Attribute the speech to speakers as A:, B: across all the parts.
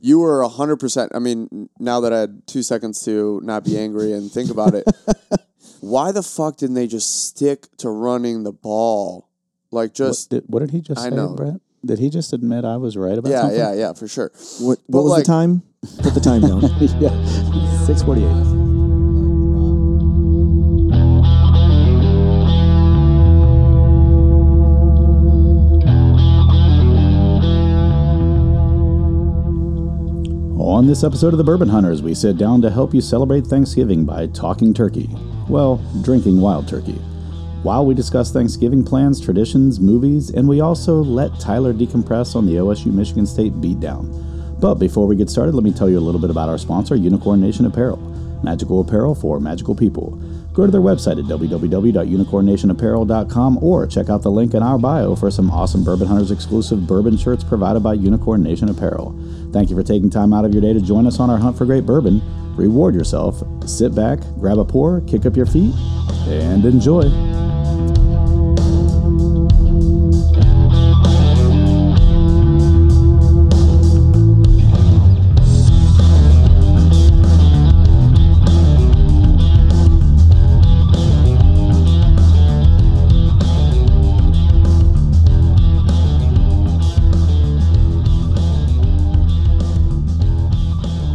A: you were 100%. I mean, now that I had two seconds to not be angry and think about it, why the fuck didn't they just stick to running the ball? Like, just.
B: Did, what did he just
A: I
B: say,
A: know.
B: Brett? Did he just admit I was right about
A: yeah,
B: something?
A: yeah, yeah, for sure.
C: What,
A: But,
C: what was
A: like-
C: the time? Put the time down.
B: yeah, yeah. Six forty-eight. On this episode of The Bourbon Hunters, we sit down to help you celebrate Thanksgiving by talking turkey. Well, drinking wild turkey. While we discuss Thanksgiving plans, traditions, movies, and we also let Tyler decompress on the OSU Michigan State beatdown. But before we get started, let me tell you a little bit about our sponsor, Unicorn Nation Apparel. Magical apparel for magical people. Go to their website at www.unicornnationapparel.com or check out the link in our bio for some awesome Bourbon Hunters exclusive bourbon shirts provided by Unicorn Nation Apparel. Thank you for taking time out of your day to join us on our hunt for great bourbon. Reward yourself, sit back, grab a pour, kick up your feet, and enjoy.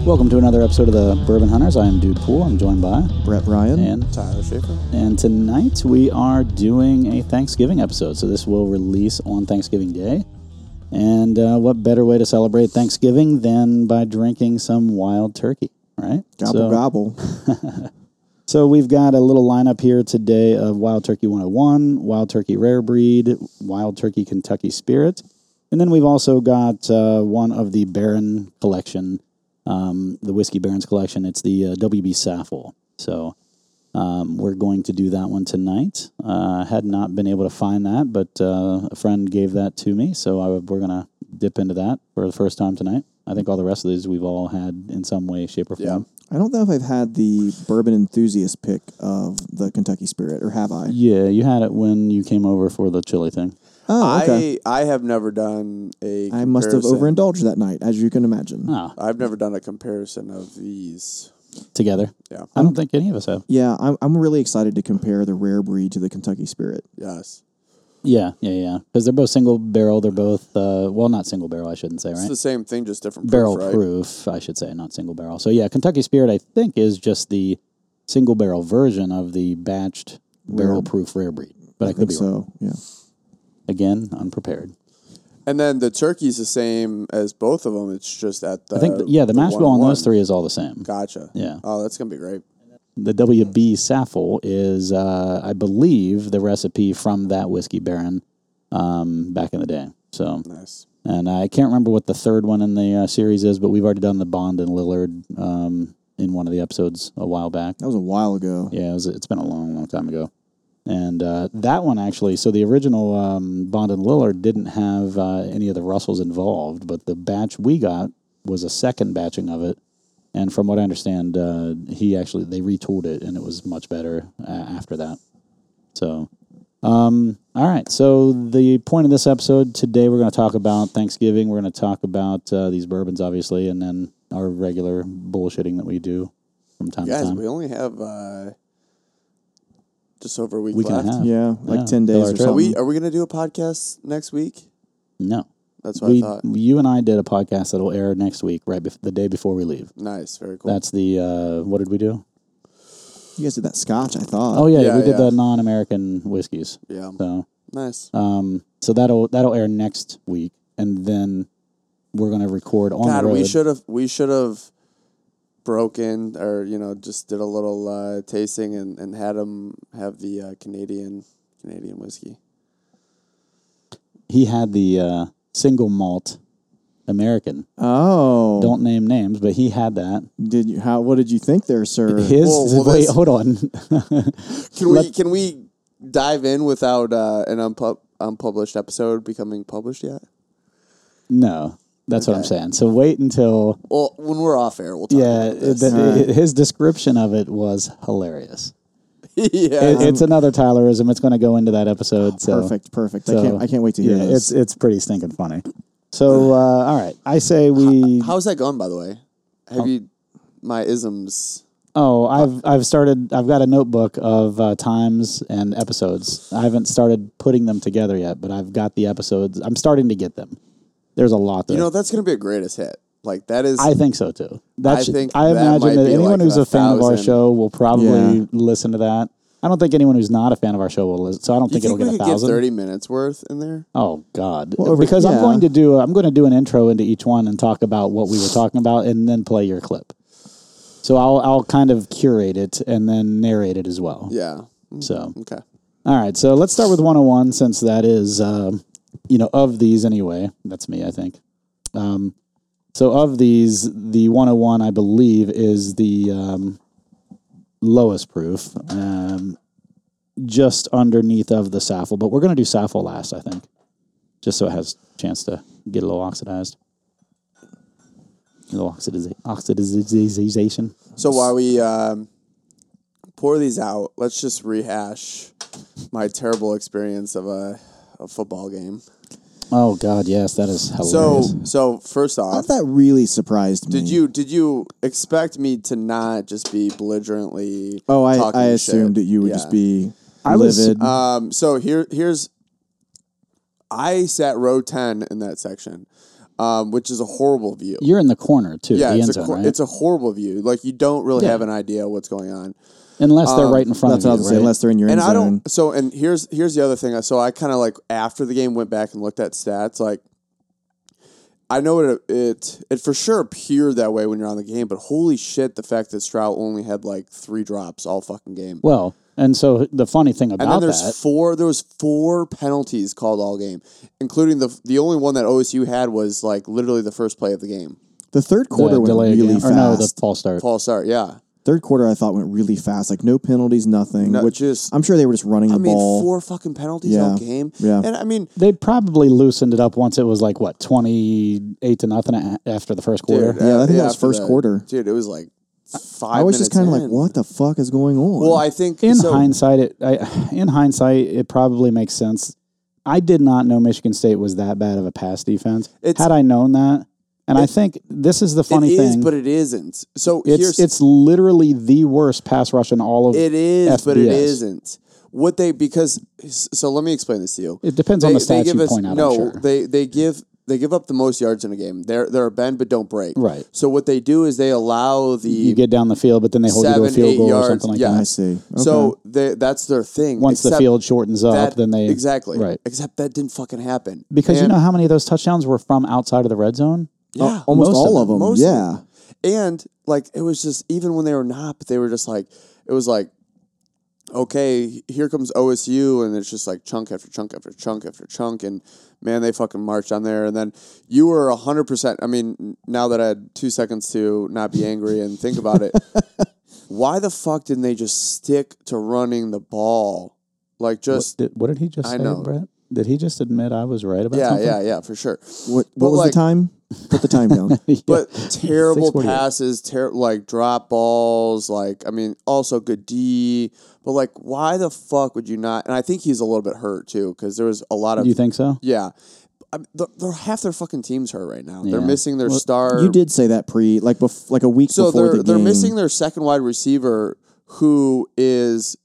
B: Welcome to another episode of the Bourbon Hunters. I am Dude Pool. I'm joined by
C: Brett Ryan.
B: Dan.
A: Tyler Schaefer.
B: And tonight we are doing a Thanksgiving episode. So this will release on Thanksgiving Day. And uh, what better way to celebrate Thanksgiving than by drinking some wild turkey, right?
C: gobble
B: so,
C: gobble.
B: so we've got a little lineup here today of Wild Turkey 101, Wild Turkey Rare Breed, Wild Turkey Kentucky Spirit. And then we've also got uh, one of the Baron collection, um, the Whiskey Barons collection. It's the uh, WB Saffel. So um, we're going to do that one tonight. Uh, had not been able to find that, but uh, a friend gave that to me. So I, we're going to dip into that for the first time tonight. I think all the rest of these we've all had in some way, shape, or form.
A: Yeah.
C: I don't know if I've had the bourbon enthusiast pick of the Kentucky Spirit, or have I?
B: Yeah, you had it when you came over for the chili thing.
C: Oh, okay.
A: I, I have never done a.
C: I, must have
A: comparison.
C: overindulged that night, as you can imagine.
B: Ah,
A: I've never done a comparison of these.
B: together.
A: Yeah.
B: I don't think any of us have.
C: Yeah, I'm, I'm really excited to compare the rare breed to the Kentucky Spirit.
A: Yes.
B: Yeah, yeah, yeah. Because they're both single barrel. They're both uh, well, not single barrel. I shouldn't say
A: It's
B: right.
A: the same thing, just different proof,
B: barrel
A: right?
B: proof, I should say, not single barrel. So yeah, Kentucky Spirit, I think, is just the single barrel version of the batched barrel proof rare breed. But I,
C: I
B: could
C: think
B: be wrong.
C: so. Yeah.
B: Again, unprepared.
A: And then the turkey's the same as both of them. It's just at Uh, the.
B: I think, th- yeah, the, mash bill on those
A: 1-1.
B: three is all the same.
A: Gotcha.
B: Yeah.
A: Oh, that's gonna be great.
B: The WB Saffel is, uh, I believe, the recipe from that whiskey baron um, back in the day. So
A: Nice.
B: And I can't remember what the third one in the uh, series is, but we've already done the Bond and Lillard um, in one of the episodes a while back.
C: That was a while ago.
B: Yeah, it was, it's been a long, long time ago. And uh, that one actually, so the original um, Bond and Lillard didn't have uh, any of the Russells involved, but the batch we got was a second batching of it. And from what I understand, uh, he actually they retooled it, and it was much better uh, after that. So, um, all right. So the point of this episode today, we're going to talk about Thanksgiving. We're going to talk about uh, these bourbons, obviously, and then our regular bullshitting that we do from time to
A: Guys,
B: time.
A: we only have uh, just over a week
B: Week and a
A: left.
B: half.
C: Yeah, like
B: Yeah.
C: 10
B: Dollar
C: days or
B: Trail.
A: Are
C: something.
A: we are we gonna do a podcast next week?
B: No.
A: That's what I
B: We,
A: thought.
B: you and I did a podcast that'll air next week, right bef- the day before we leave.
A: Nice, very cool.
B: That's the uh, what did we do?
C: you guys did that scotch, I thought.
B: Oh yeah,
A: Uh, yeah,
B: we did
A: yeah.
B: the non-American whiskeys.
A: yeah,
B: So,
A: nice.
B: um, so that'll that'll air next week, and then we're gonna record on
A: God,
B: the road.
A: we should have we should have broken or you know just did a little uh, tasting and and had them have the uh, Canadian Canadian whiskey.
B: He had the uh, single malt American.
C: Oh.
B: Don't name names, but he had that.
C: Did you, how, what did you think there, sir?
B: His
A: Well, well,
B: wait,
A: that's-
B: hold on.
A: Can we can we dive in without uh, an unpub- unpublished episode becoming published yet?
B: no, that's what I'm saying. So wait until
A: Well, when we're off air, we'll talk
B: yeah.
A: about this.
B: the-
C: All
B: His description of it was hilarious.
A: yeah,
B: It, it's another Tylerism. It's going to go into that episode. so
C: Perfect, perfect.
B: So,
C: I can't I can't wait to hear
B: yeah, it's
C: this.
B: it's pretty stinking funny. So, uh, all right. I say we.
A: How's that gone, by the way? Have you my isms?
B: Oh, I've I've started. I've got a notebook of uh, times and episodes. I haven't started putting them together yet, but I've got the episodes. I'm starting to get them. There's a lot. There.
A: You know that's gonna be a greatest hit. Like that is.
B: I think so too. That
A: I
B: should,
A: think
B: I
A: that
B: imagine
A: might
B: that
A: be
B: anyone
A: like
B: who's
A: a
B: a fan of our
A: thousand.
B: show will probably
C: Yeah.
B: listen to that. I don't think anyone who's not a fan of our show will listen. So I don't
A: do you
B: think it'll
A: think we
B: get a
A: could get
B: thousand.
A: thirty minutes worth in there?
B: Oh God!
C: Well, over-
B: because I'm
C: yeah.
B: going to do I'm going to do an intro into each one and talk about what we were talking about, and then play your clip. So I'll I'll kind of curate it and then narrate it as well.
A: Yeah. Mm,
B: So
A: Okay.
B: all right, so let's start with 101 since that is um, you know of these anyway. That's me, I think. Um, so of these, the 101 I believe is the um, lowest proof, um, just underneath of the Saffle. But we're going to do Saffle last, I think, just so it has a chance to get a little oxidized. A little oxidiza- oxidization.
A: So while we um, pour these out, let's just rehash my terrible experience of a, a football game.
B: Oh God, yes, that is
A: So
B: hilarious.
A: so first off,
C: That really surprised me.
A: did you did you expect me to not just be belligerently?
C: Oh, I,
A: talking
C: I
A: shit?
C: assumed that you would just
A: Yeah.
C: be
B: I was- uh,
C: livid.
A: Um, so here, here's, I sat row ten in that section, um, which is a horrible view.
B: You're in the corner too.
A: yeah,
B: the
A: it's
B: end
A: a
B: zone,
A: cor-
B: right?
A: it's a horrible view. Like you don't really
B: Yeah.
A: have an idea what's going on.
B: Unless they're
A: Um,
B: right in front
C: That's
B: of you.
C: what I was
B: right?
C: saying. Unless they're in your
A: And
C: end
A: I
C: zone.
A: don't. So and here's here's the other thing. So I kind of like after the game went back and looked at stats. Like I know it it it for sure appeared that way when you're on the game, but holy shit, the fact that Stroud only had like three drops all fucking game.
B: Well, and so the funny thing
A: And then
B: about
A: there's
B: that,
A: four. There was four penalties called all game, including the the only one that OSU had was like literally the first play of the game.
C: The third quarter
B: the
C: went
B: delay
C: really
B: again,
C: fast.
B: or no, the false start.
A: Paul start, yeah.
C: third quarter I thought went really fast. Like no penalties, nothing.
A: No,
C: which
A: just-
C: I'm sure they were just running
A: I
C: the
A: mean,
C: ball.
A: four fucking penalties
C: Yeah.
A: all game.
C: Yeah.
A: and I mean,
B: They probably loosened it up once it was like what twenty eight to nothing a- after the first quarter.
A: dude,
C: Yeah, I think that was
A: after
C: first quarter.
A: Dude, it was like five.
C: I was just kind
A: minutes
C: of like,
A: in.
C: what the fuck is going on?
A: Well, I think
B: in
A: uh, so,
B: hindsight, it I, in hindsight it probably makes sense. I did not know Michigan State was that bad of a pass defense.
A: It's-
B: Had I known that, and I think this is the funny
A: it is,
B: thing.
A: but it isn't. So
B: it's
A: here's
B: it's literally the worst pass rush in all of.
A: it is, but it
B: FBS.
A: isn't. What they because so let me explain this to you.
B: It depends on the stats you point out.
A: No,
B: I'm sure.
A: they they give they give up the most yards in a game. They're they're a bend but don't break.
B: Right.
A: So what they do is they allow the
B: you get down the field, but then they hold you to a
A: seven,
B: field
A: eight
B: goal or
A: yards,
B: something like
A: yeah.
B: that.
C: I see. Okay.
A: so they, that's their thing.
B: once the
A: except
B: field shortens up,
A: that-
B: then they
A: exactly
B: right
A: Except that didn't fucking happen
B: because you
A: And-
B: know how many of those touchdowns were from outside of the red zone.
A: yeah,
C: almost
B: most
C: all
B: of
C: of them.
A: most of
C: yeah.
A: and like it was just even when they were not, but they were just like it was like okay, here comes OSU, and it's just like chunk after chunk after chunk after chunk, and man, they fucking marched on there. And then you were hundred percent. I mean, now that I had two seconds to not be angry and think about it, why the fuck didn't they just stick to running the ball? Like just
B: What did, what did he just
A: I
B: say,
A: know.
B: Brett? Did he just admit I was right about
A: yeah,
B: something?
A: yeah, yeah, for sure.
C: What,
A: But,
C: what was
A: like-
C: the time? Put the time down.
B: Yeah.
A: But terrible
B: 648.
A: passes, ter- like drop balls, like I mean, also good D. But like, why the fuck would you not? And I think he's a little bit hurt too because there was a lot of
B: you think so?
A: yeah. I, they're, they're half their fucking teams hurt right now. They're
B: Yeah.
A: missing their star.
C: you did say that pre, like bef- like a week
A: so
C: before
A: they're
C: the game.
A: they're missing their second wide receiver who is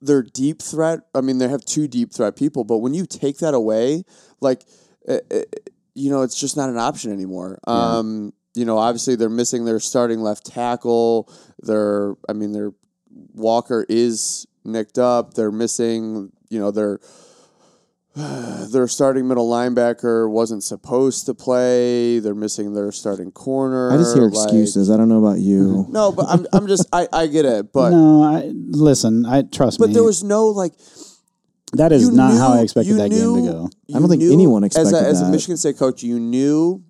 A: their deep threat. I mean, they have two deep threat people, but when you take that away, like eh, eh, you know, it's just not an option anymore.
B: Yeah.
A: Um, you know, obviously they're missing their starting left tackle. Their I mean, their Walker is nicked up. They're missing, you know, their their starting middle linebacker wasn't supposed to play. They're missing their starting corner.
C: I just hear
A: like-
C: excuses. I don't know about you.
A: no, but I'm I'm just I, I get it, but
B: no, I listen. I trust
A: but
B: me.
A: there was no like
B: that is
A: you
B: not how
A: knew-
B: I expected
A: you
B: that game
A: knew-
B: to go.
A: you
C: I don't think
A: knew-
C: anyone
A: as
C: expected
A: a, as a
C: that.
A: Michigan State coach, you knew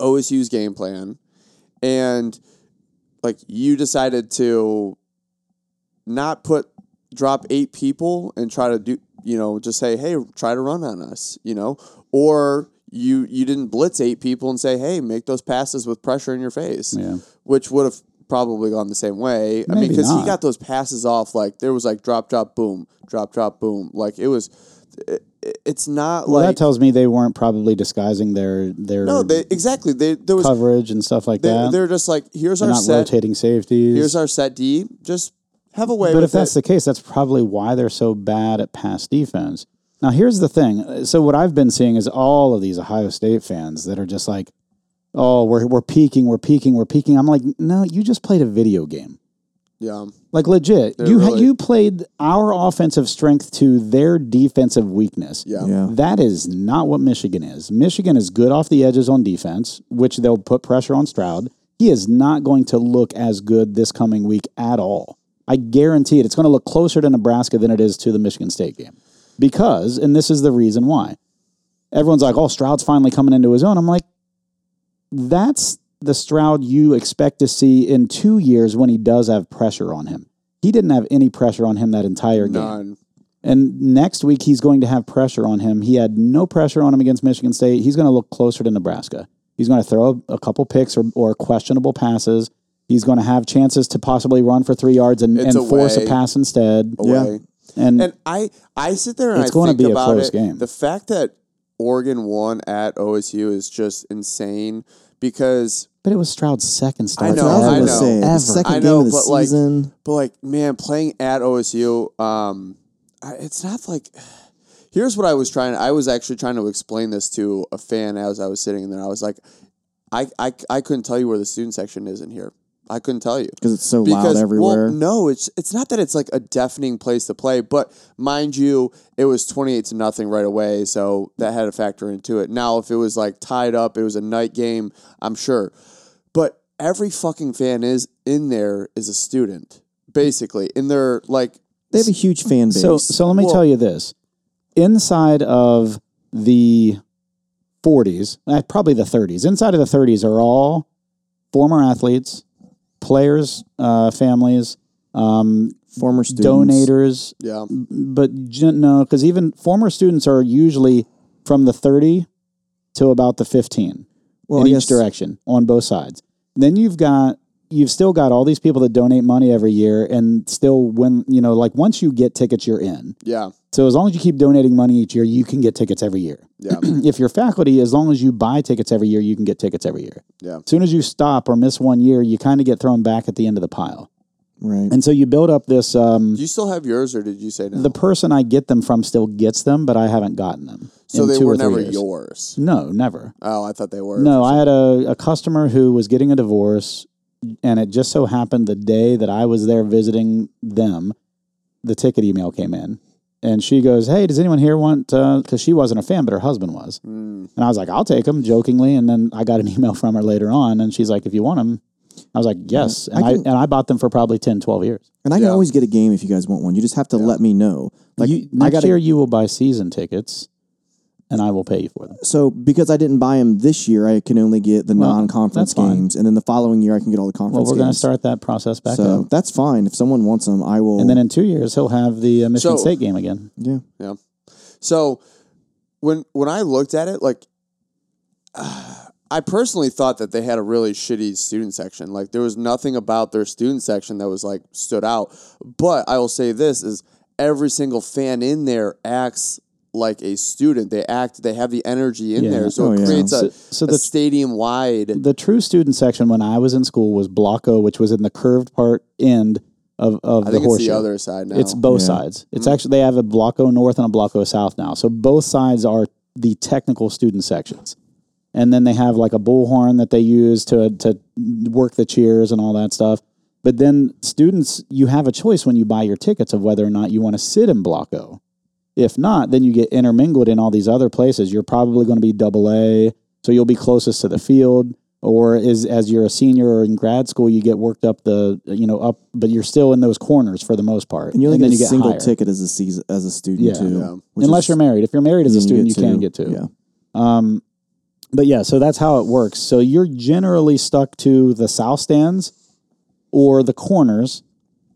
A: OSU's game plan, and like you decided to not put drop eight people and try to do you know just say hey try to run on us you know or you you didn't blitz eight people and say hey make those passes with pressure in your face
B: Yeah.
A: which would have probably gone the same way i mean
B: Maybe
A: because he
B: not.
A: got those passes off like there was like drop drop boom drop drop boom like it was it, it's not
B: Well,
A: like
B: that tells me they weren't probably disguising their their
A: no, they exactly. They there was
B: coverage and stuff like
A: they,
B: that.
A: they're just like here's
B: They're
A: our
B: not
A: set,
B: rotating safeties.
A: here's our set D. Just have a way
B: But
A: with
B: if that's
A: it.
B: the case, that's probably why they're so bad at pass defense. Now, here's the thing. So, what I've been seeing is all of these Ohio State fans that are just like, oh, we're, we're peaking, we're peaking, we're peaking. I'm like, no, you just played a video game.
A: yeah.
B: Like, legit. you, ha
A: really-
B: you played our offensive strength to their defensive weakness.
A: Yeah.
C: Yeah.
B: That is not what Michigan is. Michigan is good off the edges on defense, which they'll put pressure on Stroud. He is not going to look as good this coming week at all. I guarantee it. It's going to look closer to Nebraska than it is to the Michigan State game. Because, and this is the reason why, everyone's like, oh, Stroud's finally coming into his own. I'm like, that's the Stroud you expect to see in two years when he does have pressure on him. He didn't have any pressure on him that entire game.
A: None.
B: And next week, he's going to have pressure on him. He had no pressure on him against Michigan State. He's going to look closer to Nebraska. He's going to throw a, a couple picks or, or questionable passes. He's going to have chances to possibly run for three yards and,
A: It's
B: and
A: a
B: force a
A: way.
B: pass instead.
C: Yeah.
A: Away.
B: And,
A: And I I sit there and
B: It's
A: I
B: gonna
A: think
B: be a
A: about
B: close
A: it.
B: game.
A: The fact that Oregon won at OSU is just insane because
B: but it was Stroud's second start.
A: know, I
B: ever,
C: That's what I
A: know.
C: was saying.
B: ever.
C: The second
A: I
C: game
A: know,
C: of the
A: but, like,
C: season.
A: But like, man, playing at OSU, um, I, it's not like. Here's what I was trying. I was actually trying to explain this to a fan as I was sitting there. I was like, I, I, I couldn't tell you where the student section is in here. I couldn't tell you
C: because it's so
A: because
C: loud everywhere.
A: well, no, it's it's not that it's like a deafening place to play, but mind you, it was twenty eight to nothing right away, so that had a factor into it. Now, if it was like tied up, it was a night game, I'm sure, but every fucking fan is in there is a student basically, and they're like,
C: they have a huge fan base.
B: So, so let me
A: Well-
B: tell you this: inside of the 40s, eh, probably the 30s, inside of the 30s are all former athletes, players, uh, families, um,
C: former students,
B: donators,
A: yeah,
B: but gen- no, because even former students are usually from the 30 to about the 15
C: Well,
B: in
C: I
B: each
C: guess-
B: direction on both sides. Then you've got you've still got all these people that donate money every year and still when you know like once you get tickets you're in.
A: yeah,
B: So as long as you keep donating money each year, you can get tickets every year.
A: yeah,
B: if you're faculty, as long as you buy tickets every year, you can get tickets every year.
A: Yeah.
B: As soon as you stop or miss one year, you kind of get thrown back at the end of the pile.
C: Right.
B: And so you build up this um,
A: do you still have yours, or did you say no?
B: the person I get them from still gets them, but I haven't gotten them.
A: so
B: in
A: they
B: two
A: were
B: or three
A: never
B: years.
A: yours.
B: No, never.
A: Oh, I thought they were.
B: No, I had a, a customer who was getting a divorce, and it just so happened the day that I was there visiting them, the ticket email came in. And she goes, Hey, does anyone here want, because she wasn't a fan, but her husband was.
A: Mm,
B: And I was like, I'll take them jokingly. And then I got an email from her later on, and she's like, If you want them, I was like, Yes.
C: Yeah,
B: And
C: I
B: I,
C: can-
B: and I bought them for probably 10, 12 years.
C: And I can
A: Yeah.
C: always get a game if you guys want one. You just have to let me know. Like
B: you,
C: I
B: next
C: gotta-
B: year, you will buy season tickets, and I will pay you for them.
C: so because I didn't buy them this year, I can only get the
B: Well, that's
C: non-conference
B: fine.
C: games, and then the following year I can get all the
B: Well,
C: conference
B: we're going to
C: games.
B: start that process back
C: so
B: up.
C: that's fine. If someone wants them, I will.
B: And then in two years, he'll have the uh, Michigan
A: So-
B: State game again.
C: yeah,
A: yeah. So when when I looked at it, like I personally thought that they had a really shitty student section. Like there was nothing about their student section that was like stood out. But I will say this is every single fan in there acts like a student. They act they have the energy in
B: Yeah.
A: there. So
C: Oh,
A: it
C: yeah.
A: creates
B: So-
A: a,
B: so the-
A: stadium wide
B: The true student section when I was in school was Block O, which was in the curved part end of, of
A: I
B: the
A: think it's
B: horseshoe.
A: the other side now. Mm-hmm.
B: It's both
C: Yeah.
B: sides. It's actually they have a block O north and a block O south now. So both sides are the technical student sections. And then they have like a bullhorn that they use to to work the cheers and all that stuff. But then students, you have a choice when you buy your tickets of whether or not you want to sit in block O. If not, then you get intermingled in all these other places. You're probably going to be double A, so you'll be closest to the field. Or is as you're a senior or in grad school, you get worked up the you know up, but you're still in those corners for the most part.
C: and you only
B: then
C: get a single
B: higher.
C: ticket as a season as a student
B: Yeah.
C: too.
A: Yeah.
C: which
B: unless
C: is-
B: you're married. If you're married as a
C: then
B: student, you, can get
C: two.
B: two.
C: Yeah,
B: Um, but yeah, so that's how it works. So you're generally stuck to the south stands or the corners,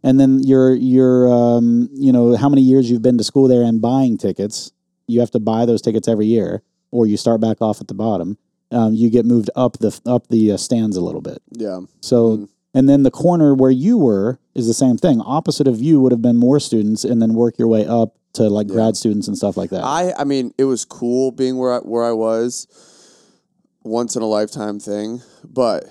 B: and then your your um, you know how many years you've been to school there and buying tickets. You have to buy those tickets every year, or you start back off at the bottom. Um, you get moved up the up the uh, stands a little bit.
A: yeah.
B: So and then the corner where you were is the same thing. Opposite of you would have been more students, and then work your way up to like grad students and stuff like that.
A: I I mean, it was cool being where I, where I was. Once in a lifetime thing, but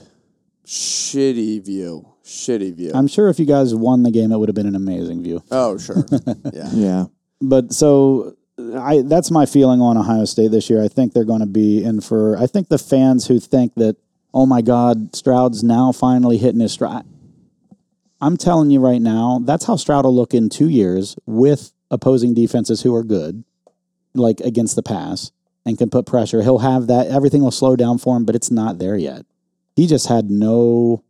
A: shitty view, shitty view.
B: I'm sure if you guys won the game, it would have been an amazing view.
A: oh sure, yeah.
C: Yeah.
B: But so I that's my feeling on Ohio State this year. I think they're going to be in for. I think the fans who think that oh my God, Stroud's now finally hitting his stride. I'm telling you right now, that's how Stroud will look in two years with opposing defenses who are good, like against the pass and can put pressure. He'll have that. Everything will slow down for him, but it's not there yet. He just had no.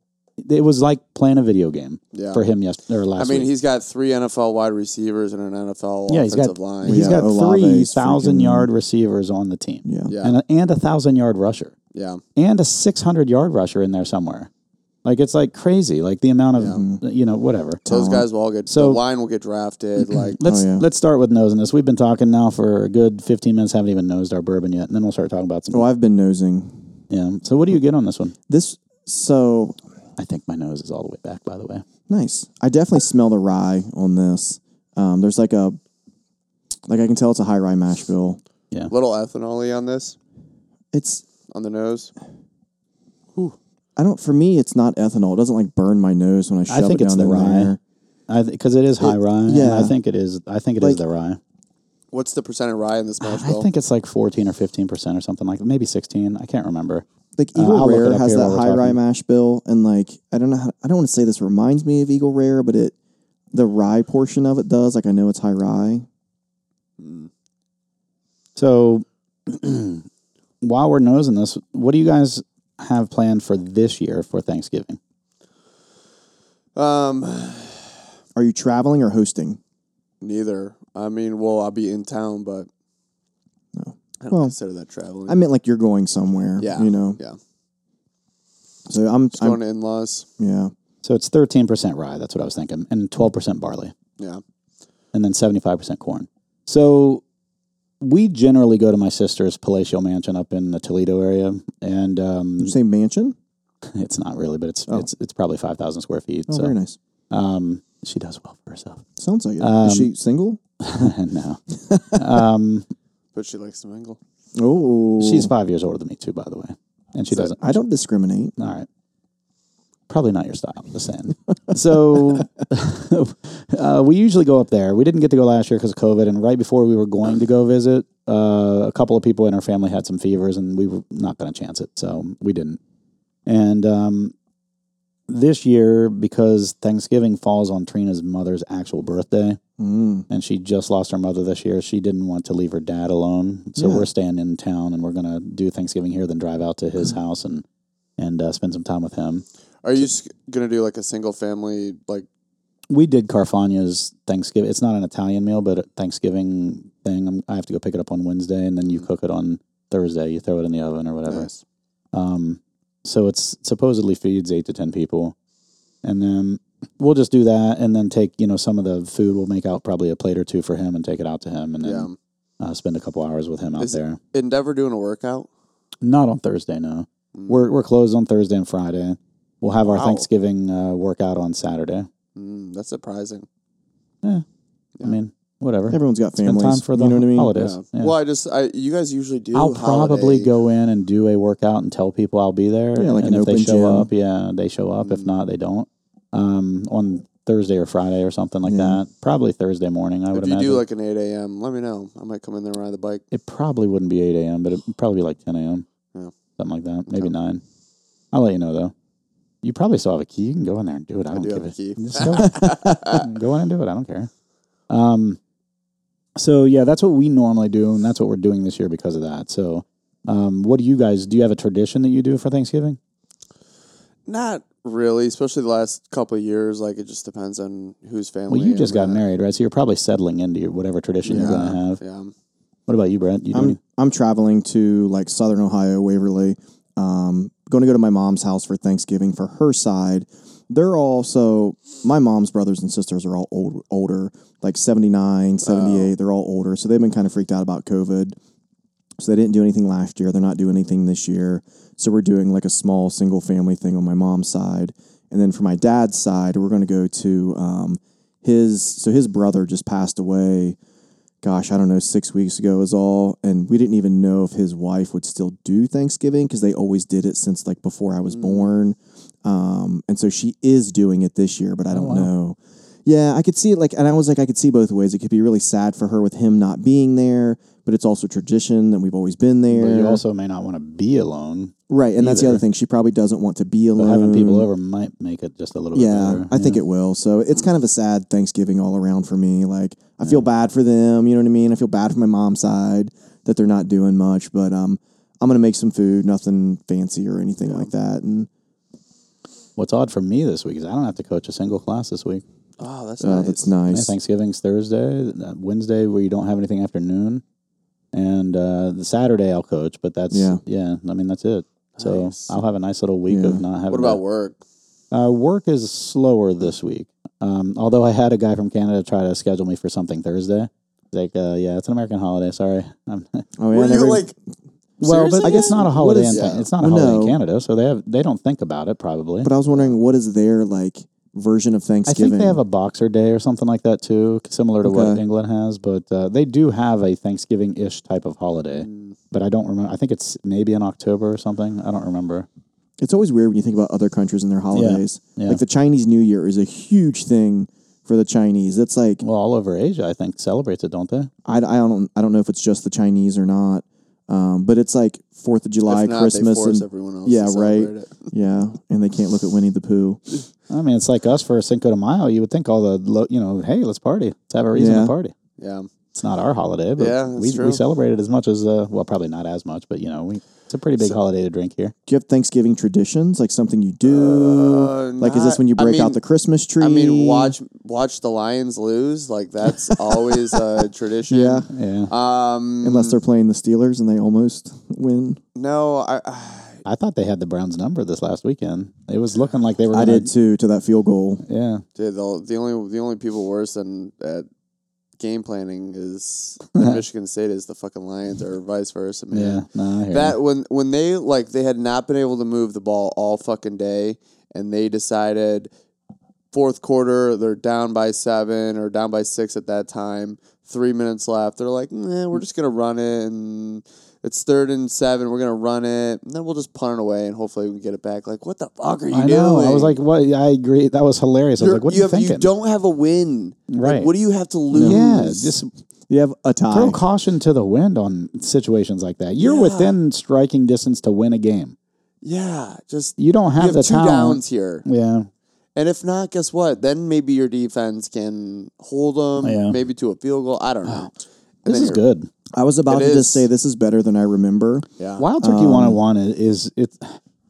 B: It was like playing a video game
A: Yeah.
B: for him yesterday or
A: I
B: last
A: mean,
B: week.
A: he's got three NFL wide receivers and an NFL
B: Yeah, he's
A: offensive
B: got-
A: line.
B: He's
C: Yeah,
B: got
C: Olave's
B: three thousand
C: freaking-
B: yard receivers on the team,
C: Yeah.
A: yeah,
B: and a, and a thousand yard rusher,
A: yeah.
B: and a six hundred yard rusher in there somewhere. Like it's like crazy, like the amount of you know whatever.
A: Those guys will all get
B: So-
A: the line will get drafted. Like
B: Let's
C: Oh, yeah.
B: let's start with nosing this. We've been talking now for a good fifteen minutes. Haven't even nosed our bourbon yet, and then we'll start talking about some.
C: Well, Oh, I've been nosing
B: yeah. So what do you get on this one?
C: this. So
B: I think my nose is all the way back. By the way,
C: Nice. I definitely smell the rye on this. Um, there's like a, like I can tell it's a high rye mash bill.
A: little ethanol on this
C: It's
A: on the nose.
C: I don't for me it's not ethanol. It doesn't like burn my nose when I shove
B: I think
C: it
B: it's
C: down
B: the
C: in
B: rye.
C: there.
B: I because it is high rye. and
C: yeah.
B: I think it is. I think it is
C: Like-
B: the rye.
A: What's the percent of rye in this mash
B: Uh, I
A: bill?
B: think it's like fourteen or fifteen percent or something like maybe sixteen. I can't remember.
C: Like
B: Uh,
C: Eagle
B: I'll look it
C: Rare
B: up
C: has
B: here
C: that
B: while we're
C: high rye
B: talking.
C: mash bill, and like I don't know. How, I don't want to say this reminds me of Eagle Rare, but it the rye portion of it does. Like I know it's high rye.
B: So while we're nosing this, what do you guys have planned for this year for Thanksgiving?
A: um,
C: Are you traveling or hosting?
A: neither. I mean, well, I'll be in town, but I don't
C: Well,
A: consider that traveling.
C: I meant like you're going somewhere.
A: yeah,
C: you know.
A: yeah.
C: So I'm,
A: Just
C: I'm
A: going to in laws.
C: yeah.
B: So it's 13% rye, that's what I was thinking, and 12% barley,
A: Yeah,
B: and then 75% corn. So we generally go to my sister's palatial mansion up in the Toledo area, and um,
C: Did you say mansion?
B: it's not really, but it's it's it's probably 5,000 square feet.
C: Oh, very
B: so
C: nice.
B: um, she does well for herself.
C: Sounds like it.
B: Um,
C: Is she single?
B: no. um,
A: but she likes to mingle.
C: Oh,
B: she's five years older than me, too, by the way, and she
A: So-
B: doesn't.
C: I don't discriminate.
B: All right. Probably not your style, just saying. so uh, we usually go up there. We didn't get to go last year because of COVID. And right before we were going to go visit, uh, a couple of people in our family had some fevers and we were not going to chance it. So we didn't. And um, this year, because Thanksgiving falls on Trina's mother's actual birthday,
C: Mm.
B: and she just lost her mother this year. She didn't want to leave her dad alone, so
C: Yeah.
B: we're staying in town and we're gonna do Thanksgiving here, then drive out to
A: Mm.
B: his house and and uh, spend some time with him.
A: Are you just gonna do like a single family like?
B: We did Carfagna's Thanksgiving. It's not an Italian meal, but a Thanksgiving thing. I'm, I have to go pick it up on Wednesday, and then you cook it on Thursday. You throw it in the oven or whatever.
A: Mm. Nice.
B: Um, so it's supposedly feeds eight to ten people, and then we'll just do that, and then take you know some of the food. We'll make out probably a plate or two for him, and take it out to him, and then
A: Yeah.
B: uh, spend a couple hours with him out
A: Is-
B: there.
A: Endeavor doing a workout.
B: Not on Thursday, no.
C: Hmm.
A: Mm.
B: We're we're closed on Thursday and Friday. We'll have our
A: Wow.
B: Thanksgiving uh, workout on Saturday.
A: Mm, that's surprising.
B: I mean, whatever.
C: Everyone's got
B: Spend
C: families.
B: time for the
C: you know what I mean?
B: holidays.
A: Yeah.
B: Yeah.
A: Well, I just I you guys usually do.
B: I'll probably
A: holiday.
B: go in and do a workout and tell people I'll be there.
C: Yeah, like
B: and
C: an
B: if they
C: open
B: show
C: gym. Hmm.
B: up, yeah, they show up. If
A: Mm.
B: not, they don't. Um, on Thursday or Friday or something like
C: Yeah.
B: that. Probably Thursday morning. I would
A: If you
B: imagine
A: do like an eight a.m., let me know. I might come in there ride the bike.
B: it probably wouldn't be eight a.m., but it'd probably be like ten a.m.
A: Yeah.
B: Something like that.
A: Okay.
B: Maybe nine. I'll let you know though. You probably still have a key. You can go in there and do it. I,
A: I
B: don't
A: do
B: give
A: have a
B: a
A: key.
B: Just go, go in and do it. I don't care. Um, so yeah, that's what we normally do, and that's what we're doing this year because of that. So, um, what do you guys do? You have a tradition that you do for Thanksgiving?
A: Not really, especially the last couple of years. Like it just depends on whose family.
B: Well, you just got
A: I'm at.
B: married, right? So you're probably settling into your, whatever tradition you're going to have.
A: Yeah.
B: What about you, Brett? You do
C: I'm
B: any-
C: I'm traveling to like Southern Ohio, Waverly. Um, going to go to my mom's house for Thanksgiving for her side. They're all so my mom's brothers and sisters are all old, older, like 79,
B: Oh.
C: 78. They're all older, so they've been kind of freaked out about COVID. So they didn't do anything last year. They're not doing anything this year. So we're doing like a small single family thing on my mom's side, and then for my dad's side, we're going to go to um, his. So his brother just passed away gosh, I don't know, six weeks ago is all, and we didn't even know if his wife would still do Thanksgiving because they always did it since like before I was
B: Mm.
C: born. Um, and so she is doing it this year, but
B: Oh,
C: I don't know. Yeah, I could see it like, and I was like, I could see both ways. It could be really sad for her with him not being there, but it's also tradition that we've always been there.
B: But you also may not want to be alone.
C: right, and that's the
B: either.
C: other thing. She probably doesn't want to be
B: So
C: alone.
B: having
A: Um,
B: people over might make it just a little
C: Yeah,
B: bit better.
C: I think it will. So it's kind of a sad Thanksgiving all around for me. Like I feel bad for them. You know what I mean? I feel bad for my mom's side that they're not doing much. But um, I'm gonna make some food, nothing fancy or anything like that. And
B: What's odd for me this week is I don't have to coach a single class this week.
A: Oh, that's
C: uh,
A: nice.
C: that's
B: Yeah,
C: nice.
B: Thanksgiving's Thursday, uh, Wednesday where you don't have anything after noon, and uh, the Saturday I'll coach. But that's yeah.
C: Yeah.
B: I mean that's it. So
A: Nice.
B: I'll have a nice little week
C: Yeah.
B: of not having.
A: What about
B: to-
A: work?
B: Uh, work is slower this week. Um, although I had a guy from Canada try to schedule me for something Thursday. He's Like, uh, yeah, it's an American holiday. Sorry. I'm,
C: oh
A: Were
C: and
A: you
C: every-
A: like?
B: well,
A: Seriously?
B: but I guess not a
C: What
B: holiday.
C: is-
B: in,
A: Yeah.
B: It's not a
C: Well,
B: holiday
C: no.
B: in Canada, so they have they don't think about it probably.
C: but I was wondering what is their like version of
B: I
C: Thanksgiving?
B: think they have a Boxer Day or something like that too, similar to what
C: Okay.
B: England has. But uh, they do have a Thanksgiving-ish type of holiday.
A: Mm.
B: But I don't remember. I think it's maybe in October or something. I don't remember.
C: it's always weird when you think about other countries and their holidays.
B: Yeah.
C: Like the Chinese New Year is a huge thing for the Chinese. It's like
B: Well, all over Asia, I think celebrates it, don't they?
C: I, I don't I don't know if it's just the Chinese or not, um, but it's like Fourth of July,
A: If not, they
C: Christmas,
A: force
C: and
A: everyone else.
C: yeah,
A: to
C: right.
A: celebrate it.
C: yeah, and they can't look at Winnie the Pooh.
B: I mean, it's like us for Cinco de Mayo. You would think all the, lo- you know, hey, let's party. Let's have a reason
C: Yeah.
B: to party.
A: Yeah,
B: It's not our holiday, but
A: Yeah, that's
B: we, we
A: true.
B: celebrate it as much as, uh, well, probably not as much, but, you know, we it's a pretty big holiday to drink here.
C: Do you have Thanksgiving traditions, like something you do?
A: Uh,
C: like, is this
A: not-
C: when you
A: I
C: break
A: mean-
C: out the Christmas tree?
A: I mean, watch watch the Lions lose. Like that's always a tradition.
C: Yeah,
B: Yeah.
A: Um.
C: unless they're playing the Steelers and they almost win.
A: no, I, I
B: I thought they had the Browns number this last weekend. It was looking like they were
C: I
B: going
C: did too to that field goal.
B: Yeah.
A: dude. The, the only the only people worse than at game planning is than Michigan State is the fucking Lions or vice versa, man.
B: Yeah. No, I hear you.
A: That when when they like they had not been able to move the ball all fucking day, and they decided fourth quarter they're down by seven or down by six at that time. Three minutes left. They're like, nah,
B: Mm.
A: we're just gonna run it, and it's third and seven. We're gonna run it, and then we'll just punt it away, and hopefully we can get it back. Like, what the fuck are you
B: I know.
A: doing?
B: I was like, what? I agree. That was hilarious. I was
A: You're-
B: like, what are
A: you,
B: you,
A: have,
B: thinking?
A: you don't have a win. Like,
B: Right.
A: what do you have to lose?
B: yeah. Just
C: You have a tie.
B: throw caution to the wind on situations like that. You're
A: Yeah.
B: within striking distance to win a game.
A: yeah. Just
B: You don't
A: you
B: have
A: have
B: the
A: two
B: talent.
A: downs here.
B: Yeah.
A: And if not, guess what? Then maybe your defense can hold them,
B: Yeah.
A: maybe to a field goal. I don't know. And then
B: This is
A: you're-
B: good.
C: I was about
A: It
C: to
A: is.
C: just say this is better than I remember.
A: Yeah.
B: Wild Turkey
A: Um,
B: 101 is, is it,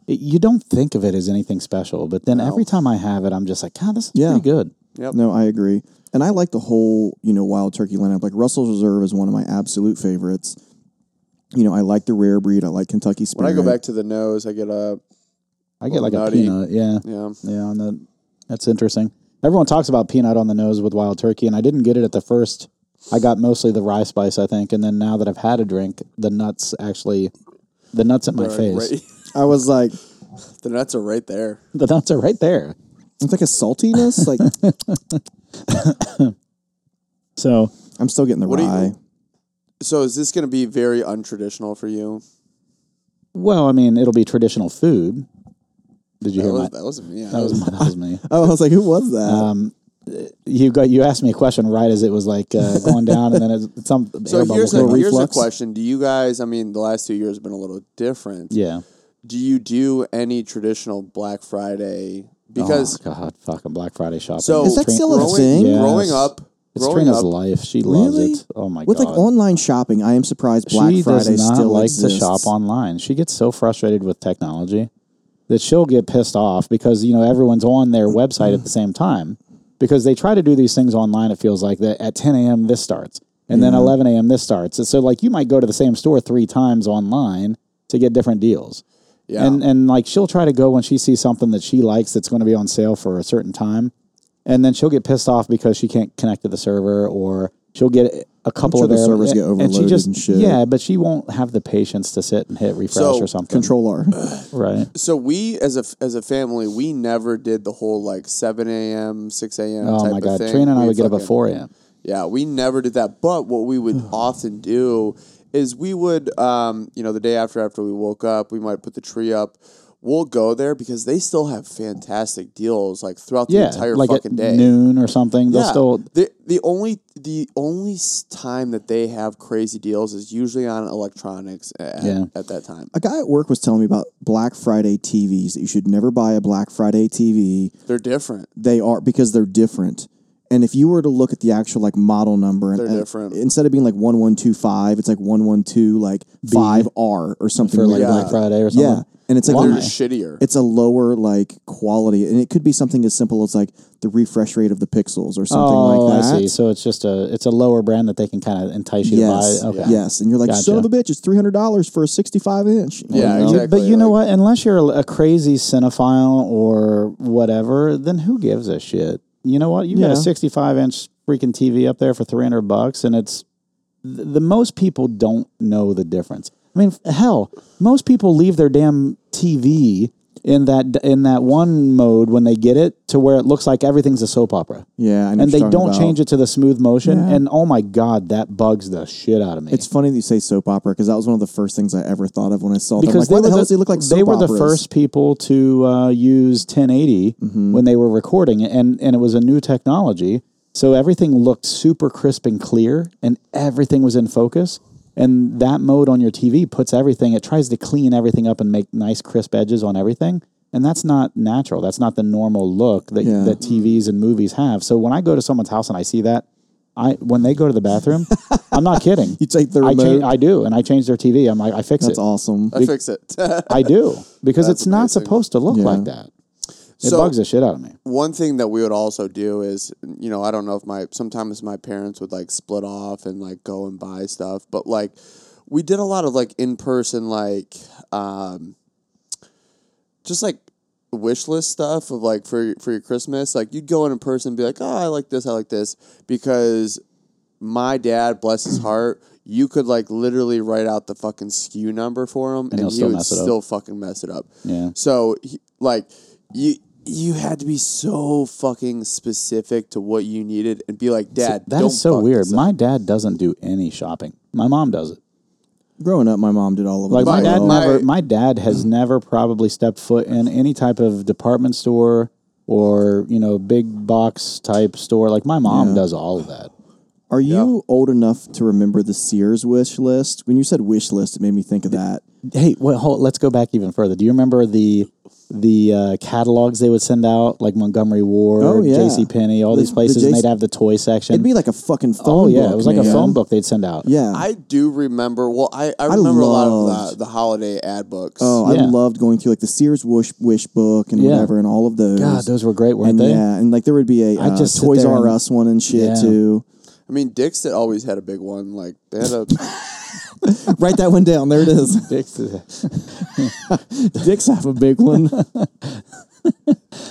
B: it- you don't think of it as anything special, but then every time I have it, I'm just like, God, this is
C: Yeah.
B: pretty good.
C: No, I agree. And I like the whole, you know, wild turkey lineup. Like Russell's Reserve is one of my absolute favorites. You know, I like the rare breed. I like Kentucky
A: When I
C: Spirit.
A: go back to the nose, I get a
B: I get like
A: Oh, Nutty.
B: a peanut. Yeah.
A: yeah.
B: Yeah. On the, that's interesting. Everyone talks about peanut on the nose with Wild Turkey, and I didn't get it at the first. I got mostly the rye spice, I think. And then now that I've had a drink, the nuts actually, the nuts at my
A: They're
B: face.
A: right-
C: I was like,
A: the nuts are right there.
B: The nuts are right there.
C: it's like a saltiness. like
B: So
C: I'm still getting the
A: What do you-
C: rye.
A: So is this going to be very untraditional for you?
B: Well, I mean, it'll be traditional food. Did you
A: That,
B: hear
A: was,
B: my,
A: that wasn't me. I
B: that? Was
A: was-
B: my, that was me.
C: oh, I was like, who was that?
B: Oh You got you asked me a question right as it was like uh, going down, and then it's some air
A: so
B: bubble
A: here's a,
B: came up.
A: here's a
C: reflux?
A: question. Do you guys, I mean, the last two years have been a little different.
B: yeah. Oh,
A: Do you do any traditional Black Friday? Because
B: oh, God, fucking Black Friday shopping.
A: so
C: Is that still a
A: growing,
C: thing?
B: Yes.
A: growing up,
B: it's
A: growing
B: Trina's
A: up,
B: life. She loves
C: Really?
B: it. Oh my
C: With
B: God.
C: like online shopping, I am surprised Black
B: she
C: Friday
B: does not
C: still
B: like
C: exists.
B: to shop online. She gets so frustrated with technology that she'll get pissed off because you know everyone's on their website at the same time because they try to do these things online. It feels like that at 10 a.m. this starts and then 11 a.m. this starts. And So like you might go to the same store three times online to get different deals.
A: Yeah.
B: And and like she'll try to go when she sees something that she likes that's going to be on sale for a certain time, and then she'll get pissed off because she can't connect to the server or she'll get a couple
C: sure
B: of
C: the
B: error-
C: servers get
B: and she
C: overloaded
B: just
C: and shit.
B: yeah, Uh, but she won't have the patience to sit and hit refresh
A: So,
B: or something.
C: Control R.
B: right?
A: So we as a as a family, we never did the whole like seven a.m., six a.m.
B: Oh
A: type
B: my
A: of
B: god,
A: thing.
B: Trina and I
A: We
B: would get up at
A: fucking-
B: four a.m.
A: Yeah, we never did that. But what we would often do is we would, um, you know, the day after after we woke up, we might put the tree up. We'll go there because they still have fantastic deals like throughout the
B: yeah,
A: entire
B: like at
A: fucking day.
B: noon or something. They'll
A: yeah,
B: still
A: the the only the only s- time that they have crazy deals is usually on electronics at,
B: Yeah.
A: at that time.
C: A guy at work was telling me about Black Friday TVs that you should never buy a Black Friday TV.
A: They're different.
C: They are because they're different. And if you were to look at the actual like model number, and,
A: They're
C: and
A: different.
C: Instead of being like one one two five, it's like one one two like five R or something
B: for like
C: weird
A: Yeah.
B: Black Friday or something.
C: Yeah, and it's like
A: They're
C: they're-
A: shittier.
C: it's a lower like quality, and it could be something as simple as like the refresh rate of the pixels or something
B: oh,
C: like that.
B: I see. So it's just a it's a lower brand that they can kind of entice you
C: Yes,
B: to buy. Okay.
C: yes, and you're like son of
B: Gotcha.
C: a bitch. It's three hundred dollars for a sixty five inch.
A: Yeah,
C: You know?
A: exactly.
B: But you know
A: like-
B: what? Unless you're a- a crazy cinephile or whatever, then who gives a shit? You know what? You got
C: Yeah.
B: a 65 inch freaking TV up there for 300 bucks, and it's th- the most people don't know the difference. I mean, f- hell, most people leave their damn TV in that d- in that one mode when they get it to where it looks like everything's a soap opera.
C: Yeah, I
B: and
C: know what
B: they
C: you're talking
B: don't
C: about.
B: change it to the smooth motion.
C: Yeah.
B: And oh my god, that bugs the shit out of me.
C: It's funny that you say soap opera because that was one of the first things I ever thought of when I saw them.
B: because
C: Like, why
B: they
C: the
B: were
C: hell
B: the,
C: does he look like soap
B: they were the
C: operas?
B: first people to uh, use 1080
C: Mm-hmm.
B: when they were recording it, and and it was a new technology, so everything looked super crisp and clear, and everything was in focus. And that mode on your TV puts everything. It tries to clean everything up and make nice crisp edges on everything, and that's not natural. That's not the normal look that
C: Yeah.
B: that TVs and movies have. So when I go to someone's house and I see that. I when they go to the bathroom, I'm not kidding.
C: You take the
B: I,
C: remote.
B: change, I do, and I change their TV. I'm like, I fix it.
C: That's awesome.
A: I fix it.
B: I do because
A: That's
B: it's not
A: amazing.
B: supposed to look
C: Yeah.
B: like that. It
A: So-
B: bugs the shit out of me.
A: one thing that we would also do is, you know, I don't know if my sometimes my parents would like split off and like go and buy stuff, but like we did a lot of like in person like um just like wish list stuff of like for for your Christmas. Like you'd go in in person and be like, "Oh, I like this, I like this," because my dad, bless his heart, you could like literally write out the fucking SKU number for him, and,
B: he'll
A: he
B: still
A: would
B: mess it up.
A: still fucking mess it up.
B: Yeah.
A: So he, like you you had to be so fucking specific to what you needed and be like, "Dad,
B: That
A: don't
B: is so
A: fuck
B: weird.
A: this up."
B: My dad doesn't do any shopping. My mom does it.
C: Growing up, my mom did all of it.
B: Like my Mm.
A: But
B: dad
A: my-
B: never. My dad has never probably stepped foot in any type of department store or you know big box type store. Like my mom does all of that.
C: Are you old enough to remember the Sears wish list? When you said wish list, it made me think of that.
B: Hey, well, hold, let's go back even further. Do you remember the the uh, catalogs they would send out, like Montgomery Ward,
C: Oh, yeah.
B: J.C. Penney, all
C: The-
B: these
C: the
B: places, and
C: JC
B: they'd have the toy section.
C: It'd be like a fucking phone
B: oh yeah,
C: book,
B: it was like a
C: man.
B: phone book they'd send out.
C: Yeah.
A: I do remember. Well, I, I remember a lot of
C: loved-
A: the, the holiday ad books.
C: oh, I
B: Yeah.
C: loved going through like the Sears wish wish book and
B: Yeah.
C: whatever and all of those.
B: God, those were great, weren't
C: and
B: they?
C: yeah, and like there would be a
B: I'd
C: uh,
B: just sit
C: Toys
B: there
C: R
B: and-
C: Us one and shit
B: Yeah.
C: too.
A: I mean, Dixit always had a big one. Like they had a
C: Write that one down. There it is. Dicks have a big one.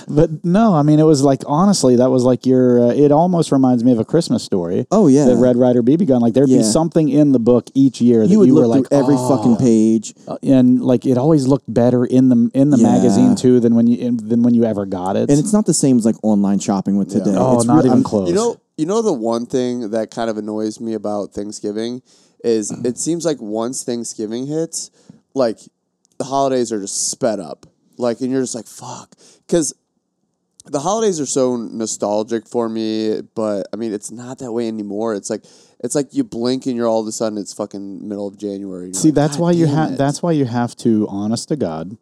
B: but no, I mean, it was like honestly, that was like your. Uh, it almost reminds me of a Christmas story.
C: Oh, yeah.
B: the Red Rider BB gun. Like there'd
C: Yeah.
B: be something in the book each year that
C: you
B: you,
C: would
B: were like
C: look through every fucking page.
B: "Oh," and like it always looked better in the in the
C: Yeah.
B: magazine too than when you in, than when you ever got it.
C: And it's not the same as like online shopping with today.
B: oh,
C: It's
B: not
C: real-
B: even
C: I'm-
B: close.
A: You know, you know the one thing that kind of annoys me about Thanksgiving is
B: Mm-hmm.
A: it seems like once Thanksgiving hits, like the holidays are just sped up. Like, and you're just like, fuck, because the holidays are so nostalgic for me. But I mean, it's not that way anymore. It's like, it's like you blink and you're all of a sudden it's fucking middle of January. You're
B: See,
A: like,
B: that's
A: "God
B: why you
A: damn
B: have
A: it."
B: that's why you have to, honest to God,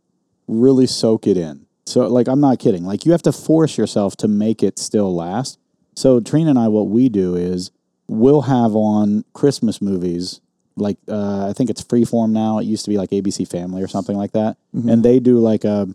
B: really soak it in. So like I'm not kidding. Like you have to force yourself to make it still last. So Trina and I, what we do is we'll have on Christmas movies. Like uh, I think it's Freeform now. It used to be like ABC Family or something like that.
A: Mm-hmm.
B: And they do like a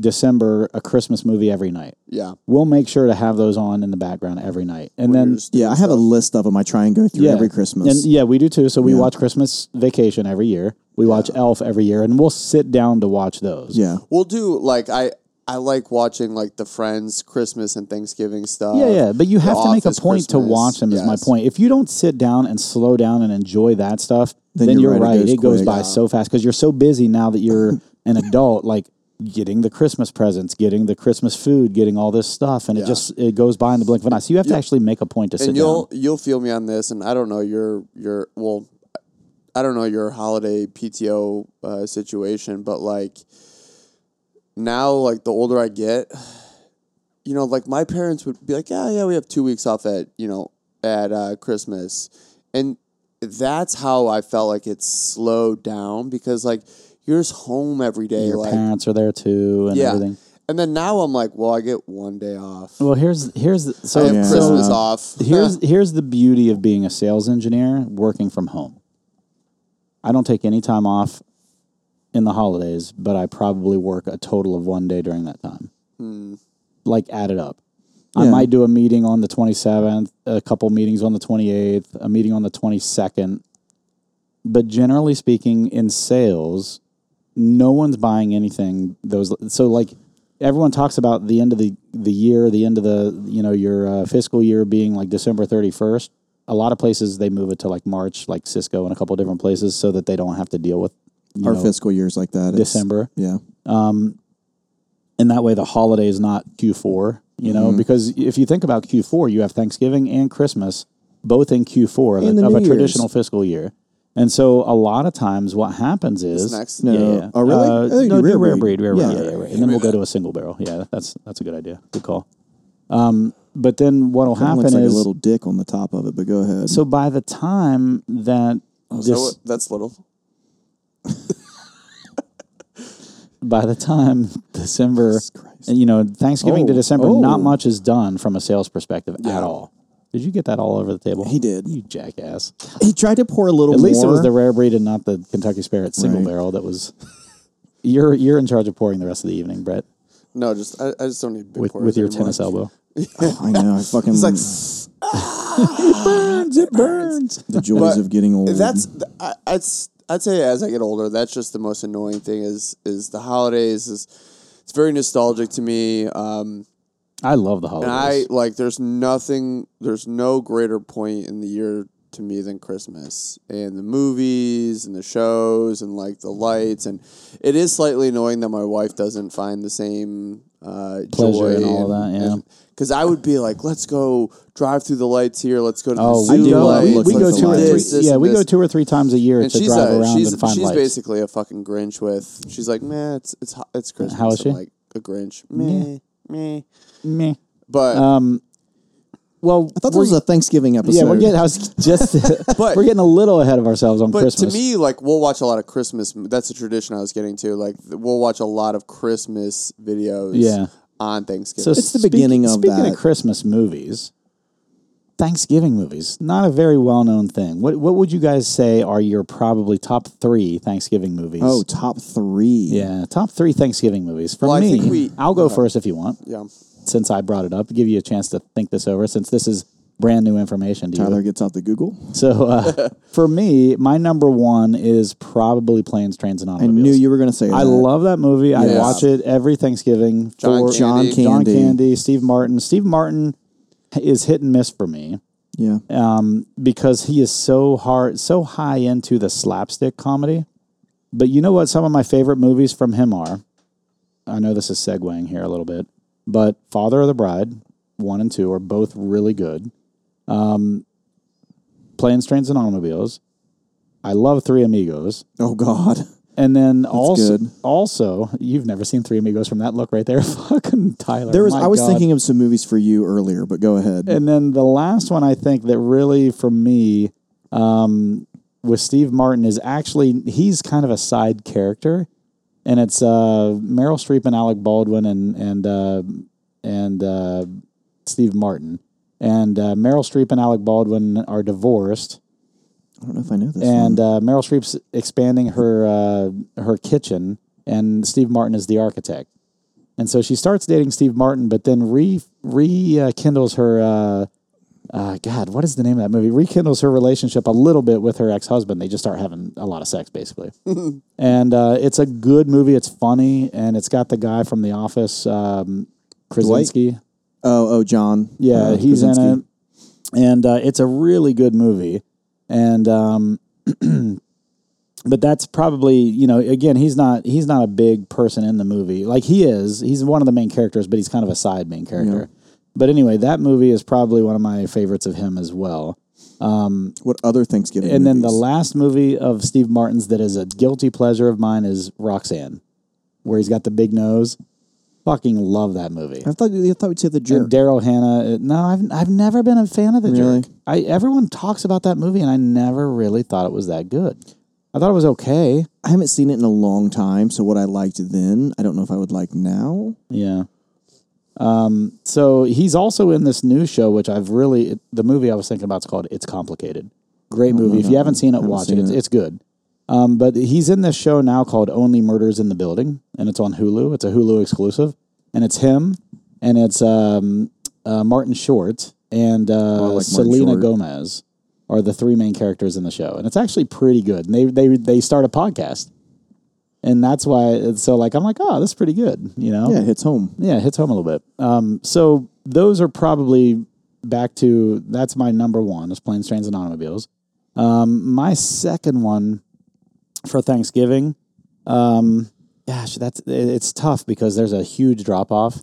B: December a Christmas movie every night.
A: yeah.
B: We'll make sure to have those on in the background every night. And
A: You're
B: then
A: just doing
C: Yeah, I have a list of them I try and go through every Christmas.
B: and yeah, we do too. So we watch Christmas Vacation every year. We watch Elf every year, and we'll sit down to watch those.
C: yeah.
A: We'll do like I I like watching like the Friends Christmas and Thanksgiving stuff.
B: Yeah, yeah, but you
A: The
B: have to make a
A: Office
B: point to
A: Christmas.
B: watch them. Is my
A: Yes.
B: point. If you don't sit down and slow down and enjoy that stuff,
C: Then
B: then,
C: you're
B: you're,
C: right,
B: right.
C: it goes
B: It goes,
C: quick.
B: by so fast because you're so busy now that you're an adult. Like getting the Christmas presents, getting the Christmas food, getting all this stuff, and it
A: Yeah.
B: just it goes by in the blink of an eye. So you have to actually make a point to sit
A: and
B: down.
A: you'll you'll feel me on this, and I don't know your your well, I don't know your holiday PTO uh, situation, but like now, like the older I get, you know, like my parents would be like, yeah, yeah, we have two weeks off at you know at uh, Christmas, and that's how I felt like it slowed down because like you're just home every day,
B: Your
A: like
B: parents are there too, and
A: yeah,
B: everything.
A: and then now I'm like, well, I get one day off.
B: Well, here's here's the, so
A: I have
B: so
A: Christmas off.
B: here's here's the beauty of being a sales engineer working from home. I don't take any time off in the holidays, but I probably work a total of one day during that time. Like add it up. I
C: Yeah.
B: might do a meeting on the 27th, a couple meetings on the 28th, a meeting on the 22nd. But generally speaking in sales, no one's buying anything those so like everyone talks about the end of the the year the end of the you know your uh, fiscal year being like december 31st a lot of places they move it to like march like cisco and a couple different places so that they don't have to deal with you
C: Our
B: know,
C: fiscal year's like that. It's-
B: december
C: Yeah.
B: and that way the holiday is not q4 you know
C: Mm-hmm.
B: because if you think about q4 you have thanksgiving and christmas both in q4 of,
C: And
B: a,
C: the
B: of a
C: New Year's.
B: traditional fiscal year and so a lot of times what happens is
A: next.
C: No.
B: Yeah, yeah.
C: Oh, really?
B: Uh,
C: I think
B: no,
C: rare
B: do rare
C: breed.
B: breed, rare
C: Yeah.
B: breed. Yeah, yeah, right. And then we'll go to a single barrel. Yeah, that's that's a good idea. Good call. Um, but then what'll
C: It
B: happen
C: looks like
B: is
C: a little dick on the top of it, but go ahead.
B: so by the time that
C: Oh,
A: So
B: this,
A: what- that's little.
B: by the time December,
C: Christ.
B: and you know, Thanksgiving to
C: Oh,
B: December, not
C: oh.
B: much is done from a sales perspective at all. Did you get that all over the table?
C: He did.
B: You jackass.
C: he tried to pour a little
B: At
C: more.
B: least it was the rare breed and not the Kentucky Spirit single
C: Right.
B: barrel that was. You're you're in charge of pouring the rest of the evening, Brett,
A: No, just I, I just don't need big
B: with,
A: quarters
B: with your
A: anymore.
B: tennis elbow.
C: Oh, I know. I fucking.
A: It's like
B: it burns.
C: the joys
A: but
C: of getting old.
A: that's th- I, I'd s- I'd say as I get older, that's just the most annoying thing is is the holidays is it's very nostalgic to me. Um,
B: I love the holidays.
A: and I like there's nothing there's no greater point in the year to me than Christmas and the movies and the shows and like the lights and it is slightly annoying that my wife doesn't find the same uh, joy
B: Pleasure in all of that, yeah.
A: because I would be like, let's go drive through the lights here. Let's go to
B: Oh,
A: the
B: we
A: zoo
C: do love
A: lights.
B: go,
C: looking
B: we
A: let's
B: go
C: for
B: two or
C: lights.
B: three.
A: this, this,
B: yeah,
A: and
B: we go
A: this."
B: two or three times a year
A: And
B: to
A: she's
B: drive
A: a,
B: around
A: she's,
B: and find
A: she's
B: lights.
A: basically a fucking Grinch with. She's like, man, it's it's ho- it's Christmas.
B: how is
A: I'm
B: she?
A: like a Grinch. Meh, meh.
B: Meh.
A: But
B: Um, well,
C: I thought this was a Thanksgiving episode.
B: yeah, we're getting. I was just
A: But-
B: we're getting a little ahead of ourselves on
A: But
B: Christmas.
A: to me, like we'll watch a lot of Christmas. That's a tradition I was getting to. Like th- we'll watch a lot of Christmas videos.
B: Yeah.
A: On Thanksgiving.
B: so
C: It's the
B: speak-
C: beginning of
B: speaking
C: that.
B: of Christmas movies, Thanksgiving movies, not a very well known thing. What what would you guys say are your probably top three Thanksgiving movies?
C: Oh, top three.
B: yeah, top three Thanksgiving movies for
A: Well, I
B: me.
A: think we-
B: I'll go first if you want.
A: yeah.
B: since I brought it up, give you a chance to think this over since this is brand new information to
C: Tyler
B: you.
C: gets out the Google.
B: So uh, for me, my number one is probably Planes, Trains, and
C: I
B: Automobiles.
C: knew you were going to say that.
B: I love that movie. I
A: Yeah.
B: watch it every Thanksgiving.
A: John
B: for
A: Candy.
C: John Candy.
B: John Candy, Steve Martin. Steve Martin is hit and miss for me
C: Yeah.
B: um, because he is so hard, so high into the slapstick comedy. But you know what? Some of my favorite movies from him are. I know this is segueing here a little bit, but Father of the Bride, one and two, are both really good. Um, Planes, Trains, and Automobiles. I love Three Amigos.
C: Oh God.
B: And then also,
C: good.
B: also, you've never seen Three Amigos from that look right there, fucking Tyler.
C: There was.
B: my
C: I was
B: God.
C: thinking of some movies for you earlier, but go ahead.
B: And then the last one I think that really for me um, with Steve Martin is actually he's kind of a side character, and it's uh, Meryl Streep and Alec Baldwin and and uh, and uh, Steve Martin. And uh, Meryl Streep and Alec Baldwin are divorced,
C: I don't know if I know this.
B: and uh, Meryl Streep's expanding her uh, her kitchen, and Steve Martin is the architect. And so she starts dating Steve Martin, but then re rekindles her. Uh, uh, God, what is the name of that movie? Rekindles her relationship a little bit with her ex husband. They just start having a lot of sex, basically. and uh, it's a good movie. It's funny, and it's got the guy from The Office, um, Krasinski.
C: Oh, oh, John.
B: Yeah,
C: Uh,
B: he's
C: Krasinski.
B: in it, and uh, it's a really good movie. And um, but that's probably you know again he's not he's not a big person in the movie like he is he's one of the main characters but he's kind of a side main character but anyway that movie is probably one of my favorites of him as well
C: What other Thanksgiving?
B: and then the
C: movies?
B: last movie of steve martin's that is a guilty pleasure of mine is roxanne where he's got the big nose fucking love that movie
C: I thought I thought we'd say the jerk.
B: and Daryl Hannah. uh, No, I've I've never been a fan of the
C: Really?
B: jerk. I everyone talks about that movie, and I never really thought it was that good. I thought it was okay.
C: I haven't seen it in a long time, so what I liked then, I don't know if I would like now.
B: Yeah. Um. So he's also in this new show, which I've really it- the movie I was thinking about is called "It's Complicated." Great movie. If you haven't seen it, watch it.
C: seen
B: It's, it's good. Um, but he's in this show now called Only Murders in the Building, and it's on Hulu. It's a Hulu exclusive, and it's him, and it's um, uh, Martin Short and uh,
C: Oh, like
B: Selena
C: Martin Short.
B: Gomez are the three main characters in the show, and it's actually pretty good. And they they they start a podcast, and that's why. It's so like I'm like, oh, this is pretty good, you know?
C: Yeah, it hits home.
B: yeah, it hits home a little bit. Um, so those are probably back to that's my number one is planes, trains, and automobiles. Um, my second one for Thanksgiving, um, gosh, that's it- it's tough because there's a huge drop off.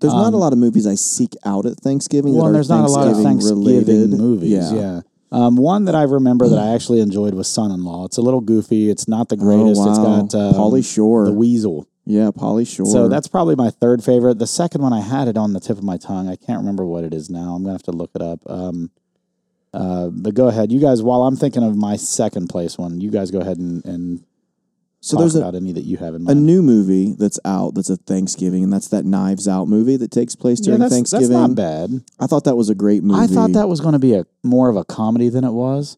C: There's not a lot of movies I seek out at Thanksgiving.
B: Um, Well,
C: that
B: and
C: are
B: there's not a lot of Thanksgiving
C: related.
B: movies. Yeah. Um, one that I remember that I actually enjoyed was Son in Law. It's a little goofy. It's not the
C: Oh,
B: greatest.
C: wow.
B: It's got um,
C: Polly Shore.
B: the Weasel.
C: yeah, Polly Shore.
B: So that's probably my third favorite. The second one I had it on the tip of my tongue. I can't remember what it is now. I'm gonna have to look it up. Um, uh, but go ahead, you guys. While I'm thinking of my second place one, you guys go ahead and, and
C: so
B: talk
C: there's a,
B: about any that you have in
C: a
B: mind.
C: new movie that's out that's a Thanksgiving, and that's that Knives Out movie that takes place
B: yeah,
C: during
B: that's, that's
C: Thanksgiving.
B: not bad.
C: I thought that was a great movie.
B: I thought that was gonna be a more of a comedy than it was,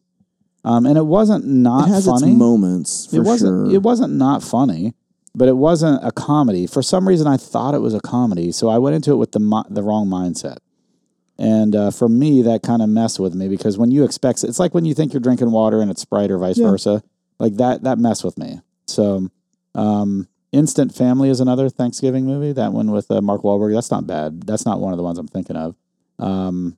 B: um, and it wasn't not
C: it has
B: funny.
C: its moments for
B: it wasn't.
C: sure.
B: It wasn't not funny, but it wasn't a comedy. For some reason, I thought it was a comedy, so I went into it with the mi- the wrong mindset. And uh, for me, that kind of messed with me because when you expect, it's like when you think you're drinking water and it's Sprite or vice
C: Yeah.
B: versa. Like that, that messed with me. So, um, Instant Family is another Thanksgiving movie. That one with uh, Mark Wahlberg. That's not bad. That's not one of the ones I'm thinking of. Um,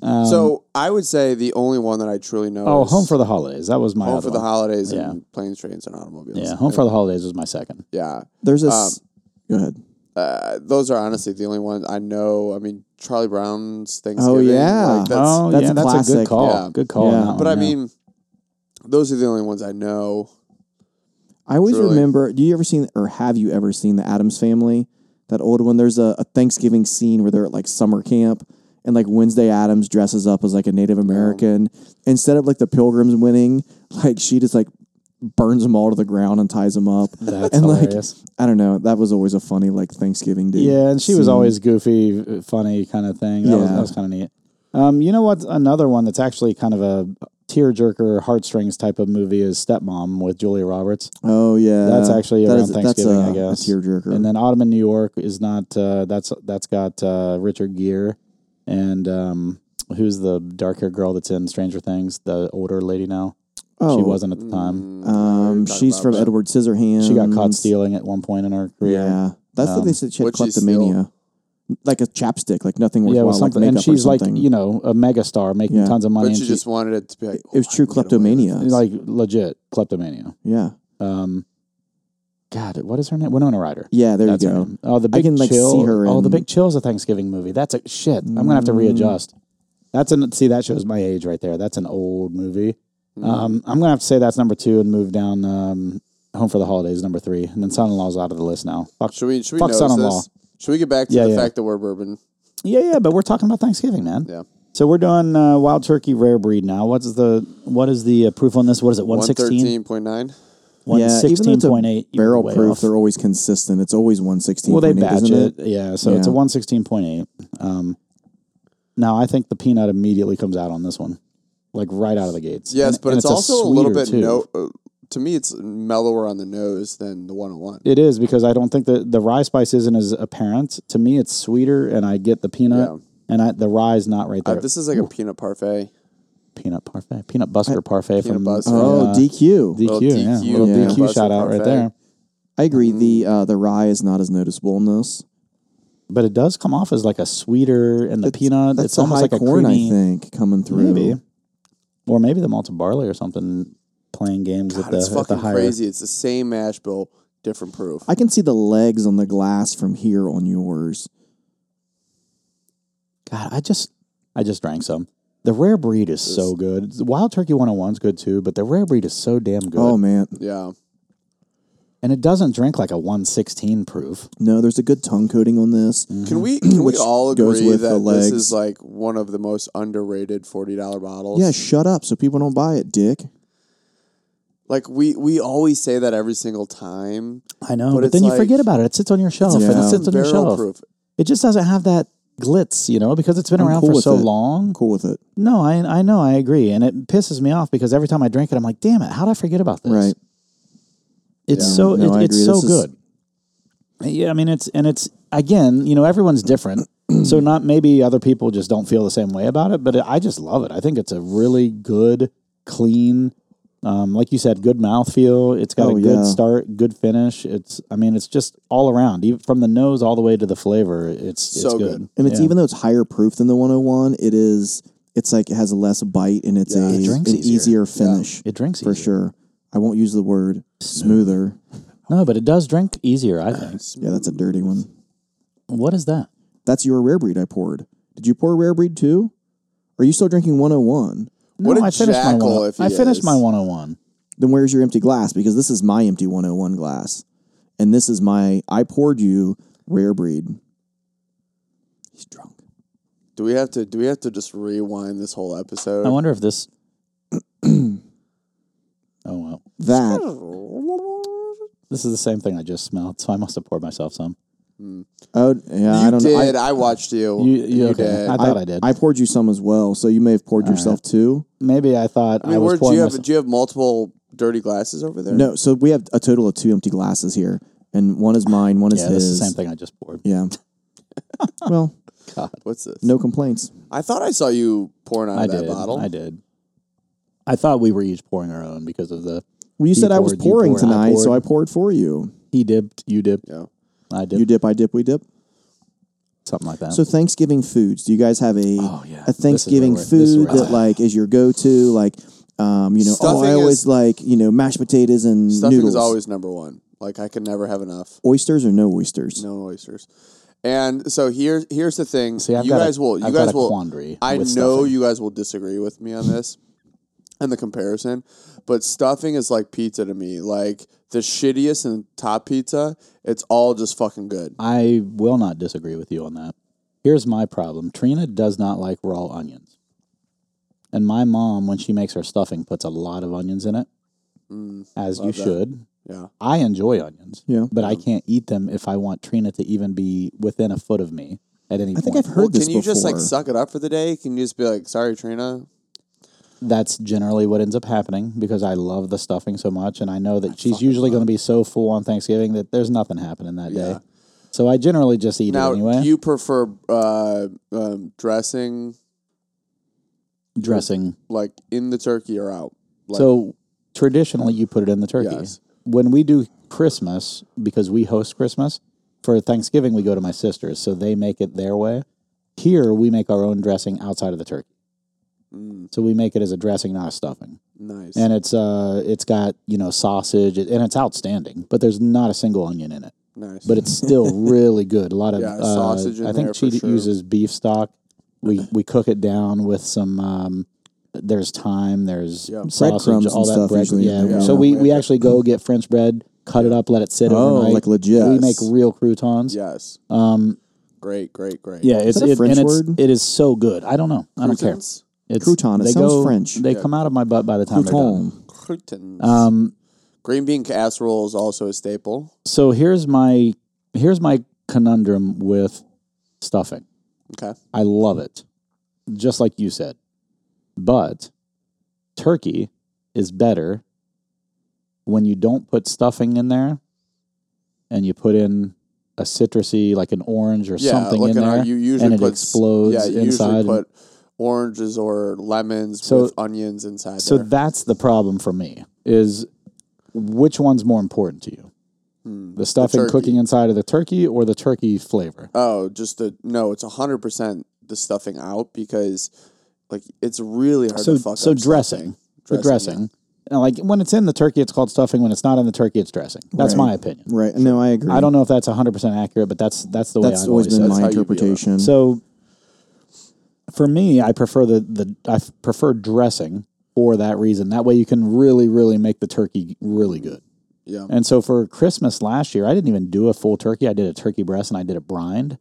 B: um,
A: so I would say the only one that I truly know.
B: oh,
A: is
B: Home for the Holidays. That was my
A: Home
B: other
A: for the
B: one.
A: holidays
B: Yeah.
A: and planes, trains, and automobiles.
B: Yeah, Home for the Holidays was my second.
A: yeah.
C: There's a. s- go ahead.
A: Uh, those are honestly the only ones I know. I mean, Charlie Brown's Thanksgiving.
C: Oh yeah,
A: like, that's-
B: oh,
C: that's
B: yeah,
C: a
B: that's a
C: classic.
B: good call.
A: Yeah.
B: Good call. on
C: Yeah.
B: that
A: but
B: one,
A: I
B: yeah.
A: mean, those are the only ones I know.
C: I always
A: Truly.
C: remember. Do you ever seen or have you ever seen the Adams Family? That old one. There's a, a Thanksgiving scene where they're at like summer camp, and like Wednesday Adams dresses up as like a Native American. Instead of like the Pilgrims winning, like she just like burns them all to the ground and ties them up.
B: That's
C: and
B: hilarious.
C: like I don't know. That was always a funny like Thanksgiving dude.
B: yeah, and she was
C: scene.
B: always goofy, funny kind of thing. That was,
C: Hmm. Yeah.
B: that was kind of neat. Um, you know what? Another one that's actually kind of a tearjerker, heartstrings type of movie is Stepmom with Julia Roberts,
C: Oh yeah,
B: That's actually around
C: that's
B: Thanksgiving,
C: a,
B: I guess.
C: A tearjerker.
B: and then Autumn in New York is not. Uh, that's that's got uh, Richard Gere and um, who's the dark haired girl that's in Stranger Things, the older lady now.
C: oh,
B: She wasn't at the time.
A: Mm, I know what
C: Um,
A: you're talking
C: she's
A: about,
C: from
A: but-
C: Edward Scissorhands.
B: She got caught stealing at one point in her career.
C: mm, Yeah, that's what they said. She had
A: What'd she
C: kleptomania, like a chapstick, like nothing
B: Yeah, it
C: worthwhile,
B: was
C: like
B: something,
C: makeup
B: and she's
C: or
B: like
C: something.
B: you know a megastar making
C: Yeah.
B: tons of money,
A: But
B: and
A: she just wanted it to be like.
C: it was
A: "Oh, I
C: true
A: can get away with
C: kleptomania.
A: it."
B: like legit kleptomania.
C: yeah,
B: Um, God, what is her name? Winona Ryder.
C: yeah. There
B: That's
C: you
B: her
C: go.
B: name. Oh, the
C: I
B: big
C: can, like, see
B: chill.
C: her
B: oh, the
C: in- Mm-hmm.
B: big chill's a Thanksgiving movie. That's a shit. I'm gonna have to readjust. That's an see that shows my age right there. That's an old movie.
C: Mm-hmm.
B: Um, I'm gonna have to say that's number two and move down. Um, Home for the Holidays number three, and then Son-in-Law's out of the list now. Fuck.
A: Should we? Should we
B: Fuck
A: notice
B: son-in-law.
A: this? Should we get back to
B: Yeah,
A: the
B: yeah.
A: fact that we're bourbon?
B: Yeah, yeah, but we're talking about Thanksgiving, man.
A: Yeah.
B: So we're doing uh, wild turkey rare breed now. What's the what is the uh, proof on this? What is it?
A: One
B: 116?
A: thirteen point nine.
C: Yeah, even though it's a
B: 116.8. You're
C: barrel
B: way
C: proof.
B: off.
C: They're always consistent. It's always one sixteen.
B: Well, they batch
C: isn't it?
B: it. Yeah, so it's a
C: Yeah.
B: 116.8. Um, now I think the peanut immediately comes out on this one, like right out of the gates.
A: Yes,
B: And-
A: but
B: and
A: it's, also a little
B: sweeter,
A: bit
B: too.
A: no. Uh, to me, it's mellower on the nose than the one hundred one.
B: It is because I don't think that the rye spice isn't as apparent to me. It's sweeter, and I get the peanut, and I, the rye's not right
A: Uh,
B: there.
A: this is like a peanut parfait.
B: peanut parfait, peanut buster parfait from
A: Buster.
C: Oh,
B: uh, DQ,
C: DQ.
A: Little
B: yeah,
A: DQ,
B: little
C: yeah.
B: DQ
A: Buster
B: shout out right
A: parfait.
B: there.
C: I agree.
B: Mm.
C: The uh, the rye is not as noticeable in this.
B: But it does come off as like a sweeter and the peanut.
C: That's
B: it's
C: the
B: almost
C: high
B: like
C: corn,
B: a creamy,
C: I think, coming through.
B: maybe, or maybe the malted barley or something playing games at
A: God, it's
B: the at the
A: fucking
B: higher.
A: crazy. It's the same mash bill, different proof.
C: I can see the legs on the glass from here on yours.
B: God, I just I just drank some. The rare breed is so good. The Wild Turkey 101 is good too, but the rare breed is so damn good.
C: Oh man,
A: yeah.
B: Mm-hmm. And it doesn't drink like a 116 proof.
C: no, there's a good tongue coating on this.
B: Mm.
A: Can we can we
C: Which
A: all
C: goes
A: agree
C: with the
A: that this is
C: legs.
A: like one of the most underrated forty dollar bottles?
C: Yeah, shut up so people don't buy it, Dick.
A: Like we we always say that every single time.
B: I know,
A: But
B: but, then
A: it's
B: you forget
A: like-
B: about it. It sits on your shelf and it
C: Yeah.
B: sits on your
A: Barrel
B: shelf.
A: proof.
B: It just doesn't have that glitz, you know, because it's been
C: I'm
B: around
C: cool
B: for
C: with
B: so
C: it.
B: long.
C: I'm cool with it.
B: No, I I know, I agree, and it pisses me off because every time I drink it, I'm like, damn it, how would I forget about this?
C: Right.
B: It's
C: Yeah.
B: so
C: No,
B: it-
C: I
B: it's
C: agree.
B: so
C: This is-
B: good. Yeah, I mean it's and it's again, you know, everyone's different, so not maybe other people just don't feel the same way about it, but I just love it. I think it's a really good, clean, um, like you said, good mouthfeel. It's got
C: Oh,
B: a good
C: yeah.
B: start, good finish. It's I mean, it's just all around, even from the nose all the way to the flavor. It's
A: So
B: it's
A: good.
B: good.
C: And it's
B: Yeah.
C: even though it's higher proof than the 101, it is. It's like it has less bite and it's
A: Yeah.
C: a
A: It
B: drinks
C: an
B: easier.
C: easier finish
B: it drinks
C: for
B: easier.
C: sure. I won't use the word smoother.
B: No, but it does drink easier. I think.
C: Yeah, that's a dirty one.
B: What is that?
C: That's your rare breed I poured. Did you pour rare breed too? Are you still drinking 101?
A: What
B: no,
A: a
B: I finished my
A: jackal
B: one.
A: if he
B: I finished
A: is.
B: my 101.
C: Then where's your empty glass? Because this is my empty 101 glass. And this is my, I poured you rare breed. He's drunk.
A: Do we have to do we have to just rewind this whole episode?
B: I wonder if this. oh well,
C: That,
B: this is the same thing I just smelled, so I must have poured myself some.
C: oh, yeah,
A: you
C: I don't know. I-
A: did. I, watched you.
B: You- you- okay.
A: did.
B: I
A: I,
B: thought I, did.
C: I poured you some as well. So you may have poured yourself too.
B: Maybe I thought I,
A: mean, where
B: was
A: do you
B: pouring
A: have?
B: myself.
A: Do you have multiple dirty glasses over there?
C: No, so we have a total of two empty glasses here. And one is mine, one is
B: Yeah,
C: his.
B: this is the same thing I just poured.
C: Yeah. well,
A: What's this?
C: no complaints.
A: I thought I saw you pouring out
B: I
A: of that
B: did.
A: bottle.
B: I did. I thought we were each pouring our own because of the
C: Well,
B: He
C: you said I was
B: poured, you
C: pouring
B: poured, I
C: tonight, so
B: poured.
C: I poured for you.
B: he dipped, you dipped,
A: Yeah.
B: I dipped,
C: You dip, I dip, we dip.
B: something like that.
C: So Thanksgiving foods. Do you guys have a
B: Oh, yeah.
C: a
B: This is where
C: Thanksgiving
B: we're- this is
C: food
B: where we're
C: that
B: at.
C: like is your go to? Like, um, you know, oh,
A: Stuffing
C: I always
A: is-
C: like you know mashed potatoes and
A: Stuffing
C: noodles.
A: is always number one. Like I can never have enough.
C: oysters or no oysters.
A: No oysters. And so here, here's the thing.
B: See, I've
A: you
B: got a-
A: guys will. You
B: I've got
A: guys
B: a
A: will.
B: quandary
A: I know
B: with stuffing.
A: you guys will disagree with me on this and the comparison, but stuffing is like pizza to me. Like the shittiest and top pizza, it's all just fucking good.
B: I will not disagree with you on that. Here's my problem Trina does not like raw onions. And my mom, when she makes her stuffing, puts a lot of onions in it, as you should.
A: Yeah.
B: I enjoy onions,
C: Mm, Yeah.
B: but I can't eat them if I want Trina to even be within a foot of me at any
C: I
B: point.
C: think I've heard
A: Well,
C: this
A: can you
C: before.
A: just like suck it up for the day? Can you just be like, sorry, Trina?
B: That's generally what ends up happening because I love the stuffing so much, and I know that she's usually going to be so full on Thanksgiving that there's nothing happening that day. So I generally just eat
A: Now,
B: it anyway.
A: do you prefer uh, um, dressing
B: Dressing.
A: like in the turkey or out? Like,
B: so traditionally, you put it in the turkey.
A: Yes.
B: When we do Christmas, because we host Christmas for Thanksgiving, we go to my sister's, so they make it their way. Here, we make our own dressing outside of the turkey,
A: Mm,
B: so we make it as a dressing, not a stuffing.
A: nice.
B: And it's uh, it's got you know sausage, and it's outstanding. But there's not a single onion in it.
A: nice.
B: But it's still really good. A lot of
A: Yeah,
B: uh,
A: sausage in
B: I think
A: there
B: she
A: for sure.
B: uses beef stock. We we cook it down with some. Um, there's thyme. There's
A: Yeah.
B: sausage.
C: Breadcrumbs
B: All
C: and
B: that
C: stuff
B: bread.
C: usually in
B: Yeah.
C: there,
B: So
A: yeah.
B: we, we actually go get French bread, cut it up, let it sit
C: oh,
B: overnight.
C: like legit.
B: we
A: Yes.
B: make real croutons.
A: yes.
B: Um.
A: Great, great, great.
B: Yeah. It's
C: that a
B: it,
C: French
B: and it's,
C: word?
B: It is so good. I don't know. I don't care.
A: Croutons?
B: It's
C: Crouton, it
B: they
C: sounds
B: go-
C: French.
B: They come out of my butt by the time
C: Crouton.
A: Croutons.
B: they're done. Um.
A: Green bean casserole is also a staple.
B: So here's my here's my conundrum with stuffing.
A: Okay.
B: I love it, just like you said. But turkey is better when you don't put stuffing in there and you put in a citrusy, like an orange or something
A: like
B: in
A: an
B: there.
A: ar- you usually
B: and it
A: put,
B: explodes
A: Yeah, you
B: inside.
A: usually put oranges or lemons
B: So-
A: with onions inside
B: so
A: there.
B: that's the problem for me is which one's more important to you? The stuffing
A: Hmm. turkey.
B: cooking inside of the turkey or the turkey flavor?
A: oh, just the no, it's hundred percent the stuffing out because like it's really hard
B: So
A: to fuck
B: so
A: up
B: dressing,
A: stuffing.
B: the dressing and, like when it's in the turkey, it's called stuffing. When it's not in the turkey, it's dressing. That's
C: Right.
B: my opinion.
C: Right. No, I agree.
B: I don't know if that's 100% accurate, but that's that's the way
C: That's
B: I've
C: always been
B: said it.
C: my
A: how you feel about it.
C: interpretation.
B: So for me, I prefer the the I f- prefer dressing for that reason. That way you can really really make the turkey really good.
A: Yeah.
B: And so for Christmas last year, I didn't even do a full turkey. I did a turkey breast and I did a brined.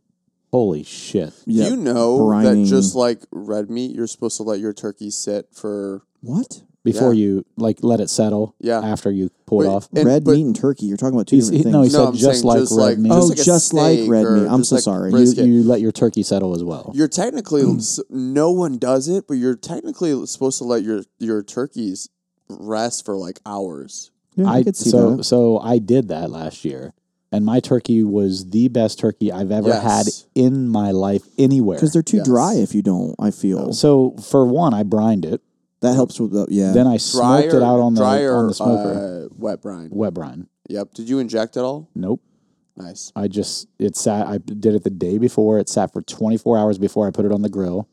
B: Holy shit.
A: Do
C: yeah.
A: you know
C: brining.
A: that just like red meat, you're supposed to let your turkey sit for
C: what?
B: Before
A: Yeah.
B: you like let it settle
A: Yeah.
B: after you pull it
A: Wait,
B: off.
A: and-
C: red
A: but-
C: meat and turkey. You're talking about two
B: He's-
C: different
B: he-
C: things.
B: no, he
A: No,
B: said
A: I'm
B: just
A: saying
B: like
A: just
B: red
A: like-
B: meat.
A: just
C: oh,
A: like a
C: just like
A: steak
C: red
A: or
C: meat. I'm
A: just
C: so
A: like
C: sorry.
B: You,
A: brisket.
B: you let your turkey settle as well.
A: You're technically s- no one does it, but you're technically supposed to let your your turkeys rest for like hours.
C: Yeah, I, could see
B: so
C: that.
B: so I did that last year, and my turkey was the best turkey I've ever
A: Yes.
B: had in my life anywhere.
C: Because they're too
A: Yes.
C: dry if you don't, I feel.
B: So for one, I brined it,
C: that helps with the, yeah.
B: then I
A: Dry
B: smoked it out on the on the smoker,
A: Uh, wet brine.
B: wet brine.
A: Yep. Did you inject at all?
B: Nope,
A: Nice.
B: I just it sat. I did it the day before. It sat for 24 hours before I put it on the grill,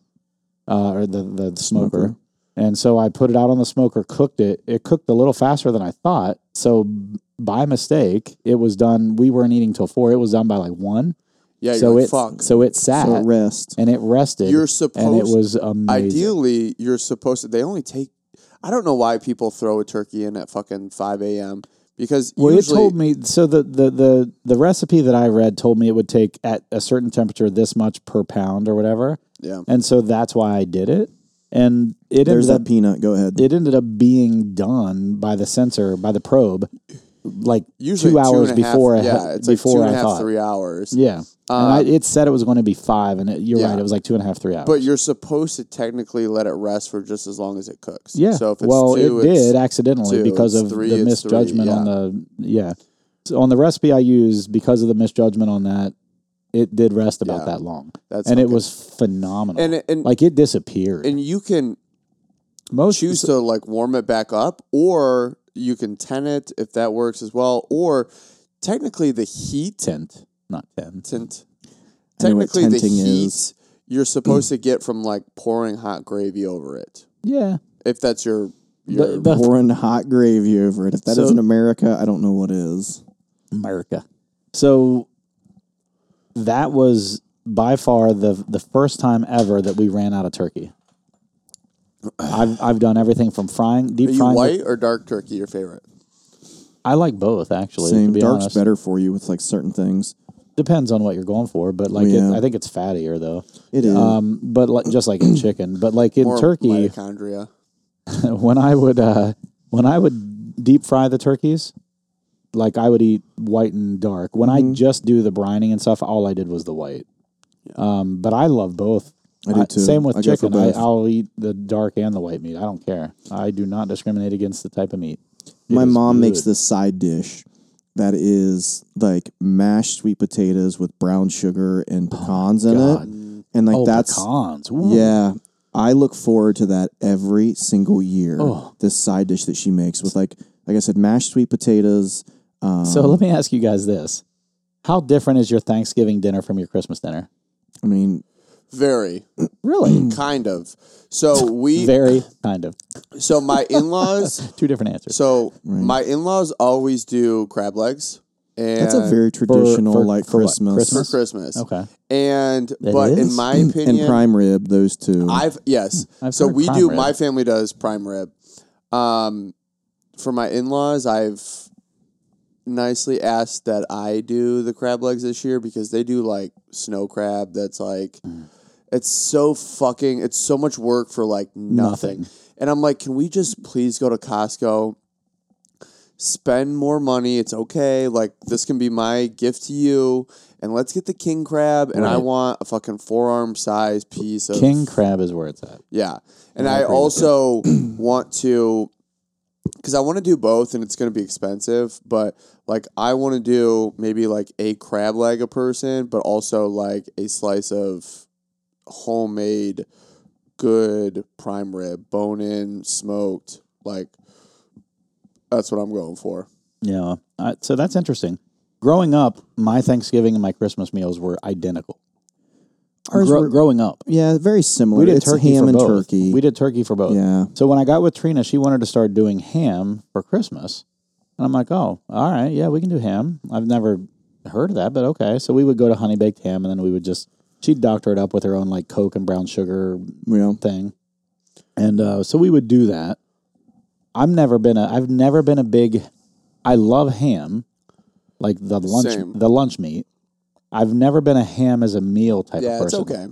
B: uh, or the the, smoker.
C: Smoker.
B: And so I put it out on the smoker, cooked it. It cooked a little faster than I thought. So b- by mistake, it was done. We weren't eating till four. It was done by like one.
A: Yeah.
B: so
A: you're like,
B: it
A: fuck.
B: so it sat
C: so rest.
B: and it rested.
A: you're
B: and it
A: supposed.
B: was amazing.
A: ideally, you're supposed to. They only take. I don't know why people throw a turkey in at fucking five a.m. Because
B: Well,
A: usually
B: it told me so the, the the the recipe that I read told me it would take at a certain temperature this much per pound or whatever,
A: yeah.
B: and so that's why I did it. And it
C: There's
B: ended up
C: that peanut. Go ahead.
B: it ended up being done by the sensor by the probe, like
A: Usually
B: two
A: and
B: hours
A: a half-
B: before. I had-
A: Yeah, it's like two
B: before
A: and a
B: I
A: half,
B: thought.
A: three hours.
B: Yeah, and I, it said it was going to be five, and it, you're
A: yeah.
B: right, it was like two and a half, three hours.
A: But you're supposed to technically let it rest for just as long as it cooks.
B: Yeah.
A: So if it's
B: well,
A: two,
B: it
A: it's,
B: did accidentally
A: two,
B: because
A: it's
B: of
A: three,
B: the
A: it's three,
B: misjudgment on
A: yeah.
B: the yeah. So on the recipe I used because of the misjudgment on that, it did rest about
A: Yeah.
B: that long,
A: That's
B: and it
A: okay.
B: was phenomenal.
A: and and
B: like it disappeared.
A: and you can
B: Most
A: choose to like warm it back up, or you can ten it if that works as well, or technically the heat
B: tent, not tent.
A: tint.
C: I know what
A: Technically, the
C: tenting
A: heat
C: is.
A: you're supposed to get from like pouring hot gravy over it,
B: Yeah,
A: if that's your your
B: the, the
C: Pouring hot gravy over it. If that
B: So-
C: not America, I don't know what is.
B: America. So that was by far the the first time ever that we ran out of turkey. I've I've done everything from frying deep
A: are you
B: frying.
A: white or dark turkey your favorite?
B: I like both actually. to
C: Same.
B: be
C: Dark's
B: honest.
C: better for you with like certain things.
B: depends on what you're going for, but like
C: Yeah.
B: it, I think it's fattier though.
C: It is.
B: Um, but like, just like in chicken, but like in
A: More
B: turkey,
A: mitochondria.
B: when I would uh, when I would deep fry the turkeys, like I would eat white and dark. When
C: Mm-hmm.
B: I just do the brining and stuff, all I did was the white. Um, but I love both.
C: I do too.
B: same with
C: I go for
B: chicken. I,
C: both.
B: I'll eat the dark and the white meat. I don't care. I do not discriminate against the type of meat. It
C: My
B: is
C: mom makes
B: good.
C: this side dish that is like mashed sweet potatoes with brown sugar and pecans in
B: Oh God.
C: it. And like
B: oh
C: that's
B: pecans. Ooh.
C: yeah. I look forward to that every single year. This side dish that she makes with like like I said, mashed sweet potatoes. Um,
B: So let me ask you guys this: How different is your Thanksgiving dinner from your Christmas dinner?
C: I mean,
A: Very
C: Mm.
B: Really?
A: kind of. So we
B: Very kind of
A: so my in laws.
B: two different answers.
A: So my in laws always do crab legs. And
C: that's a very traditional
B: for-
C: like
B: for what?
C: Christmas,
A: for
B: Christmas?
A: Christmas.
B: Okay.
A: And but in
B: is?
A: my opinion,
C: Mm, and prime rib. Those two.
A: I've yes.
B: Mm. I've
A: so
B: heard
A: we
B: prime
A: do.
B: rib.
A: My family does prime rib. Um, for my in laws, I've nicely asked that I do the crab legs this year because they do like snow crab. That's like,
B: Mm.
A: it's so fucking. It's so much work for like nothing. And I'm like, can we just please go to Costco? Spend more money. It's okay. Like this can be my gift to you, and let's get the king crab. And I
B: Right.
A: want a fucking forearm size piece of
B: King crab is where it's at.
A: yeah. And I, also want to, because I want to do both and it's going to be expensive, but like I want to do maybe like a crab leg a person, but also like a slice of homemade, good prime rib, bone in, smoked. Like that's what I'm going for.
B: Yeah. Uh, so that's interesting. Growing up, my Thanksgiving and my Christmas meals were identical.
C: Ours
B: Gro-
C: were-
B: growing up.
C: yeah, very similar.
B: We did
C: it's
B: turkey
C: ham
B: for
C: and
B: both.
C: turkey.
B: We did turkey for both.
C: Yeah.
B: So when I got with Trina, she wanted to start doing ham for Christmas, and I'm like, oh, all right, yeah, we can do ham. I've never heard of that, but okay. So we would go to honey baked ham, and then we would just she'd doctor it up with her own like Coke and brown sugar
C: yeah.
B: thing, and uh, so we would do that. I've never been a I've never been a big. I love ham, like the lunch
A: Same.
B: the lunch meat. I've never been a ham as a meal type
A: Yeah,
B: of person.
A: it's okay.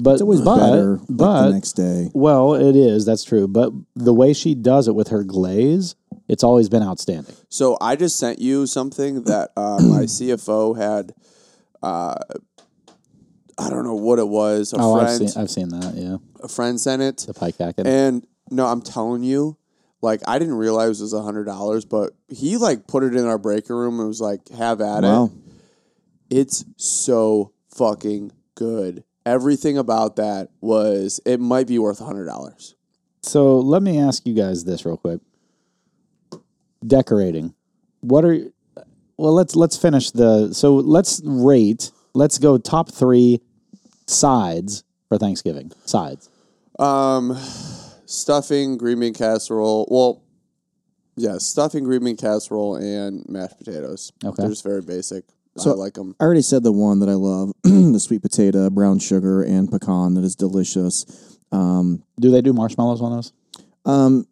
B: But
C: It's always
B: but,
C: better like,
B: But
C: the next day.
B: well, it is. That's true. But the way she does it with her glaze, it's always been outstanding.
A: So I just sent you something that uh, my CFO had. Uh, I don't know what it was. A
B: Oh, I've
A: friend,
B: seen. I've seen that. Yeah,
A: a friend sent it,
B: the pike hacking.
A: and no, I'm telling you, like I didn't realize it was a hundred dollars, but he like put it in our breaker room and was like, "Have at
C: Wow.
A: it." It's so fucking good. Everything about that was. It might be worth a hundred dollars.
B: so let me ask you guys this real quick. Decorating. What are? Well, let's let's finish the. So let's rate. Let's go top three sides for Thanksgiving. Sides.
A: Um, stuffing, green bean casserole. Well, yeah, stuffing, green bean casserole, and mashed potatoes.
B: Okay.
A: they're just very basic.
C: So-
A: I like them.
C: I already said the one that I love, the sweet potato, brown sugar, and pecan that is delicious. Um,
B: Do they do marshmallows on those?
C: Um,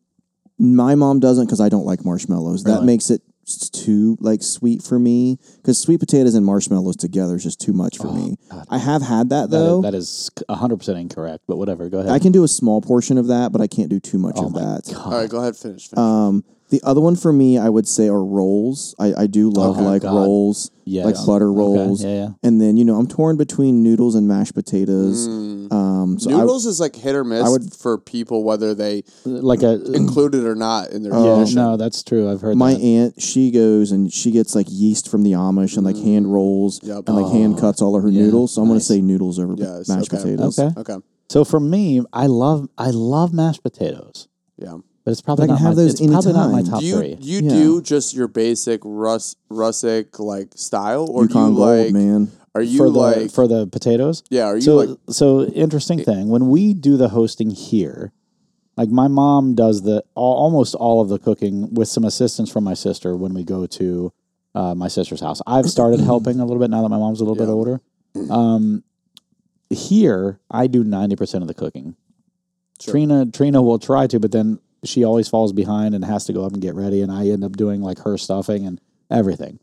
C: my mom doesn't because I don't like marshmallows. That
B: Really?
C: makes it s- too like sweet for me because sweet potatoes and marshmallows together is just too much for me. I have had that
B: Oh, That is-
C: though.
B: that is hundred percent incorrect. But whatever. Go ahead.
C: I can do a small portion of that, but I can't do too much
B: Oh
C: of that.
A: All right, go ahead, finish. finish.
C: Um, the other one for me, I would say, are rolls. I, I do love
B: Oh,
C: like
B: God.
C: rolls,
B: Yes.
C: like
B: um,
C: butter
B: Okay,
C: rolls.
B: yeah, yeah.
C: And then you know I'm torn between noodles and mashed potatoes.
B: Mm.
C: Um, so I-
A: Noodles is like hit or miss
C: I would-
A: for people whether they
B: like a.
A: include it or not in their
B: Yeah,
A: tradition.
B: Oh, no, that's true. I've heard
C: My
B: that.
C: aunt, she goes and she gets like yeast from the Amish and like
B: Mm.
C: hand rolls
A: Yep.
C: and like
B: Oh.
C: hand cuts all of her noodles. So I'm gonna say noodles over p-
A: Yes,
C: mashed
A: okay.
C: potatoes.
B: Okay.
A: Okay,
B: So for me, I love I love mashed potatoes,
A: yeah.
B: but it's probably
C: I can
B: not
C: have
B: my,
C: those
B: it's probably not my
C: anytime.
B: top
A: Do you
B: three.
A: you
C: Yeah.
A: do just your basic Rus rustic like style, or do you
C: Yukon gold,
A: like?
C: man.
A: Are you
B: for the
A: like?
B: for the potatoes?
A: yeah, are you
B: So
A: like?
B: so interesting thing when we do the hosting here, like my mom does the all, almost all of the cooking with some assistance from my sister when we go to uh, my sister's house. I've started helping a little bit now that my mom's a little bit
A: Yeah.
B: older. Um, here I do ninety percent of the cooking.
A: Sure.
B: Trina Trina will try to, but then she always falls behind and has to go up and get ready, and I end up doing like her stuffing and everything.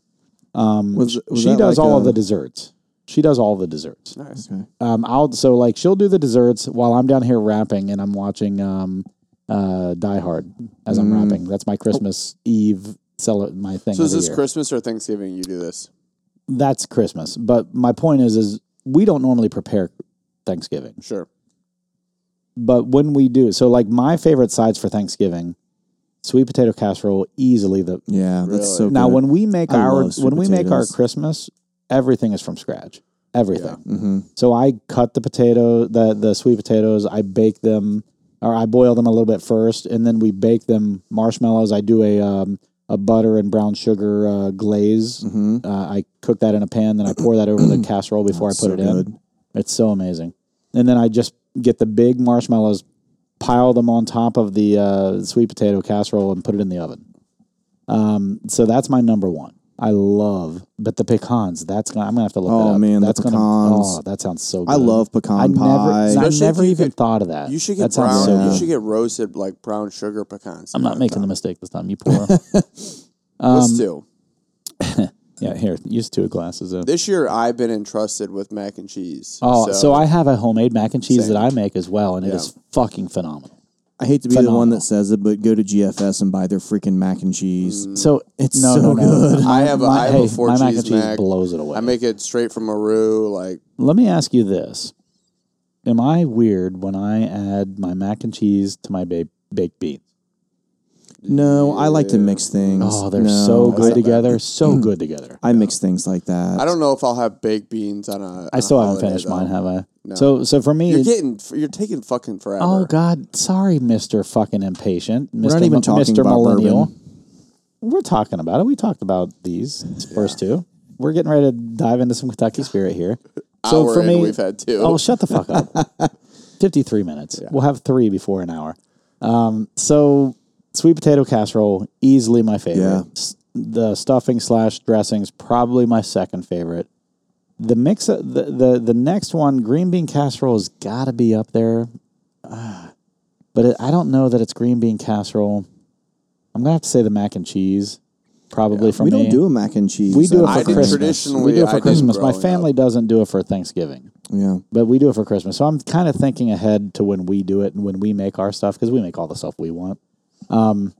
B: Um,
C: Was- was
B: she
C: that
B: does
C: like uh,
B: all
C: a-
B: of the desserts. She does all the desserts.
A: Nice.
C: Okay.
B: Um, I'll so like she'll do the desserts while I'm down here wrapping and I'm watching um, uh, Die Hard as I'm
C: Mm.
B: wrapping. That's my Christmas Eve cel- my thing.
A: So is
B: every
A: this
B: year.
A: Christmas or Thanksgiving? You do this.
B: That's Christmas. But my point is, is we don't normally prepare Thanksgiving.
A: Sure.
B: but when we do, so like my favorite sides for Thanksgiving, sweet potato casserole, easily the.
C: Yeah, that's so.
A: Really?
B: Now
C: good.
B: when we make
C: I
B: our
C: love sweet
B: when we make our
C: potatoes.
B: Christmas, everything is from scratch. Everything.
C: Mhm.
B: So I cut the potato the the sweet potatoes. I bake them or I boil them a little bit first, and then we bake them marshmallows. I do a um, a butter and brown sugar uh, glaze.
C: Mhm.
B: Uh, I cook that in a pan, then I pour that over the casserole before I put
C: That's so
B: it in.
C: good.
B: It's so amazing. And then I just get the big marshmallows, pile them on top of the uh, sweet potato casserole, and put it in the oven. Um, so that's my number one. I love, but the pecans. That's gonna, I'm gonna have to look
C: Oh,
B: that up.
C: man, the
B: that's
C: pecans.
B: Gonna, oh, that sounds so. good.
C: I love pecan
B: I
C: pie.
B: Never, I
A: Especially if
B: never
A: you
B: even
A: get-
B: thought of that.
A: You should
B: that
A: get brown.
B: sounds So
C: Yeah.
A: You
B: good.
A: should get roasted like brown sugar pecans.
B: I'm um, not making the mistake this time. You pour.
A: Let's do.
B: yeah, here, use two glasses of.
A: This year, I've been entrusted with mac and cheese.
B: Oh, so, I have a homemade mac and cheese
A: Same.
B: that I make as well, and it
A: Yeah.
B: is fucking phenomenal.
C: I hate to be the one
B: Phenomenal.
C: that says it, but go to GFS and buy their freaking mac and cheese.
A: Mm.
B: So
C: It's
B: no,
C: so
B: no, no.
C: good.
A: I
B: My-
A: have a-
B: my,
A: I have a
B: hey,
A: four
B: my mac
A: cheese
B: and cheese
A: mac.
B: blows it away.
A: I make it straight from Maru. Like
B: Let me ask you this: Am I weird when I add my mac and cheese to my ba- baked beans?
C: No, I like to mix things.
B: Oh, they're
C: No,
B: so
C: I-
B: good together. So
A: Mm.
B: good together.
C: I mix things like that.
A: I don't know if I'll have baked beans on a. on
B: I
A: a
B: still haven't
A: holiday,
B: finished
A: though.
B: mine, have I? So, so for me,
A: You're
B: it-
A: getting. You're taking fucking forever.
B: oh god, sorry, Mister Fucking Impatient, Mister
C: We're not even talking
B: Mister
C: about
B: Millennial.
C: bourbon.
B: We're talking about it. We talked about these first two. We're getting ready to dive into some Kentucky Spirit here. So
A: hour
B: for
A: in,
B: me-
A: we've had two.
B: Oh, shut the fuck up. 53 minutes. We'll have three before an hour. Um, so, sweet potato casserole, easily my favorite.
C: Yeah.
B: S- The stuffing slash dressings, probably my second favorite. The mix, the, the, the next one, green bean casserole, has got to be up there. Ah, but it, I don't know that it's green bean casserole. I'm going to have to say the mac and cheese, probably for
C: we
B: me.
C: don't do a mac and cheese.
B: we do it for
C: I-
A: I did
B: Christmas.
A: traditionally-
B: we do it
A: I
B: for
A: did
B: Christmas. My
A: growing up.
B: family doesn't do it for Thanksgiving
C: yeah.
B: but we do it for Christmas. So I'm kind of thinking ahead to when we do it and when we make our stuff because we make all the stuff we want. Um,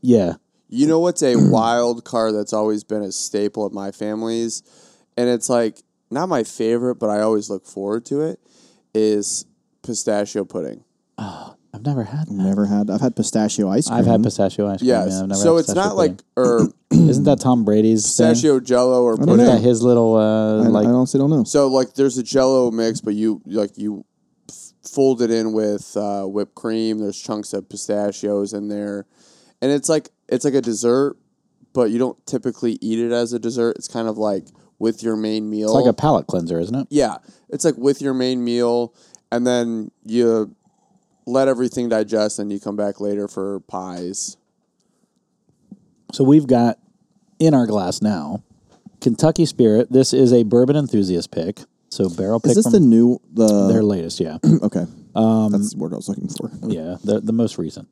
B: yeah,
A: You know what's a wild card that's always been a staple at my family's, and it's like not my favorite, but I always look forward to it. Is pistachio pudding?
B: I've never had. That.
C: Never had. I've had pistachio ice cream.
B: I've had pistachio ice cream.
A: Mm-hmm. Yes.
B: Yeah, I've never
A: so
B: had
A: it's
B: pistachio
A: not like or
B: pudding. isn't that Tom Brady's Thing?
A: pistachio jello or
B: Isn't
A: pudding.
B: that his little uh,
C: I,
B: like?
C: I honestly don't know.
A: So like there's a jello mix, but you like you f- fold it in with uh, whipped cream. There's chunks of pistachios in there, and it's like it's like a dessert, but you don't typically eat it as a dessert. It's kind of like with your main meal.
B: it's like a palate cleanser, isn't it?
A: yeah, it's like with your main meal, and then you let everything digest, and you come back later for pies.
B: So we've got in our glass now Kentucky Spirit. This is a bourbon enthusiast pick. So barrel pick
C: Is this
B: from
C: the new
B: their
C: the?
B: latest. Yeah.
C: okay. Um, That's the word I was looking for.
B: yeah, the the most recent.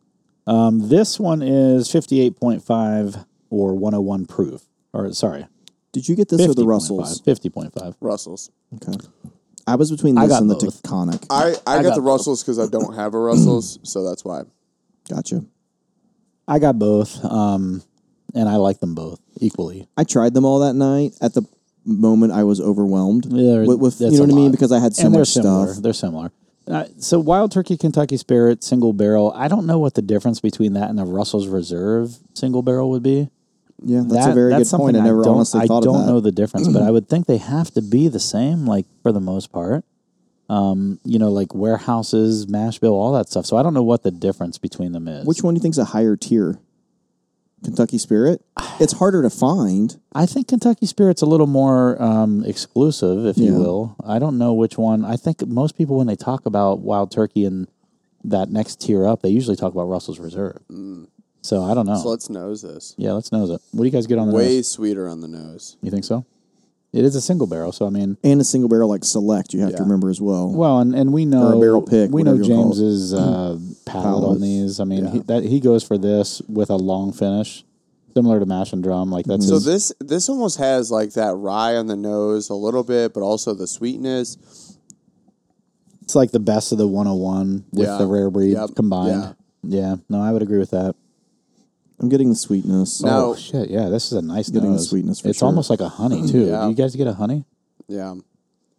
B: Um, this one is fifty eight point five or one hundred one proof, or sorry,
C: Did you get this or the Russells?
B: fifty point five.
A: Russell's.
C: Okay. I was between
B: I
C: this
B: got
C: and the
B: both.
C: Taconic.
A: I, I,
B: I
A: got,
B: got
A: the Russells because I don't have a Russells, so that's why.
C: Gotcha.
B: I got both, um, and I like them both equally.
C: I tried them all that night. At the moment, I was overwhelmed
B: They're-
C: with, with you
B: that's
C: know
B: a
C: what I mean
B: lot.
C: because I had so
B: and they're
C: much
B: similar.
C: stuff.
B: They're similar. Uh, so Wild Turkey Kentucky Spirit single barrel. I don't know what the difference between that and the Russell's Reserve single barrel would be.
C: Yeah, that's
B: That-
C: a very
B: that's
C: good point. I
B: something
C: never
B: don't,
C: honestly
B: I
C: thought
B: don't
C: of that.
B: know the difference, but I would think they have to be the same, like for the most part. Um, you know, like warehouses, mash bill, all that stuff. So I don't know what the difference between them is.
C: Which one do you think's a higher tier? Kentucky Spirit. It's harder to find.
B: I think Kentucky Spirit's a little more um, exclusive, if you
C: Yeah.
B: will. I don't know which one. I think most people when they talk about Wild Turkey and that next tier up, they usually talk about Russell's Reserve.
C: Mm.
B: So I don't know.
A: So let's nose this.
B: yeah, let's nose it. What do you guys get on the
A: Way
B: nose?
A: sweeter on the nose.
B: You think so? It is a single barrel, so I mean,
C: And a single barrel like select, you have
A: Yeah.
C: to remember as well.
B: Well, and, and we know
C: barrel pick,
B: We know
C: whatever you wanna call it. Mm.
B: James's uh, palate on
C: Palate.
B: these. I mean, he, that he goes for this with a long finish, similar to mash and drum. Like
C: Mm-hmm.
B: that's
A: So
B: his,
A: this this almost has like that rye on the nose a little bit, but also the sweetness.
B: it's like the best of the 101 with
A: Yeah.
B: the rare breed
A: Yep.
B: combined. Yeah. no, I would agree with that.
C: I'm getting the sweetness.
A: No.
B: oh shit, yeah, this is a nice
C: Getting the
B: nose.
C: sweetness for
B: it's
C: sure.
B: almost like a honey too.
A: Yeah.
B: Do you guys get a honey?
A: Yeah,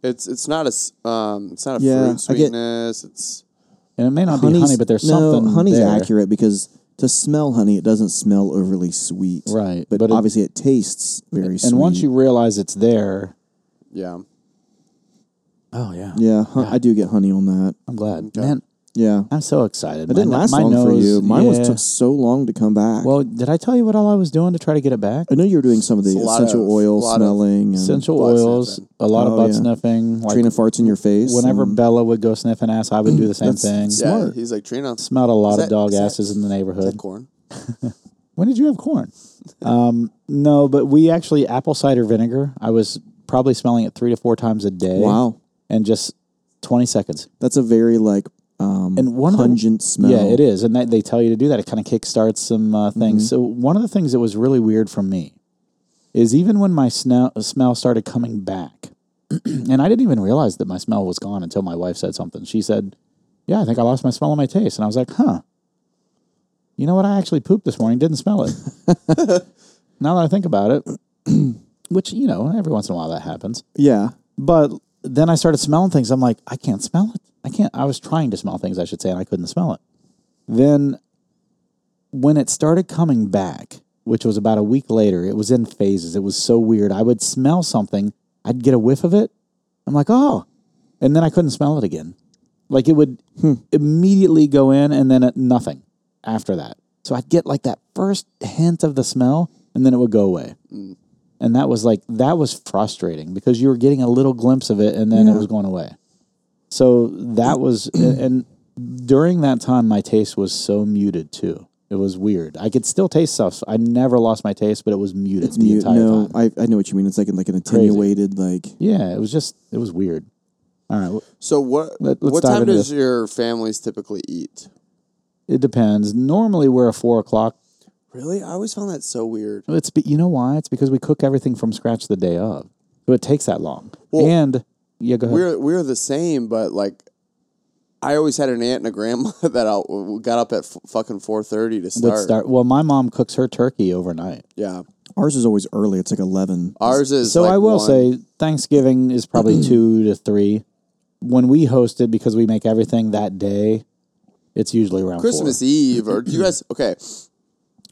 A: it's it's not a s- um it's not a
C: Yeah,
A: fruit
C: I get-
A: sweetness. It's
B: And it may not be
C: Honey's-
B: honey, but there's
C: no,
B: something.
C: Honey's
B: there.
C: accurate because to smell honey, it doesn't smell overly sweet.
B: Right,
C: But,
B: but it-
C: obviously, it, tastes very sweet.
B: And once you realize it's there,
A: yeah.
B: oh yeah,
C: yeah, hun- I do get honey on that.
B: I'm glad, man.
C: Yeah,
B: I'm so excited.
C: it didn't last long for you. Mine was took so long to come back.
B: Well, did I tell you what all I was doing to try to get it back?
C: I know you were doing some of the
A: It's a lot
C: essential
A: of-
C: oil
A: lot of
C: smelling, and
B: Essential
A: butt
B: oils,
A: sniffing.
B: a lot of
C: Oh,
B: butt
C: yeah.
B: sniffing. Like
C: Trina farts in your face.
B: whenever
C: and-
B: Bella would go sniffing ass, I would do the same thing.
C: that's-
A: Yeah,
C: Smart.
A: he's like Trina. Is
B: Smelled a lot
A: Is
B: of
A: that-
B: dog
A: is that-
B: asses in the neighborhood.
A: that corn?
B: When did you have corn? um, no, but we actually apple cider vinegar. I was probably smelling it three to four times a day.
C: wow,
B: and just twenty seconds.
C: that's a very like um,
B: And one of the-
C: pungent smell.
B: Yeah, it is, and that, they tell you to do that. It kind of kickstarts some uh, things. So one of the things that was really weird for me is even when my snow, smell started coming back, and I didn't even realize that my smell was gone until my wife said something. She said, "Yeah, I think I lost my smell and my taste," and I was like, "Huh." You know what? I actually pooped this morning. Didn't smell it. now that I think about it, which you know, every once in a while that happens.
C: Yeah,
B: But then I started smelling things. I'm like, I can't smell it. I can't. I was trying to smell things, I should say, and I couldn't smell it. Then when it started coming back, which was about a week later, it was in phases. It was so weird. I would smell something, I'd get a whiff of it. I'm like, oh. And then I couldn't smell it again. Like it would immediately go in and then it, nothing after that. So I'd get like that first hint of the smell and then it would go away. And that was like that was frustrating because you were getting a little glimpse of it and then it was going away. So that was and during that time my taste was so muted too. It was weird. I could still taste stuff. I never lost my taste, but it was muted the
C: You-
B: entire
C: no,
B: time.
C: I, I know what you mean. It's like an, like an attenuated like.
B: Yeah, it was just it was weird. All right, well,
A: So what?
B: Let- let's
A: what
B: dive
A: time
B: into
A: does
B: this.
A: your families typically eat?
B: it depends. Normally we're a four o'clock.
A: Really, I always found that so weird.
B: It's be, you know why? It's because we cook everything from scratch the day of, so it takes that long.
A: Well,
B: and yeah, go ahead.
A: We're we're the same, but like, I always had an aunt and a grandma that I got up at f- fucking four thirty to
B: would
A: start.
B: start. Well, my mom cooks her turkey overnight.
A: Yeah,
C: Ours is always early. It's like eleven.
A: ours is.
B: So
A: like
B: I will
A: one.
B: say Thanksgiving is probably two to three. When we host it, because we make everything that day, it's usually around four.
A: Christmas Eve, or do you guys? Okay,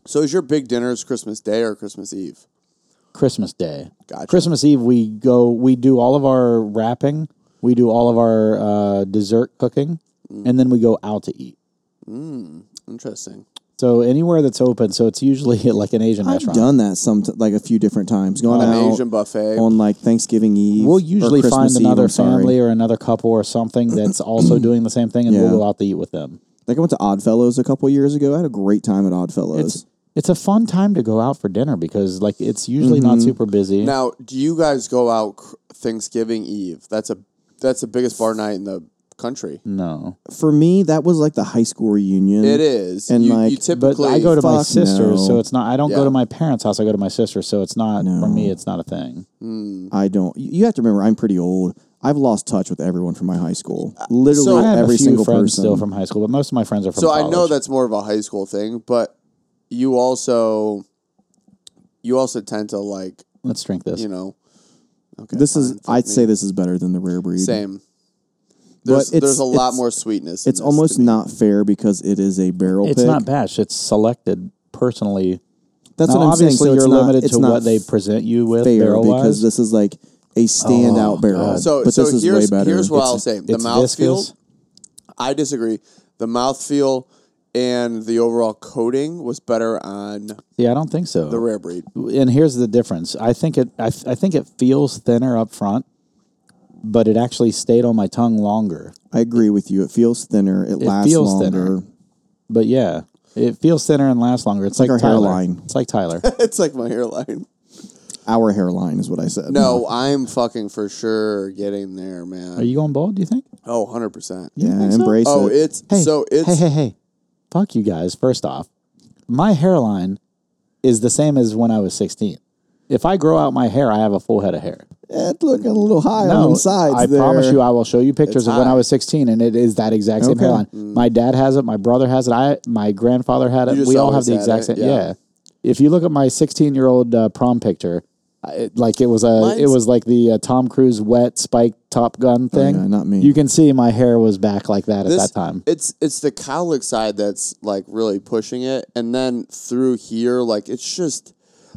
A: so is your big dinners Christmas Day or Christmas Eve?
B: Christmas Day.
A: Gotcha.
B: Christmas Eve, we go. We do all of our wrapping. We do all of our uh, dessert cooking,
A: Mm.
B: and then we go out to eat.
A: Interesting.
B: So anywhere that's open. So it's usually at like an Asian
C: I've
B: restaurant.
C: done that some like a few different times. Gone
A: An
C: out
A: Asian buffet.
C: on like Thanksgiving Eve.
B: We'll
C: or
B: usually find
C: Christmas Eve,
B: another
C: I'm sorry.
B: family or another couple or something that's also doing the same thing, and
C: Yeah.
B: we'll go out to eat with them.
C: Like I went to Oddfellows a couple years ago. I had a great time at Oddfellows.
B: It's a fun time to go out for dinner because like it's usually not
C: Mm-hmm.
B: super busy.
A: Now, do you guys go out cr- Thanksgiving Eve? That's a that's the biggest bar night in the country.
B: No,
C: For me, that was like the high school reunion.
A: It is.
C: And,
A: you,
C: like,
A: you
C: but
B: but
A: typically
B: I go to my
C: fuck
B: sister's,
C: no.
B: so it's not. I don't
A: Yeah.
B: go to my parents' house. I go to my sister's, so it's not for me. It's not a thing.
C: I don't. You you have to remember, I'm pretty old. I've lost touch with everyone from my high school. Literally
A: Uh, so-
B: I have
C: every
B: a few
C: single
B: friends
C: person.
B: still from high school, but most of my friends are from.
A: So I know
B: college.
A: that's more of a high school thing, but you also you also tend to like
B: Let's drink this.
A: you know. Okay,
C: this
A: fine,
C: is.
A: fuck
C: I'd
A: me.
C: say this is better than the rare breed.
A: same. There's,
C: it's-
A: there's a lot
C: it's-
A: more sweetness. in
C: It's
A: this
C: almost
A: to me.
C: not fair because it is a barrel.
B: it's
C: pick.
B: not bash. It's selected personally.
C: That's
B: now,
C: what I'm
B: obviously,
C: saying. So
B: you're
C: it's not-
B: limited
C: it's
B: to
C: not
B: what they present you with
C: fair
B: barrel
C: because
B: wise. Oh,
C: this is like a standout barrel.
A: So
C: but
A: so
C: this is
A: here's
C: way better.
A: here's what I'll
B: It's-
A: say. The
B: it's
A: mouthfeel.
B: viscous.
A: I disagree. The mouthfeel and the overall coating was better on
B: yeah, I don't think so.
A: the rare breed.
B: and here's the difference. I think it. I, I think it feels thinner up front, but it actually stayed on my tongue longer.
C: I agree with you. It feels thinner. It, lasts
B: feels
C: longer.
B: thinner. But yeah, it feels thinner and lasts longer. It's,
C: like
B: like,
C: our
B: Tyler.
C: hairline.
B: It's like Tyler.
A: it's like my hairline.
C: Our hairline is what I said.
A: No, I'm fucking for sure getting there,
B: Are
A: man.
B: you going bald? Do you think?
A: Oh, 100 percent.
C: Yeah,
B: think so?
C: embrace
A: Oh,
C: it.
A: it's
B: Hey,
A: so it's
B: hey, hey, hey. Fuck you guys. First off, my hairline is the same as when I was 16. If I grow out my hair, I have a full head of hair.
C: It's looking a little high on
B: No,
C: the sides.
B: Oh, I
C: there.
B: promise you, I will show you pictures
A: It's
B: of when
A: high.
B: I was 16, and it is that exact same
C: Okay.
B: hairline. My dad has it. My brother has it. I, my grandfather had
A: You
B: it.
A: just
B: We all have
A: always
B: the
A: had
B: exact
A: it,
B: same.
A: yeah.
B: Yeah. If you look at my 16 year old uh, prom picture, I- it, like it was a, it
A: Mine's-
B: was like the uh, Tom Cruise wet spiked Top Gun thing.
C: yeah, not me.
B: You can see my hair was back like that
A: this,
B: at that time.
A: It's it's the cowlick side that's like really pushing it, and then through here, like it's just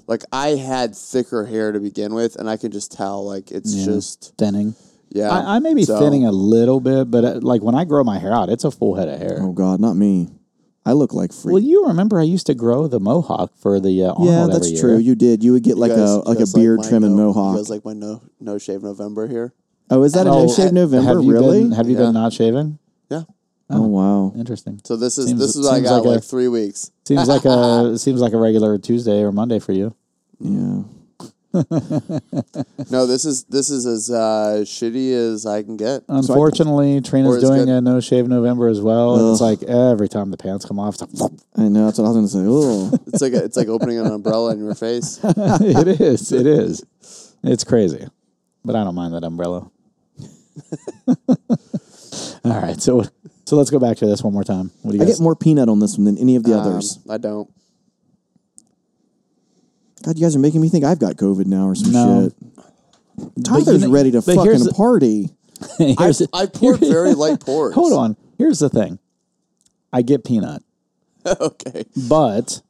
A: like I had thicker hair to begin with, and I can just tell like it's just
B: Thinning.
A: yeah.
B: I, I may be
A: So-
B: thinning a little bit, but uh, like when I grow my hair out, it's a full head of hair.
C: Oh God, not me. I look like freak.
B: Well, you remember I used to grow the mohawk for the uh,
C: yeah,
B: Arnold
C: that's
B: every
C: true.
B: year.
C: You did. You would get like
A: You guys-
C: a
A: you
C: like a
A: guys
C: beard
A: my
C: trim and
A: no-
C: mohawk.
A: You guys like my no no shave November here?
C: oh, is that a
B: Oh,
C: no shave November?
B: Have you
C: really?
B: Been, have you
A: Yeah.
B: been not shaving?
A: Yeah.
C: oh wow.
B: Interesting.
A: So this is
B: Seems-
A: this is what I
B: seems
A: got
B: like a-
A: like three weeks.
B: Seems like a seems like a regular Tuesday or Monday for you.
C: Yeah.
A: No, this is this is as uh, shitty as I can get.
B: Oh. Unfortunately, Trina's
A: Or it's
B: doing
A: good.
B: a no shave November as well. And it's like every time the pants come off, it's like,
C: I know. That's what I was gonna say. Oh,
A: It's like a, it's like opening an umbrella in your face.
B: it is. It is. It's crazy, but I don't mind that umbrella. All right, so so let's go back to this one more time. What do you
C: I
B: guys?
C: get more peanut on this one than any of the others.
A: Um, I don't.
C: God, you guys are making me think I've got COVID now or some
B: No.
C: shit. Tyler's
B: know-
C: ready to
B: but here's
C: fucking
B: the-
C: party.
A: I,
B: Here's the-
A: I poured very light pours.
B: hold on. Here's the thing. I get peanut.
A: okay.
B: but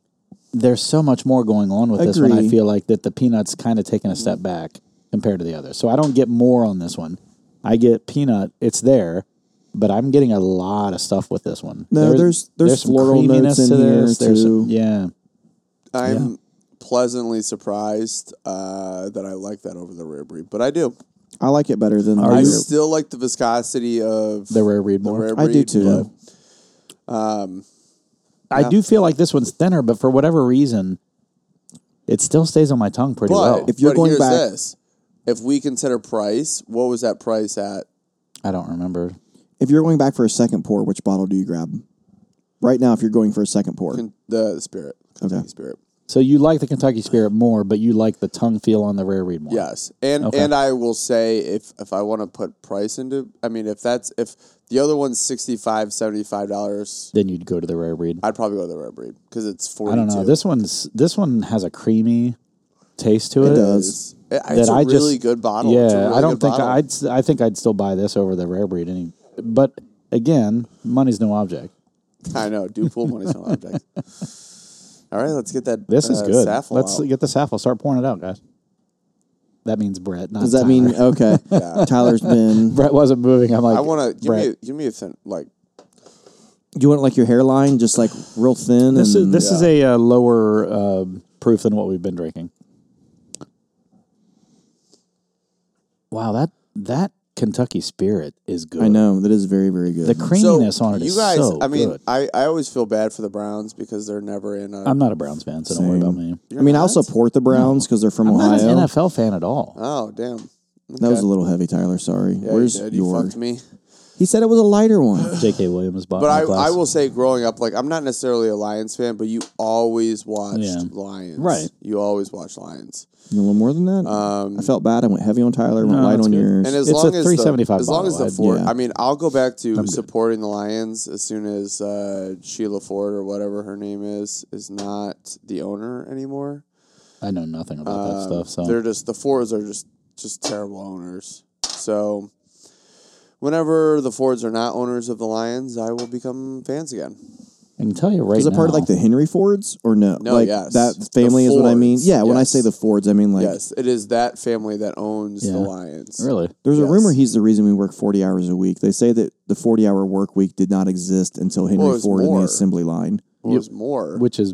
B: there's so much more going on with this one. I
C: Agree.
B: feel like that the peanuts kind of taking a step back compared to the others. So I don't get more on this one. I get peanut. It's there, but I'm getting a lot of stuff with this one.
C: No, there's- there's
B: some
C: floral notes
B: creaminess
C: in
B: to this,
C: here,
B: there's some-
C: too.
B: yeah,
A: I'm pleasantly surprised uh, that I like that over the rare breed, but I do.
C: I like it better than
A: I
C: the-
A: still like the viscosity of
B: The rare breed
A: the
B: more.
A: rare
C: I do
A: breed,
C: too.
A: but, um,
B: I do feel like this one's thinner, but for whatever reason, it still stays on my tongue pretty well.
A: but
C: If you're
A: but
C: going
A: here's
C: back-
A: this. if we consider price, what was that price at?
B: I don't remember.
C: If you're going back for a second pour, which bottle do you grab? Right now, if you're going for a second pour,
A: Con- the spirit, Kentucky
C: Okay.
A: spirit.
B: So you like the Kentucky Spirit more, but you like the tongue feel on the rare breed more.
A: Yes, and
B: Okay.
A: and I will say if if I want to put price into, I mean if that's if the other one's 65 75 dollars,
B: Then you'd go to the rare breed.
A: I'd probably go to the rare breed because it's forty
B: I
A: two.
B: don't know. This one's this one has a creamy taste to it.
C: It does.
A: is it, it's a
B: I just-
A: really good bottle.
B: Yeah,
A: It's a really
B: I don't
A: good
B: think
A: bottle.
B: I'd. s- I think I'd still buy this over the rare breed. Any, but again, money's no object.
A: I know. Do pool money's no object. All right, let's get that.
B: This is
A: uh,
B: good.
A: Saffel
B: Let's
A: out.
B: get the Saffel. Start pouring it out, guys. That means Brett. Not
C: does that
B: Tyler.
C: mean okay? Tyler's been.
B: Brett wasn't moving? I'm like,
A: I want to give
B: Brett.
A: me a, give me a thin like
C: You want like your hairline just like real thin?
B: This is
C: and
B: this is a uh, lower uh, proof than what we've been drinking. Wow, that that Kentucky Spirit is good.
C: I know that is very very good.
B: the creaminess on it is
A: you guys,
B: so
A: I mean,
B: good.
A: I I always feel bad for the Browns because they're never in a.
B: I'm not a Browns fan, so don't worry
C: Same.
B: about me.
C: I mean, I will support the Browns because they're from
B: I'm not
C: Ohio.
B: an NFL fan at all.
A: oh damn.
C: That was a little heavy, Tyler. Sorry.
A: Yeah,
C: Where's
A: you, did. you
C: your?
A: fucked me.
C: He said it was a lighter one.
B: J.K. Williams bought
A: But
B: my
A: I, I
B: glass.
A: will say, growing up, like I'm not necessarily a Lions fan, but you always watched
B: Yeah.
A: Lions,
B: Right.
A: You always watched Lions,
C: a little more than that.
A: Um,
C: I felt bad. I went heavy on Tyler. Went
B: No,
C: light
B: that's
C: on
B: good.
C: yours.
A: and as
B: It's a
A: long as the-
B: 375
A: as long as
B: bottle,
A: the
B: I-
A: Ford,
C: yeah.
A: I mean, I'll go back to supporting the Lions as soon as uh, Sheila Ford or whatever her name is is not the owner anymore.
B: I know nothing about that
A: Um,
B: stuff. So
A: They're just the Fords are just just terrible owners. So whenever the Fords are not owners of the Lions, I will become fans again.
B: I can tell you right
C: Is it
B: now.
C: part of like the Henry Fords or no?
A: No,
C: like
A: yes.
C: that
A: The
C: family is what I mean.
A: Fords,
C: Yeah, when I
A: yes.
C: say the Fords, I mean like
A: yes, it is that family that owns
B: Yeah.
A: the Lions.
B: really?
C: there's
A: Yes.
C: a rumor he's the reason we work 40 hours a week. They say that the 40 hour work week did not exist until Henry
A: Well, it was
C: Ford and
A: more.
C: the assembly line.
A: It was more.
B: Which is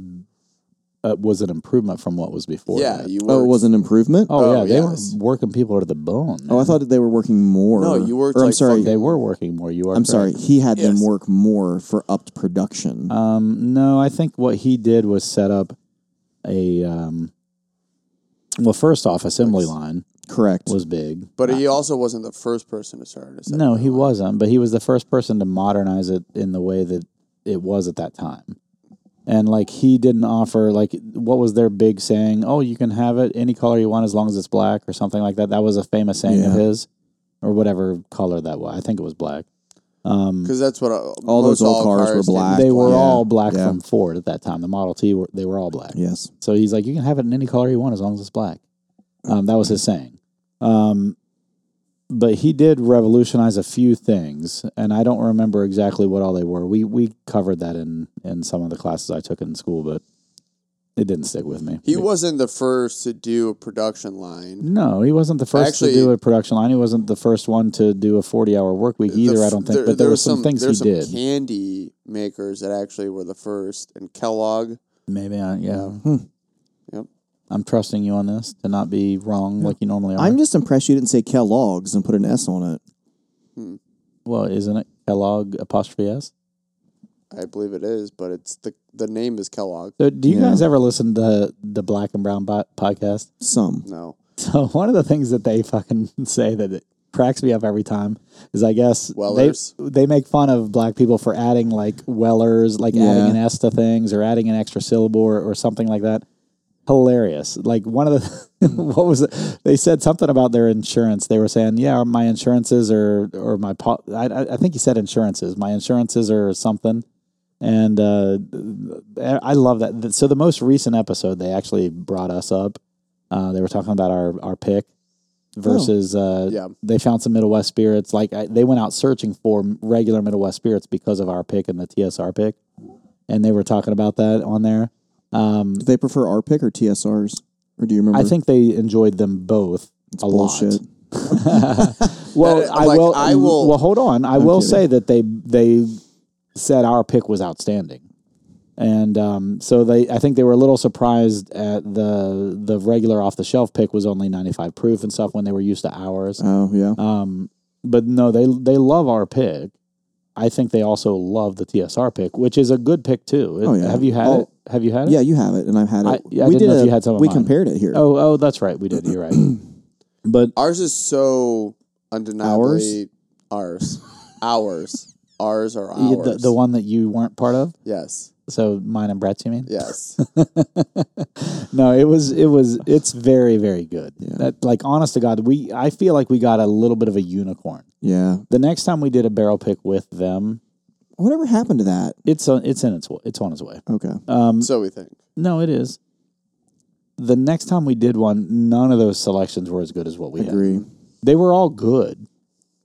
B: uh, was an improvement from what was before.
A: yeah,
B: that.
A: you
C: Oh, it
A: worked-
C: was an improvement.
B: Oh,
A: Oh,
B: yeah, they
A: yes.
B: were working people to the bone.
C: Oh, I thought that they were working more.
A: No, you worked,
C: Or, I'm
A: like,
C: sorry.
A: fucking-
B: They were working more. You are.
C: I'm
B: correct.
C: sorry. He had them
A: Yes.
C: work more for upped production.
B: Um, no, I think what he did was set up a. Um, well, first off, assembly line
C: Correct.
B: was big.
A: but
C: Ah.
A: he also wasn't the first person to start an assembly.
B: No, he
A: line.
B: wasn't, but he was the first person to modernize it in the way that it was at that time. And like he didn't offer like what was their big saying? Oh, you can have it any color you want as long as it's black or something like that. That was a famous saying of
C: Yeah.
B: his, or whatever color that was. I think it was black. Um,
A: because that's what uh,
C: All those
A: most
C: old cars were
A: came with
C: black.
B: they were
C: Yeah.
B: all black
C: Yeah.
B: from Ford at that time. The Model T, were, they were all black.
C: yes.
B: So he's like, you can have it in any color you want as long as it's black. Um, that was his saying. Um, but he did revolutionize a few things, and I don't remember exactly what all they were. We we covered that in in some of the classes I took in school, but it didn't stick with me.
A: He wasn't the first to do a production line.
B: no, he wasn't the first
A: Actually-
B: to do a production line. He wasn't the first one to do a forty-hour work week either.
A: The
B: I
A: f-
B: don't think, but there, were
A: was
B: some, things
A: there's
B: he
A: some
B: did.
A: Candy makers that actually were the first, and Kellogg.
B: Maybe, I, yeah. Hmm.
A: Yep.
B: I'm trusting you on this to not be wrong like you normally are.
C: I'm just impressed you didn't say Kellogg's and put an S on it.
B: well, isn't it Kellogg apostrophe s?
A: I believe it is, but it's the the name is Kellogg.
B: So, do you
C: Yeah.
B: guys ever listen to the Black and Brown bo- podcast? Mm-hmm.
C: Some.
A: No,
B: So, one of the things that they fucking say that it cracks me up every time is, I guess they
A: Wellers.
B: they make fun of black people for adding like Wellers, like
C: Yeah.
B: adding an S to things or adding an extra syllable or, or something like that. Hilarious. Like one of the what was it? They said something about their insurance. They were saying, "Yeah, my insurances are or my po- I, I I think he said insurances. My insurances are something." And uh, I love that. So the most recent episode, they actually brought us up. Uh, they were talking about our our pick versus. Uh,
A: Yeah.
B: They found some Middle West spirits. Like I, they went out searching for regular Middle West spirits because of our pick and the TSR pick, and they were talking about that on there. Um,
C: Do they prefer our pick or TSR's? Or do you remember?
B: I think they enjoyed them both a lot.
C: Mm-hmm. bullshit.
B: Well,
A: That-
B: I
A: like,
B: will.
A: I will-
B: Well, hold on. I will
C: kidding.
B: say that they they said our pick was outstanding. And um, so they, I think they were a little surprised at the the regular off the shelf pick was only 95 proof and stuff when they were used to ours.
C: Oh yeah.
B: Um, but no, they they love our pick. I think they also love the TSR pick, which is a good pick too.
C: Oh, yeah.
B: Have you had
C: Oh.
B: it? Have you had it?
C: Yeah, you have it, and I've had it.
B: I- yeah, I didn't know if you had some of
C: We
B: mine.
C: compared it here.
B: Oh, oh, that's right. We did. You're right. But
A: Ours is so undeniably ours. Ours. Ours are
B: you-
A: ours.
B: the, the one that you weren't part of,
A: Yes.
B: so mine and Brett's, you mean?
A: Yes.
B: No, it was it was it's very very good.
C: Yeah.
B: That like honest to God, we I feel like we got a little bit of a unicorn.
C: Yeah.
B: The next time we did a barrel pick with them,
C: Whatever happened to that?
B: it's on it's in its wa- it's on its way.
C: Okay.
B: Um,
A: so we think.
B: no, it is. The next time we did one, none of those selections were as good as what we had.
C: Agree.
B: They were all good.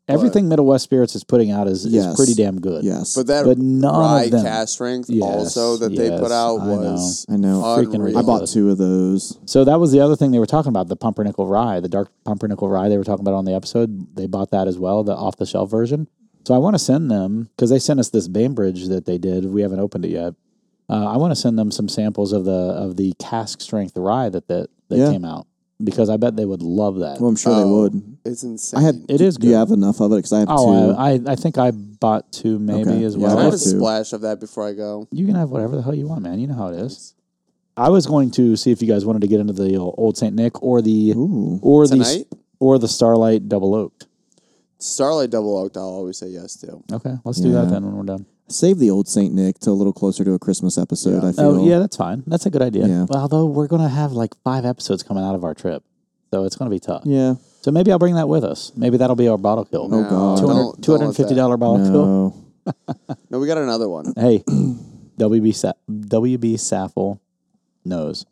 B: Everything Middle West Spirits is putting out is, is
C: Yes.
B: pretty damn good.
C: Yes.
A: But that
B: But none of
A: rye
B: them.
A: cast strength
B: Yes,
A: also that they
B: yes,
A: put out
B: I know.
A: was
C: I know.
B: Freaking
A: unreal.
C: I
B: ridiculous.
C: bought two of those.
B: So that was the other thing they were talking about, the pumpernickel rye, the dark pumpernickel rye they were talking about on the episode. They bought that as well, the off the shelf version. So I want to send them because they sent us this Bainbridge that they did. We haven't opened it yet. Uh, I want to send them some samples of the of the cask strength rye that that, that
C: Yeah.
B: came out because I bet they would love that.
C: Well, I'm sure they
A: Oh.
C: would.
A: It's insane.
C: I had.
B: It
C: do-
B: is
C: Do you
B: good.
C: have enough of it? Because I have two.
B: oh, I, I I think I bought two maybe
C: Okay.
B: as
C: Yeah,
B: well.
A: Can I
C: I
A: have a
C: have to.
A: splash of that before I go?
B: You can have whatever the hell you want, man. You know how it is. I was going to see if you guys wanted to get into the old Saint Nick or the
C: Ooh.
B: or
A: Tonight?
B: the or the Starlight Double Oaked.
A: Starlight Double Oaked, I'll always say yes to.
B: Okay, let's do that
C: Yeah.
B: then when we're done.
C: Save the old Saint Nick till a little closer to a Christmas episode. I feel.
B: Oh yeah, that's fine. That's a good idea.
C: Yeah.
B: Well, Although we're gonna have like five episodes coming out of our trip, so it's gonna be tough.
C: Yeah.
B: So maybe I'll bring that with us. Maybe that'll be our bottle kill.
A: No,
C: God.
A: don't- don't let
B: two hundred fifty dollar bottle kill.
C: No.
A: that- No, we got another one.
B: Hey, WB Sa- WB Saffel knows.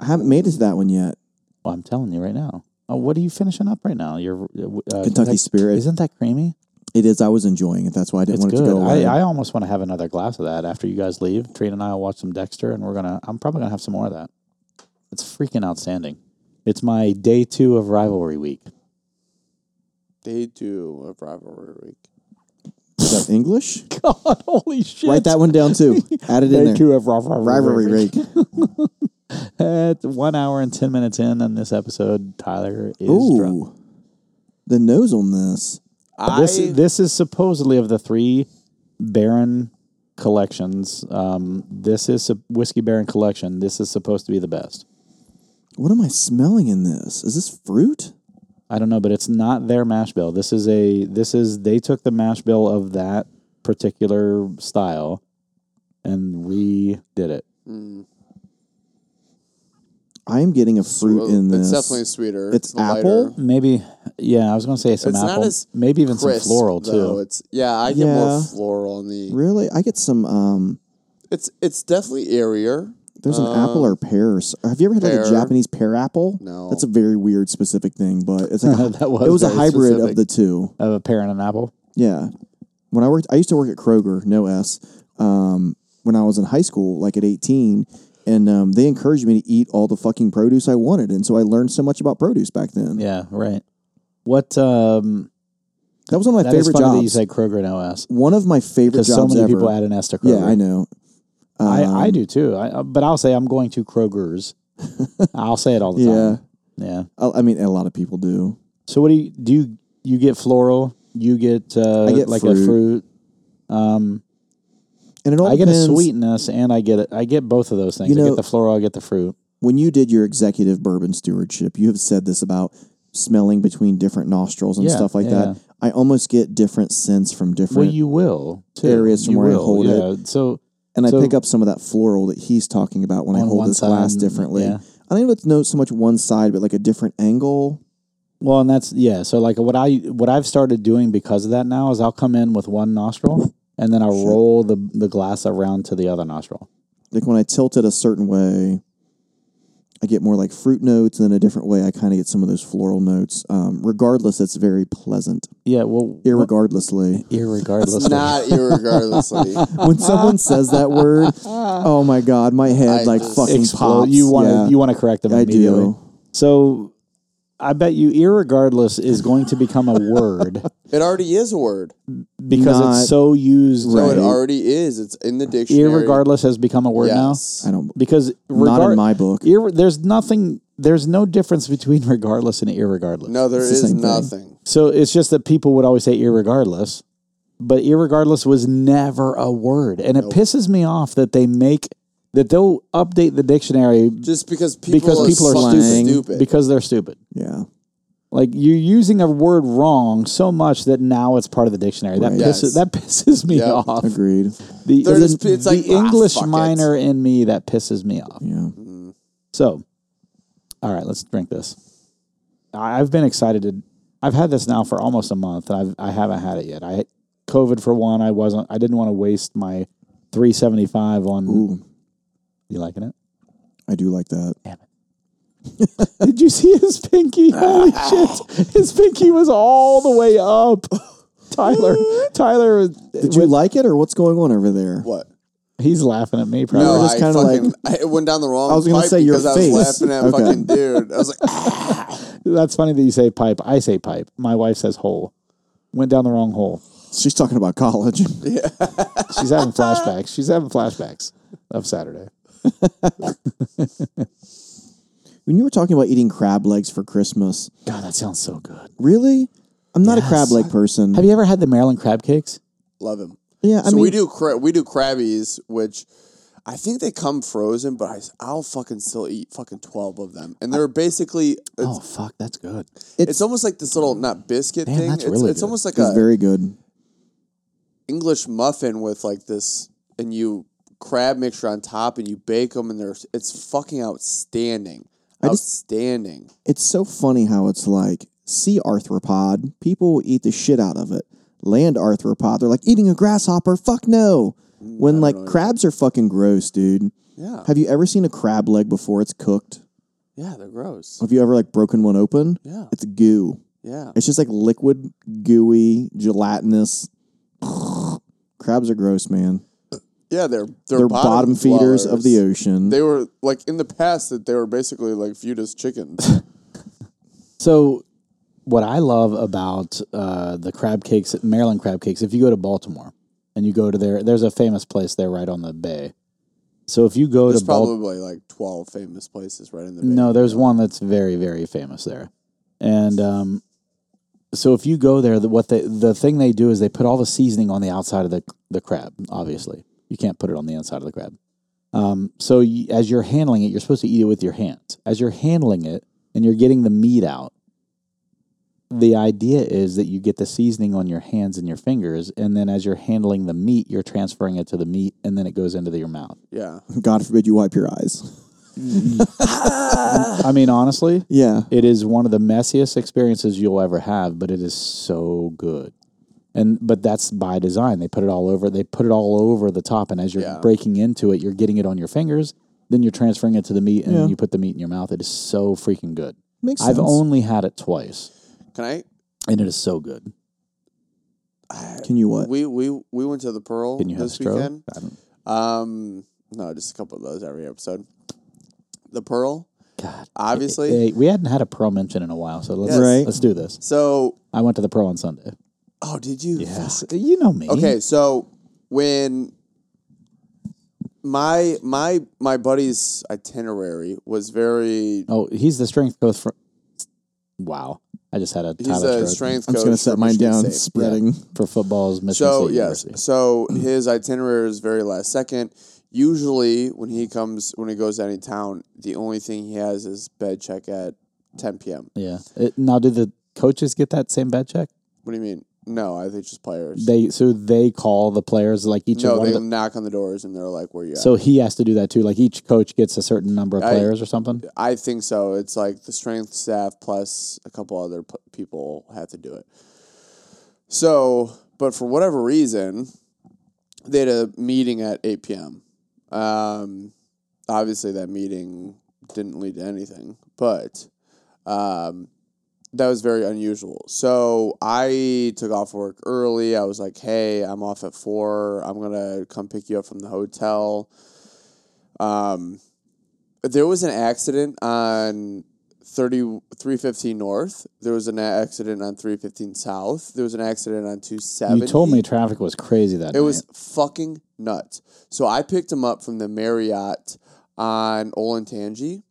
C: I haven't made it to that one yet.
B: Well, I'm telling you right now. Oh, what are you finishing up right now? Your uh,
C: Kentucky
B: Kentuck-
C: Spirit.
B: Isn't that creamy?
C: It is. I was enjoying it. That's why I didn't
B: It's
C: want it to
B: good.
C: go away.
B: I, I almost want to have another glass of that after you guys leave. Trina and I will watch some Dexter, and we're gonna. I'm probably gonna have some more of that. It's freaking outstanding. It's my day two of rivalry week.
A: Day two of rivalry week.
C: Is that English?
B: God, holy shit!
C: Write that one down too. Add it in
B: day
C: there.
B: two of rivalry,
C: Rivalry
B: week.
C: rake.
B: At one hour and ten minutes in on this episode, Tyler is drunk.
C: Ooh. The nose on this.
B: This
A: I-
B: this is supposedly of the three Baron collections. Um, this is a whiskey Baron collection. This is supposed to be the best.
C: What am I smelling in this? Is this fruit?
B: I don't know, but it's not their mash bill. This is a this is they took the mash bill of that particular style and redid it.
C: I am getting a fruit
A: Well,
C: in
A: oh, It's
C: this.
A: definitely sweeter.
C: It's
A: lighter.
C: apple?
B: Maybe yeah, I was gonna say some
A: It's not
B: apple,
A: as
B: maybe even
A: Crisp,
B: some floral
A: though.
B: too.
A: It's yeah, I get more
C: Yeah.
A: floral on the.
C: really. I get some. Um,
A: It's it's definitely airier.
C: there's an apple or pear. s- Have you ever had like
A: Uh, pear.
C: a Japanese pear apple?
A: No.
C: that's a very weird specific thing, but it's like a,
B: that was
C: it was a
B: very
C: hybrid
B: specific.
C: of the two.
B: of a pear and an apple.
C: Yeah. When I worked, I used to work at Kroger, no S, um, when I was in high school, like at 18. And um, they encouraged me to eat all the fucking produce I wanted. And so I learned so much about produce back then.
B: Yeah, right. What um
C: That was one of my
B: that is
C: favorite
B: funny that you
C: jobs.
B: said Kroger and OS.
C: one of my favorite
B: Because
C: jobs
B: so many
C: ever.
B: people add an S to Kroger.
C: yeah, I know. Um,
B: I, I do too. I, but I'll say I'm going to Kroger's. I'll say it all the
C: Yeah.
B: time. Yeah.
C: I, I mean, a lot of people do.
B: So what do you do? You, you get floral. You get, uh,
C: I get
B: like a
C: fruit.
B: fruit. um,
C: And it all
B: I get a
C: depends.
B: sweetness, and I get it. I get both of those things.
C: You
B: I
C: know-
B: get the floral. I get the fruit.
C: When you did your executive bourbon stewardship, you have said this about smelling between different nostrils and
B: Yeah,
C: stuff like
B: yeah,
C: that. I almost get different scents from different.
B: Well, you will too.
C: Areas from
B: You
C: where I
B: will,
C: hold it.
B: yeah. So
C: and
B: So-
C: I pick up some of that floral that he's talking about when I
B: On
C: hold
B: one
C: this
B: side
C: glass
B: and-
C: differently.
B: yeah.
C: I don't even know so much one side, but like a different angle.
B: well, and that's yeah. So like what I what I've started doing because of that now is I'll come in with one nostril, and then I will roll the the glass around to the other nostril.
C: Like when I tilt it a certain way, I get more like fruit notes, and then a different way, I kind of get some of those floral notes. Um, regardless, it's very pleasant.
B: Yeah. Well,
C: Irregardlessly,
B: irregardless. of-
A: Not irregardlessly.
C: when someone says that word, oh my god, my head
A: I
C: like
A: just-
C: fucking
B: explode.
C: pops.
B: You want to
C: Yeah.
B: you want to correct them
C: I
B: immediately.
C: do.
B: So I bet you irregardless is going to become a word
A: it already is a word.
B: because
C: Not-
B: it's so used,
A: So it
C: Right.
A: already is. It's in the dictionary.
B: irregardless has become a word
A: Yes.
C: I don't.
B: now. Because
C: Not
B: regard-
C: in my book.
B: irre- there's nothing. There's no difference between regardless and irregardless.
A: No, there
C: It's the
A: is
C: same thing.
A: nothing.
B: So it's just that people would always say irregardless, but irregardless was never a word, and it pisses me off that they make that they'll update the dictionary
A: Just because people
B: because
A: are,
B: people are
A: fucking
B: stupid,
A: stupid.
B: because they're stupid.
C: Yeah.
B: Like you're using a word wrong so much that now it's part of the dictionary. That
C: Right.
B: pisses
A: Yes.
B: that pisses me
A: Yep.
B: off.
C: Agreed.
B: The,
A: They're
B: the-
A: just- it's
B: the
A: like, ah,
B: English
A: fuck it.
B: minor in me that pisses me off.
C: Yeah.
B: So, all right, let's drink this. I- I've been excited to. I've had this now for almost a month, and I've I haven't had it yet. I COVID for one. I wasn't. I didn't want to waste my three seventy five on.
C: Ooh,
B: You liking it?
C: I do like that.
B: Did you see his pinky? Holy shit! His pinky was all the way up. Tyler, Tyler,
C: Did you like it, or what's going on over there?
A: What?
B: he's laughing at me. Probably.
A: No,
C: were just
A: Oh, I
C: kinda
A: fucking. I it went down the wrong.
C: I was gonna
A: pipe
C: say your
A: because I was
C: face.
A: laughing at
C: Okay.
A: fucking dude. I was like, ah,
B: That's funny that you say pipe. I say pipe. My wife says hole. Went down the wrong hole.
C: She's talking about college.
B: She's having flashbacks. She's having flashbacks of Saturday.
C: when you were talking about eating crab legs for Christmas,
B: God, that sounds so good.
C: really? I'm not a crab
B: Yes.
C: leg person.
B: Have you ever had the Maryland crab cakes?
A: love him.
C: yeah, I
A: so
C: mean,
A: we do cra- we do crabbies, which I think they come frozen, but I, I'll fucking still eat fucking twelve of them, and they're basically it's,
B: oh fuck, that's good.
A: it's, almost like this little not biscuit
B: Damn,
A: thing.
B: that's
A: it's
B: really
A: it's
B: good.
A: almost like
C: it's
A: a
C: very good.
A: English muffin with like this, and you crab mixture on top, and you bake them, and they're it's fucking outstanding, outstanding.
C: It's so funny how it's like sea arthropod. People will eat the shit out of it. Land arthropod, they're like eating a grasshopper. Fuck no. When like crabs are fucking gross, dude.
A: yeah,
C: Have you ever seen a crab leg before it's cooked?
A: yeah, they're gross.
C: Have you ever like broken one open?
A: Yeah,
C: It's goo.
A: yeah.
C: It's just like liquid, gooey, gelatinous. Crabs are gross, man.
A: Yeah, they're they're,
C: They're bottom, feeders of the ocean.
A: They were like in the past that they were basically like viewed as chickens.
B: So, what I love about uh, the crab cakes, Maryland crab cakes, if you go to Baltimore and you go to their, there's a famous place there right on the bay. So if you go
A: There's
B: to Baltimore.
A: probably like twelve famous places right in the bay.
B: No, there's one that's very, very famous there, and um, so if you go there, the, what they, the thing they do is they put all the seasoning on the outside of the the crab. Obviously, you can't put it on the inside of the crab. Um, so you, as you're handling it, you're supposed to eat it with your hands. As you're handling it and you're getting the meat out, the idea is that you get the seasoning on your hands and your fingers, and then as you're handling the meat, you're transferring it to the meat, and then it goes into the- your mouth.
A: Yeah,
C: God forbid you wipe your eyes.
B: I mean, honestly,
C: Yeah.
B: It is one of the messiest experiences you'll ever have, but it is so good. And but that's by design. They put it all over. They put it all over the top, and as you're
A: Yeah.
B: breaking into it, you're getting it on your fingers. Then you're transferring it to the meat, and
C: Yeah.
B: you put the meat in your mouth. It is so freaking good.
C: Makes
B: I've
C: sense.
B: only had it twice,
A: can I?
B: and it is so good.
C: Can you what?
A: We we we went to the Pearl
B: Can you have a
A: this
B: stroke?
A: weekend.
B: I don't,
A: Um, no, just a couple of those every episode. The Pearl,
B: God,
A: obviously.
B: Hey, we hadn't had a pearl mention in a while, so let's
A: Yes.
C: Right.
B: let's do this.
A: So,
B: I went to the pearl on Sunday.
A: oh, did you?
B: Yes, you know me.
A: Okay, so when my my my buddy's itinerary was very
B: Oh, he's the strength coach for. Wow, I just had a
A: he's
B: Tyler
A: a
B: stroke.
A: strength
C: I'm
A: coach
C: just gonna
A: for
C: set mine
A: Michigan
C: down.
A: State.
C: Spreading.
B: for football's Michigan
A: So
B: State
A: yes,
B: University.
A: so his itinerary is very last second. Usually, when he comes, when he goes to any town, the only thing he has is bed check at 10 p.m.
B: Yeah. It, now, do the coaches get that same bed check?
A: What do you mean? No, I think just players.
B: They so they call the players like each
A: no,
B: one.
A: they
B: Of the,
A: knock on the doors and they're like, "Where you at?"
B: So he has to do that too. Like each coach gets a certain number of
A: I-
B: players or something.
A: I think so. It's like the strength staff plus a couple other p- people have to do it. So, but for whatever reason, they had a meeting at 8 p.m. Um, obviously, that meeting didn't lead to anything, but um, that was very unusual. So I took off work early. I was like, hey, I'm off at 4. I'm going to come pick you up from the hotel. Um, there was an accident on 30, 315 North. There was an accident on 315 South. There was an accident on 270.
B: You told me traffic was crazy that
A: e It
B: night.
A: was fucking nuts. So I picked him up from the Marriott on Olentangy,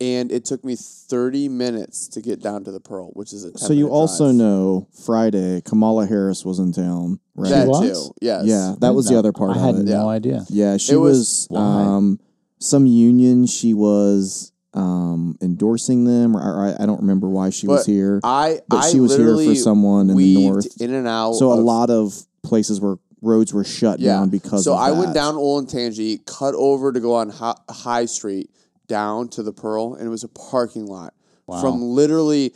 A: and it took me 30 minutes to get down to the Pearl, which is a 10
C: So you
A: minute
C: also
A: drive.
C: know Friday Kamala Harris was in town, right?
A: that
B: was?
A: too. Yes.
C: yeah, that was the other part
B: I
C: of
B: had
C: it.
B: no
A: Yeah.
B: idea.
C: Yeah, she
A: It
C: was,
A: was-
C: um, some union. She was um, endorsing them, or, or I, I don't remember why she was
A: But
C: here,
A: I
C: but
A: I
C: she was here for
A: literally
C: someone in the
A: weaved
C: north.
A: in and out.
C: So a
A: of-
C: lot of places were roads were shut down because.
A: so
C: of
A: I went
C: that.
A: down Olentangy, cut over to go on Hi- High Street down to the Pearl, and it was a parking lot from literally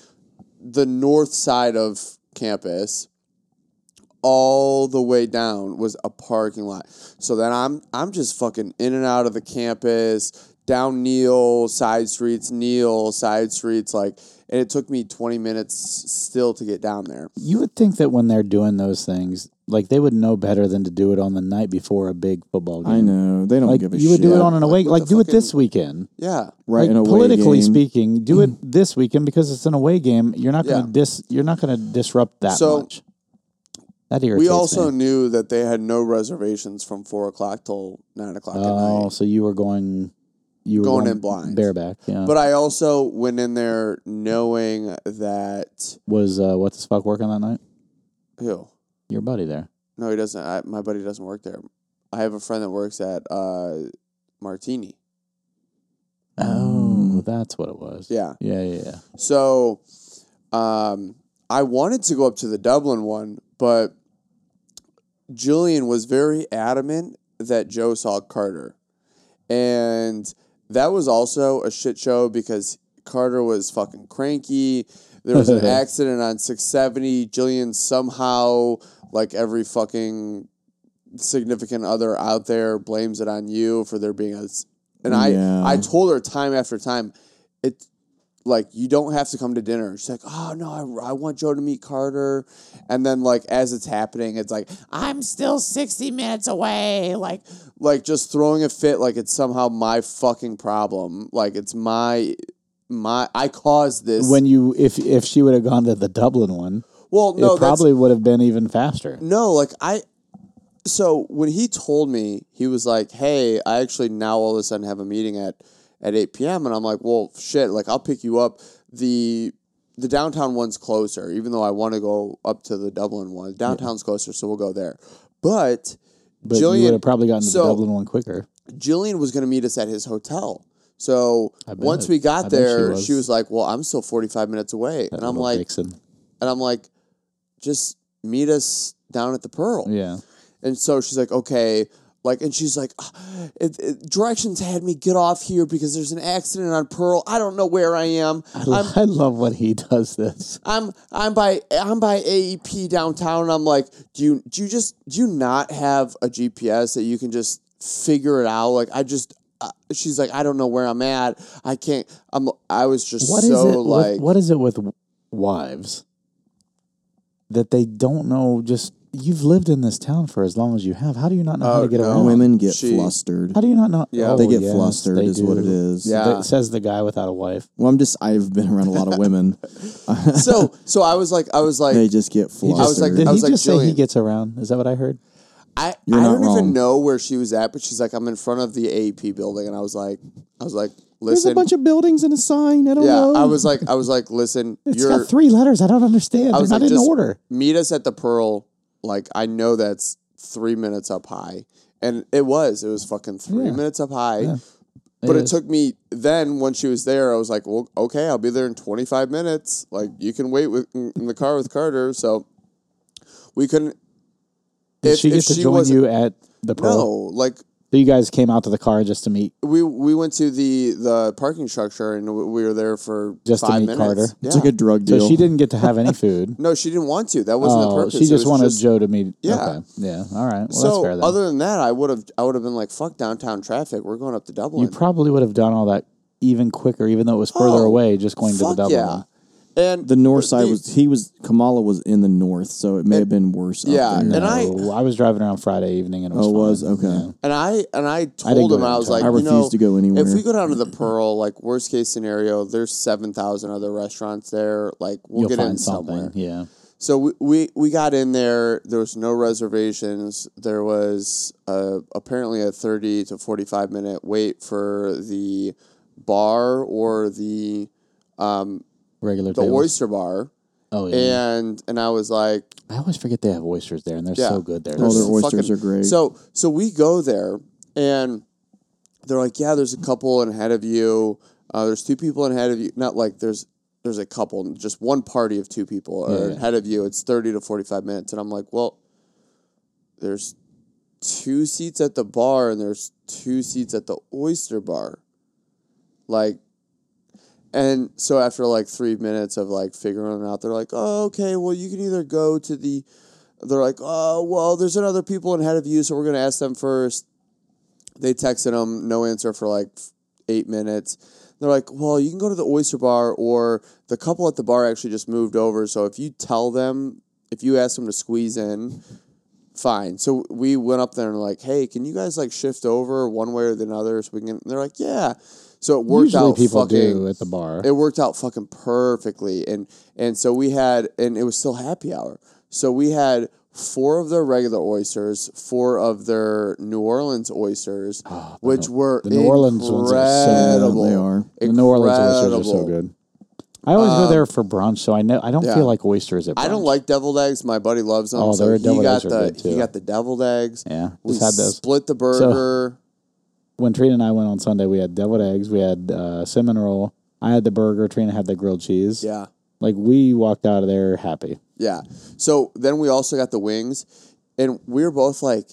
A: the north side of campus all the way down was a parking lot. So then I'm I'm just fucking in and out of the campus, down Neil side streets, Neil side streets, like, and it took me 20 minutes still to get down there.
B: You would think that when they're doing those things, like they would know better than to do it on the night before a big football game.
C: I know they don't
B: Like
C: give a
B: you would
C: shit.
B: do it on an away,
A: what
B: like
A: the
B: do it
A: fucking-
B: this weekend.
A: Yeah.
C: right
B: like
C: in a
B: politically
C: game.
B: speaking, do it this weekend because it's an away game. You're not going to
A: Mm-hmm. Yeah.
B: dis. You're not going to disrupt that
A: So,
B: much. That irritates
A: We also
B: me.
A: knew that they had no reservations from four o'clock till nine o'clock at
B: Oh,
A: night.
B: so you were going, you were
A: Going in blind.
B: bareback. Yeah,
A: But I also went in there knowing that
B: was uh, what the fuck working that night?
A: who?
B: Your buddy there.
A: No, he doesn't. I, my buddy doesn't work there. I have a friend that works at uh, Martini.
B: Oh, that's what it was.
A: Yeah.
B: yeah, yeah. yeah.
A: So, um, I wanted to go up to the Dublin one, but Julian was very adamant that Joe saw Carter, and that was also a shit show because Carter was fucking cranky. There was an accident on six seventy. Jillian somehow, like every fucking significant other out there, blames it on you for there being a. s- And I,
C: Yeah.
A: I told her time after time, it like you don't have to come to dinner. She's like, oh no, I, I want Joe to meet Carter, and then like as it's happening, it's like I'm still sixty minutes away, like like just throwing a fit, like it's somehow my fucking problem, like it's my my I caused this.
B: When you, if if she would have gone to the Dublin one,
A: well, no,
B: it
A: that's
B: probably would have been even faster.
A: No, like I. So when he told me, he was like, "Hey, I actually now all of a sudden have a meeting at at eight p.m." and I'm like, "Well, shit! Like I'll pick you up." The the downtown one's closer, even though I want to go up to the Dublin one. Downtown's closer, so we'll go there. But,
B: But you would
A: Jillian,
B: have probably gotten to the
A: so-
B: Dublin one quicker.
A: Jillian was going to meet us at his hotel. So
B: bet.
A: once we got
B: I bet she
A: there, she was.
B: was.
A: like, "Well, I'm still forty five minutes away," and I'm
B: Little
A: like,
B: Dixon.
A: "And I'm like, just meet us down at the Pearl."
B: Yeah.
A: And so she's like, okay. Like, and she's like, "Ah, it, it- directions had me get off here because there's an accident on Pearl. I don't know where I am.
B: I, lo- I love when he does this.
A: I'm I'm by I'm by AEP downtown. And I'm like, do you do you just do you not have a GPS that you can just figure it out? Like, I just. Uh, she's like, I don't know where I'm at. I can't. I'm. I was just
B: What is
A: so
B: it? with-
A: like.
B: what is it with wives that they don't know? Just you've lived in this town for as long as you have. How do you not know how to
A: Oh,
B: get
A: no.
B: around?
C: Women get
A: She-
C: flustered.
B: How do you not know?
A: Yeah.
B: Oh,
C: They get
B: yes,
C: flustered,
B: they
C: is what
B: do.
C: it is.
A: Yeah.
B: That says the guy without a wife.
C: Well, I'm just. I've been around a lot of women.
A: So so I was like I was like
C: they just get flustered.
A: I was like-
B: Did
A: I
B: he
A: was like,
B: just say he
A: Jillian.
B: gets around? Is that what I heard?
A: I,
C: You're
A: I
C: not
A: don't
C: wrong.
A: even know where she was at, but she's like, I'm in front of the AEP building, and I was like, I was like,
C: There's
A: listen,
C: a bunch of buildings and a sign. I don't
A: yeah,
C: know.
A: I was like, I was like, listen,
B: It's
A: you're
B: got three letters. I don't understand.
A: I
B: They're
A: was
B: not
A: like,
B: in
A: just
B: order.
A: meet us at the Pearl. Like, I know that's three minutes up high, and it was, it was fucking three
B: Yeah.
A: minutes up high.
B: It
A: But it
B: is.
A: took me then when she was there, I was like, well, okay, I'll be there in 25 minutes. Like, you can wait with in in the car with Carter, so we couldn't.
B: Did
A: if-
B: she get
A: if
B: to
A: she
B: join
A: wasn't-
B: you at the Pearl?
A: No, like
B: So you guys came out to the car just to meet.
A: we we went to the the parking structure and we we were there for
B: Just to
A: five
B: meet
A: minutes.
B: Carter.
A: Yeah.
C: it's like a drug
B: So
C: deal.
B: she didn't get to have any food.
A: no, she didn't want to. That wasn't the
B: oh,
A: purpose.
B: she
A: It was
B: just wanted Joe to meet.
A: Yeah.
B: Okay. Yeah. All right. Well, that's
A: so
B: fair then.
A: other than that, I would have I would have been like, fuck downtown traffic. We're going up to Dublin.
B: you probably would have done all that even quicker, even though it was further
A: Oh,
B: away, just going to the
A: fuck
B: Dublin.
A: yeah.
B: one.
A: And
C: The north side
A: the-
C: was he was Kamala was in the north, so it may have been worse. up
A: Yeah,
C: there.
A: and I-
B: Oh, I was driving around Friday evening and it was
C: oh, it was
B: fine.
C: okay.
B: Yeah.
A: And I and I
B: didn't
A: told
B: go
A: him
B: down
A: I was
B: to-
A: like,
C: I
A: you
C: refuse
A: know,
C: to go anywhere.
A: If we go down to the Pearl, like worst case scenario, there's seven thousand other restaurants there. Like we'll
B: You'll
A: get
B: find
A: in
B: something.
A: somewhere.
B: Yeah.
A: So we, we we got in there. There was no reservations. There was uh apparently a thirty to forty five minute wait for the bar or the um
B: Regular
A: the
B: tables.
A: oyster bar,
B: Oh yeah.
A: and and I was like,
B: I always forget they have oysters there, and they're
A: Yeah.
B: so good there.
C: Oh,
A: There's
C: their
A: some
C: oysters
A: fucking-
C: are great.
A: So so we go there and they're like, yeah, there's a couple in ahead of you. Uh, there's two people in ahead of you. Not like there's there's a couple, just one party of two people are
B: Yeah, yeah.
A: ahead of you. It's thirty to forty five minutes, and I'm like, well, there's two seats at the bar and there's two seats at the oyster bar, like. And so after like three minutes of like figuring it out, they're like, "Oh, okay. Well, you can either go to the they're like, oh, well, there's another people in ahead of you, so we're going to ask them first. They texted them, no answer for like f- eight minutes. They're like, well, you can go to the oyster bar, or the couple at the bar actually just moved over. So if you tell them, if you ask them to squeeze in, fine. So we went up there and like, hey, can you guys like shift over one way or the other so we can? And they're like, yeah. So it worked
B: Usually
A: out.
B: people
A: fucking,
B: do at the bar.
A: it worked out fucking perfectly and and so we had and it was still happy hour so we had four of their regular oysters four of their new orleans oysters which were
B: Ah, the New Orleans ones are so good.
A: incredible.
C: They are.
B: the New Orleans oysters are so
A: Incredible. Um,
B: good. I always go there for brunch, so I know I don't
A: yeah.
B: feel like oysters at brunch.
A: i don't like deviled eggs my buddy loves them
B: Oh,
A: so
B: their
A: he
B: deviled
A: got
B: eggs are
A: the
B: good,
A: he
B: too.
A: got the deviled eggs
B: Yeah,
A: we
B: just had those.
A: split the burger
B: When Trina and I went on Sunday, we had deviled eggs, we had uh, cinnamon roll. I had the burger. Trina had the grilled cheese.
A: yeah
B: Like we walked out of there happy.
A: Yeah. So then we also got the wings, and we were both like,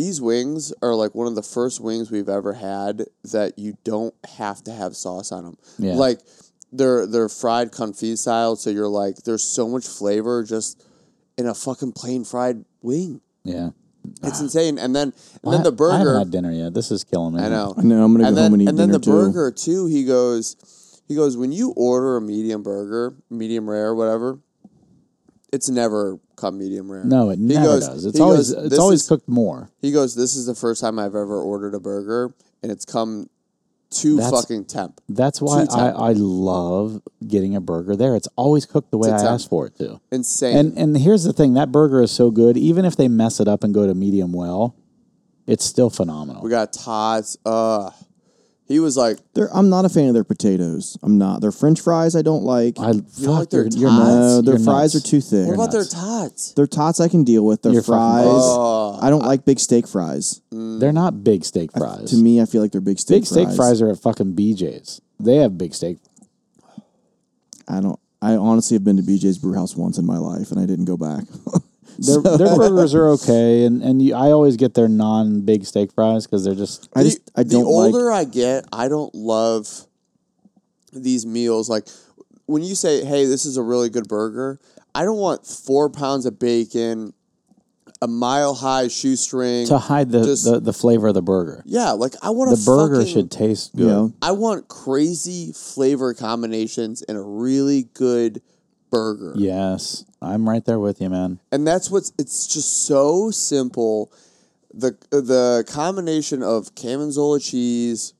A: these wings are like one of the first wings we've ever had that you don't have to have sauce on them.
B: Yeah.
A: Like they're they're fried confit style, so you're like, there's so much flavor just in a fucking plain fried wing.
B: Yeah.
A: It's insane. And then and then
B: I-
A: the
B: I haven't
A: burger.
B: had dinner yet. This is killing me.
A: I know
C: I know I'm gonna
A: and
C: go
A: then,
C: home and eat
A: and then
C: dinner
A: the
C: too.
A: burger too. He goes, he goes. When you order a medium burger, medium rare, whatever, it's never come medium rare.
B: No, it
A: He
B: never
A: goes-
B: does. It's
A: he
B: always
A: goes,
B: it's
A: "This
B: always
A: is-
B: cooked more.
A: He goes, this is the first time I've ever ordered a burger, and it's come to
B: That's-
A: fucking temp.
B: That's why
A: Two
B: I,
A: temp.
B: I love getting a burger there. It's always cooked the way
A: It's a
B: I
A: temp.
B: asked for it to.
A: Insane.
B: And and here's the thing, that burger is so good, even if they mess it up and go to medium well, it's still
A: we
B: phenomenal.
A: got tots. Uh, he was like,
C: They're, I'm not a fan of their potatoes. I'm not. Their French fries I don't like.
B: I
A: like
B: fuck
A: their
B: your your
A: tots?
C: no,
B: nuts.
C: their
B: You're
C: fries
B: nuts.
C: are too thick.
A: what about
B: nuts.
A: their tots?
C: Their tots I can deal with. Their
B: You're fucking-
C: fries.
A: Oh.
C: I don't like big steak fries.
B: They're not big steak fries.
C: To
A: Mm.
C: me, I feel like they're big steak
B: big steak fries are at fucking BJ's. They have big steak.
C: I don't. I honestly have been to BJ's Brewhouse once in my life, and I didn't go back.
B: Their, their burgers are okay, and and you, I always get their non big steak fries because they're just
C: I just I don't
A: the
C: like.
A: older I get, I don't love these meals. Like when you say, "Hey, this is a really good burger," I don't want four pounds of bacon, a mile high shoestring.
B: to hide the,
A: Just-
B: the, the flavor of the burger.
A: Yeah, like I want
B: The
A: a
B: burger
A: fucking-
B: should taste good.
C: you know,
A: I want crazy flavor combinations and a really good burger.
B: Yes, I'm right there with you, man.
A: and that's what's it's just so simple the the combination of gorgonzola cheese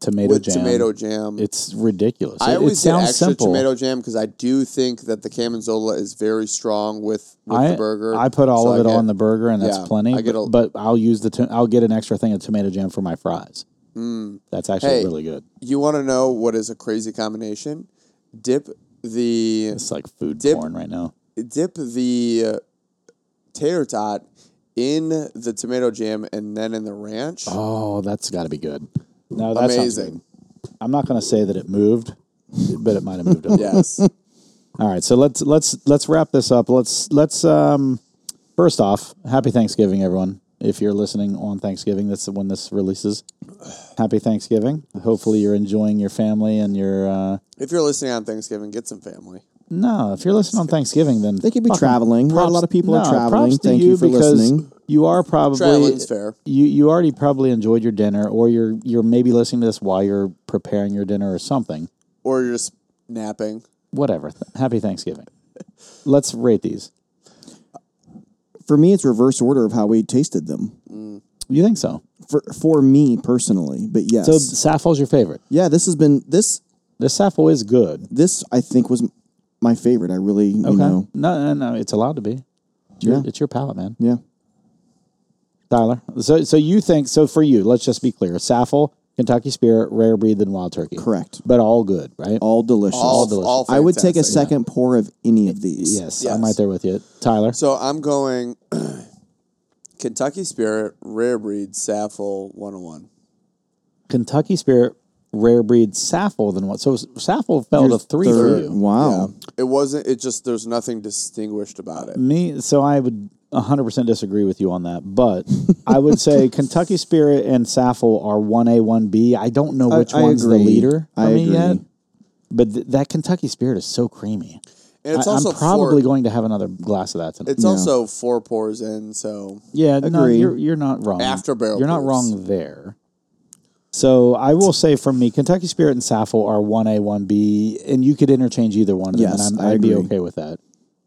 B: Tomato
A: with
B: jam.
A: tomato jam
B: It's ridiculous.
A: I
B: It- it,
A: always
B: sounds
A: get extra
B: simple.
A: tomato jam because I do think that the Gorgonzola is very strong with, with
B: I,
A: the burger.
B: I put all
A: So
B: of
A: I
B: it
A: get-
B: on the burger, and that's
A: yeah,
B: plenty.
A: I get a-
B: but I'll use the. To, I'll get an extra thing of tomato jam for my fries. That's actually
A: Hmm. Hey.
B: really good.
A: You want to know what is a crazy combination? Dip the
B: It's like food
A: Dip-
B: porn right now.
A: dip the uh, tater tot in the tomato jam and then in the ranch.
B: Oh, that's got to be good. No, that sounds
A: Amazing.
B: good. I'm not going to say that it moved, but it might have moved. A little.
A: Yes.
B: All right, so let's let's let's wrap this up. Let's let's um first off, happy Thanksgiving everyone. If you're listening on Thanksgiving, that's when this releases. Happy Thanksgiving. Hopefully you're enjoying your family and your uh
A: if you're listening on Thanksgiving, get some family.
B: no, if you're listening on Thanksgiving then
C: They could be
B: fucking
C: traveling. Right, a lot of people are traveling.
B: props to
C: Thank you for
B: because
C: listening.
B: You are probably
A: Traveling's fair.
B: You you already probably enjoyed your dinner or you're you're maybe listening to this while you're preparing your dinner or something.
A: Or you're just napping.
B: whatever. Th- Happy Thanksgiving. Let's rate these.
C: For me, it's reverse order of how we tasted them.
B: You think so?
C: For for me personally, but yes,
B: So Sappho's your favorite.
C: yeah, this has been this
B: This Sappho is good.
C: this I think was m- my favorite. I really you
B: Okay.
C: know
B: No, no, no. It's allowed to be. It's your,
C: Yeah.
B: it's your palate, man.
C: yeah
B: Tyler. So, so you think so for you? Let's just be clear: Saffle, Kentucky Spirit, Rare Breed, then Wild Turkey.
C: correct
B: but all good, right?
C: all delicious.
A: All,
B: delicious.
A: all
C: I would take a
A: fantastic.
C: second pour of any of these.
B: yes,
A: Yes.
B: I'm right there with you, Tyler.
A: So I'm going Kentucky Spirit, Rare Breed, Saffle 101.
B: Kentucky Spirit, Rare Breed, Saffle, then what? So Saffle fell to three
C: Third-
B: for you.
C: Wow.
A: It wasn't, it just, there's nothing distinguished about it.
B: Me, so I would 100 percent disagree with you on that, but I would say Kentucky Spirit and Saffle are one A, one B. I don't know which
C: I
B: one's the
C: agree.
B: leader for
C: I
B: me
C: agree.
B: yet, but th- that Kentucky Spirit is so creamy.
A: And it's
B: I-
A: also
B: I'm
A: four,
B: probably going to have another glass of that tonight.
A: It's also four pours in, so
B: Yeah, no,
C: Agree.
B: you're you're not wrong.
A: After barrel
B: you're not
A: proofs.
B: wrong there. So I will say from me, Kentucky Spirit and Saffle are one A, one B, and you could interchange either one of them,
C: Yes,
B: and I'm,
C: I
B: I'd be
C: agree.
B: okay with that.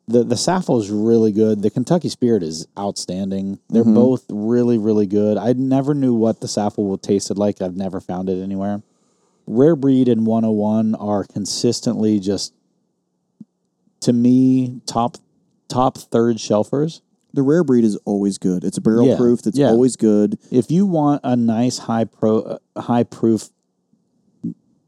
B: The the Saffle is really good. The Kentucky Spirit is outstanding. They're
C: Mm-hmm.
B: both really really good. I never knew what the Saffle will tasted like. I've never found it anywhere. Rare Breed and 101 are consistently just to me top top third shelfers.
C: The rare breed is always good. It's a barrel
B: Yeah,
C: proof that's
B: yeah.
C: always good.
B: if you want a nice high pro uh, high proof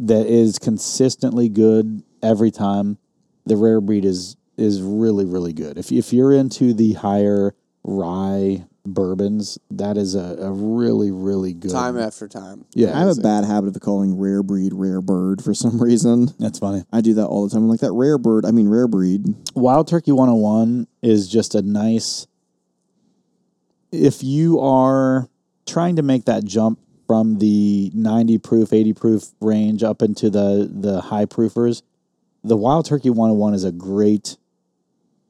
B: that is consistently good every time the rare breed is is really really good if if you're into the higher rye bourbons that is a, a really really good
A: time after time.
B: yeah
C: I have a bad habit of calling rare breed rare bird for some reason.
B: that's funny
C: I do that all the time. I'm like that rare bird. I mean rare breed.
B: Wild Turkey 101 is just a nice if you are trying to make that jump from the 90 proof, 80 proof range up into the the high proofers, the Wild Turkey 101 is a great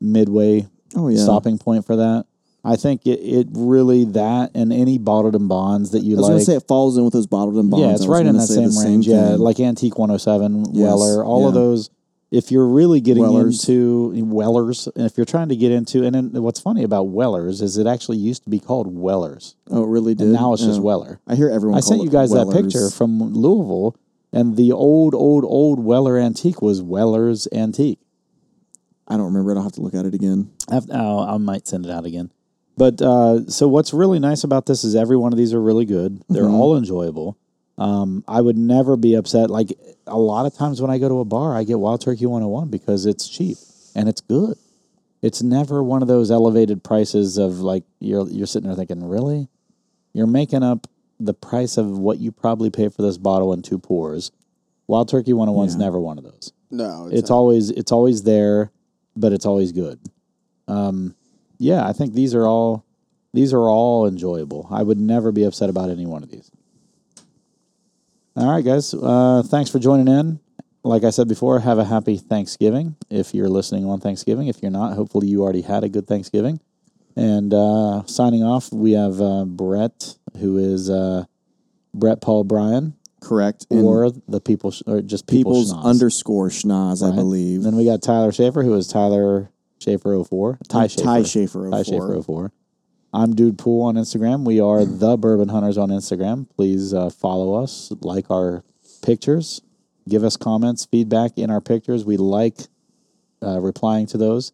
B: midway
C: Oh yeah.
B: stopping point for that. I think it, it really that and any bottled and bonds that you
C: I was gonna
B: like.
C: say it falls in with those bottled and bonds.
B: Yeah,
C: I
B: it's
C: was
B: right in
C: gonna
B: that
C: say
B: same
C: the
B: range. yeah,
C: thing.
B: like Antique 107,
C: Yes,
B: Weller, all of
C: yeah.
B: those. If you're really getting
C: Wellers.
B: into Wellers, and if you're trying to get into, and then what's funny about Wellers is it actually used to be called Wellers,
C: oh, it really did.
B: and now it's just
C: Yeah.
B: Weller.
C: I hear everyone.
B: I
C: call
B: sent
C: it
B: you guys that
C: Wellers.
B: picture from Louisville, and the old, old, old Weller Antique was Wellers Antique.
C: I don't remember it. I'll have to look at it again.
B: I've, oh, I might send it out again. But uh, so what's really nice about this is every one of these are really good. They're all enjoyable. Um, I would never be upset. Like a lot of times when I go to a bar, I get Wild Turkey 101 because it's cheap and it's good. It's never one of those elevated prices of like you're you're sitting there thinking, really? You're making up the price of what you probably pay for this bottle in two pours. Wild Turkey 101's never one of those
A: No,
B: it's always it's always there, but it's always good. Um, yeah, I think these are all these are all enjoyable. I would never be upset about any one of these. All right, guys. Uh, thanks for joining in. Like I said before, have a happy Thanksgiving. If you're listening on Thanksgiving, if you're not, hopefully you already had a good Thanksgiving. And uh, signing off, we have uh, Brett, who is uh, Brett Paul Bryan,
C: Correct. And
B: or the people, sh- or just people
C: people's
B: schnoz.
C: underscore schnoz, I
B: Right.
C: believe.
B: Then we got Tyler Schaefer, who is Tyler Schaefer 04. Ty Schaefer.
C: Ty Schaefer.
B: Ty
C: 04.
B: Schaefer 04. I'm Dude Pool on Instagram. We are the Bourbon Hunters on Instagram. Please uh, follow us, like our pictures, give us comments, feedback in our pictures. We like uh, replying to those.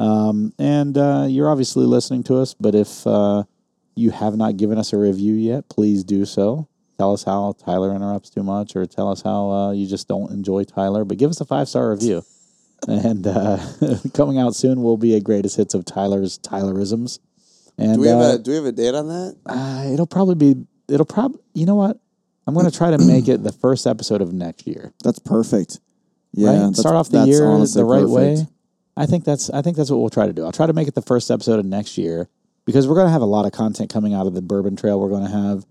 B: Um, and uh, you're obviously listening to us, but if uh, you have not given us a review yet, please do so. Tell us how Tyler interrupts too much, or tell us how uh, you just don't enjoy Tyler, but give us a five star review. and uh, coming out soon will be a greatest hits of Tyler's Tylerisms. And
A: Do we have
B: uh,
A: a do we have a date on that?
B: uh, it'll probably be it'll probably you know what I'm going to try to make it the first episode of next year.
C: That's perfect. Yeah.
B: right?
C: that's-
B: start off the
C: that's
B: year
C: honestly
B: the right way.
C: perfect.
B: I think that's I think that's what we'll try to do. I'll try to make it the first episode of next year because we're going to have a lot of content coming out of the Bourbon Trail. We're going to have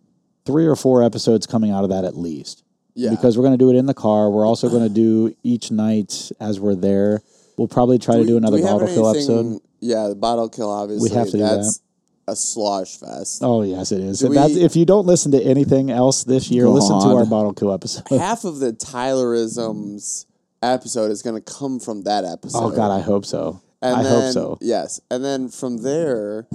B: three or four episodes coming out of that at least.
A: Yeah.
B: Because we're going to do it in the car. We're also going to do each night as we're there. We'll probably try to do another
A: have
B: bottle kill
A: anything-
B: episode.
A: Yeah, the bottle kill. Obviously,
B: have to do that.
A: that's a slosh fest.
B: Oh yes, it is.
A: Do
B: That's,
A: we-
B: if you don't listen to anything else this year, listen to
C: God.
B: Oh. our bottle kill episode.
A: Half of the Tylerisms episode is going to come from that episode.
B: Oh God, I hope so.
A: And
B: I
A: then,
B: hope so.
A: Yes, and then from there,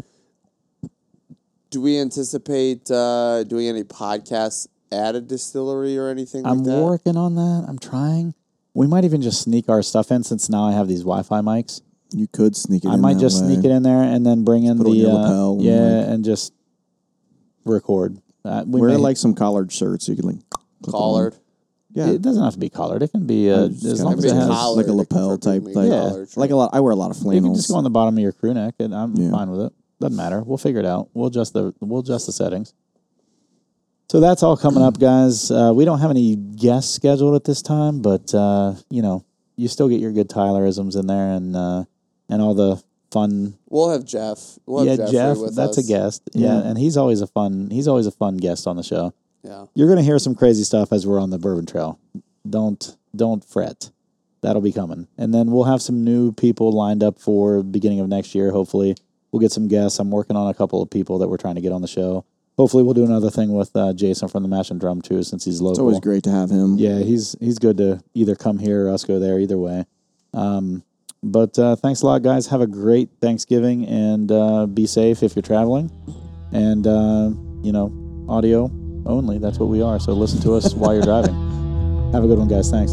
A: do we anticipate uh, doing any podcasts at a distillery or anything
B: I'm
A: like that?
B: working on that. I'm trying. We might even just sneak our stuff in since now I have these Wi-Fi mics.
C: You could sneak it.
B: I
C: in
B: might
C: that
B: just
C: way.
B: sneak it in there and then bring in
C: put it on
B: the
C: your
B: uh,
C: lapel and,
B: yeah
C: like-
B: and just record. Uh, we
C: Wear
B: may-
C: like some collared shirts. You can like clip it on.
A: collared.
C: Yeah,
B: it doesn't have to be collared. It can be uh,
C: just
B: as
C: kinda
B: long as
A: be
B: it
C: like
B: has.
C: a-
A: collared.
C: like a
A: It
C: lapel
A: could
C: type
A: be
C: thing.
A: collared,
C: Like a lot. I wear a lot of
B: You
C: flannels.
B: can just go on the bottom of your crew neck, and I'm
C: Yeah.
B: fine with it. Doesn't matter. We'll figure it out. We'll adjust the we'll adjust the settings. So that's all coming up, guys. Uh, we don't have any guests scheduled at this time, but uh, you know, you still get your good Tylerisms in there and uh, and all the fun.
A: We'll have Jeff. We'll
B: yeah,
A: have Jeffrey
B: Jeff,
A: with
B: that's
A: us.
B: a guest. Yeah.
C: Yeah.
B: and he's always a fun he's always a fun guest on the show.
A: Yeah.
B: You're gonna hear some crazy stuff as we're on the Bourbon Trail. Don't don't fret. That'll be coming, and then we'll have some new people lined up for beginning of next year. Hopefully, we'll get some guests. I'm working on a couple of people that we're trying to get on the show. Hopefully, we'll do another thing with uh, Jason from the Mash and Drum too, since he's local.
C: It's always great to have him.
B: Yeah, he's he's good to either come here or us go there. Either way. Um, but uh, thanks a lot, guys. Have a great Thanksgiving and uh, be safe if you're traveling. And uh, you know, audio only. That's what we are. So listen to us while you're driving. Have a good one, guys. Thanks.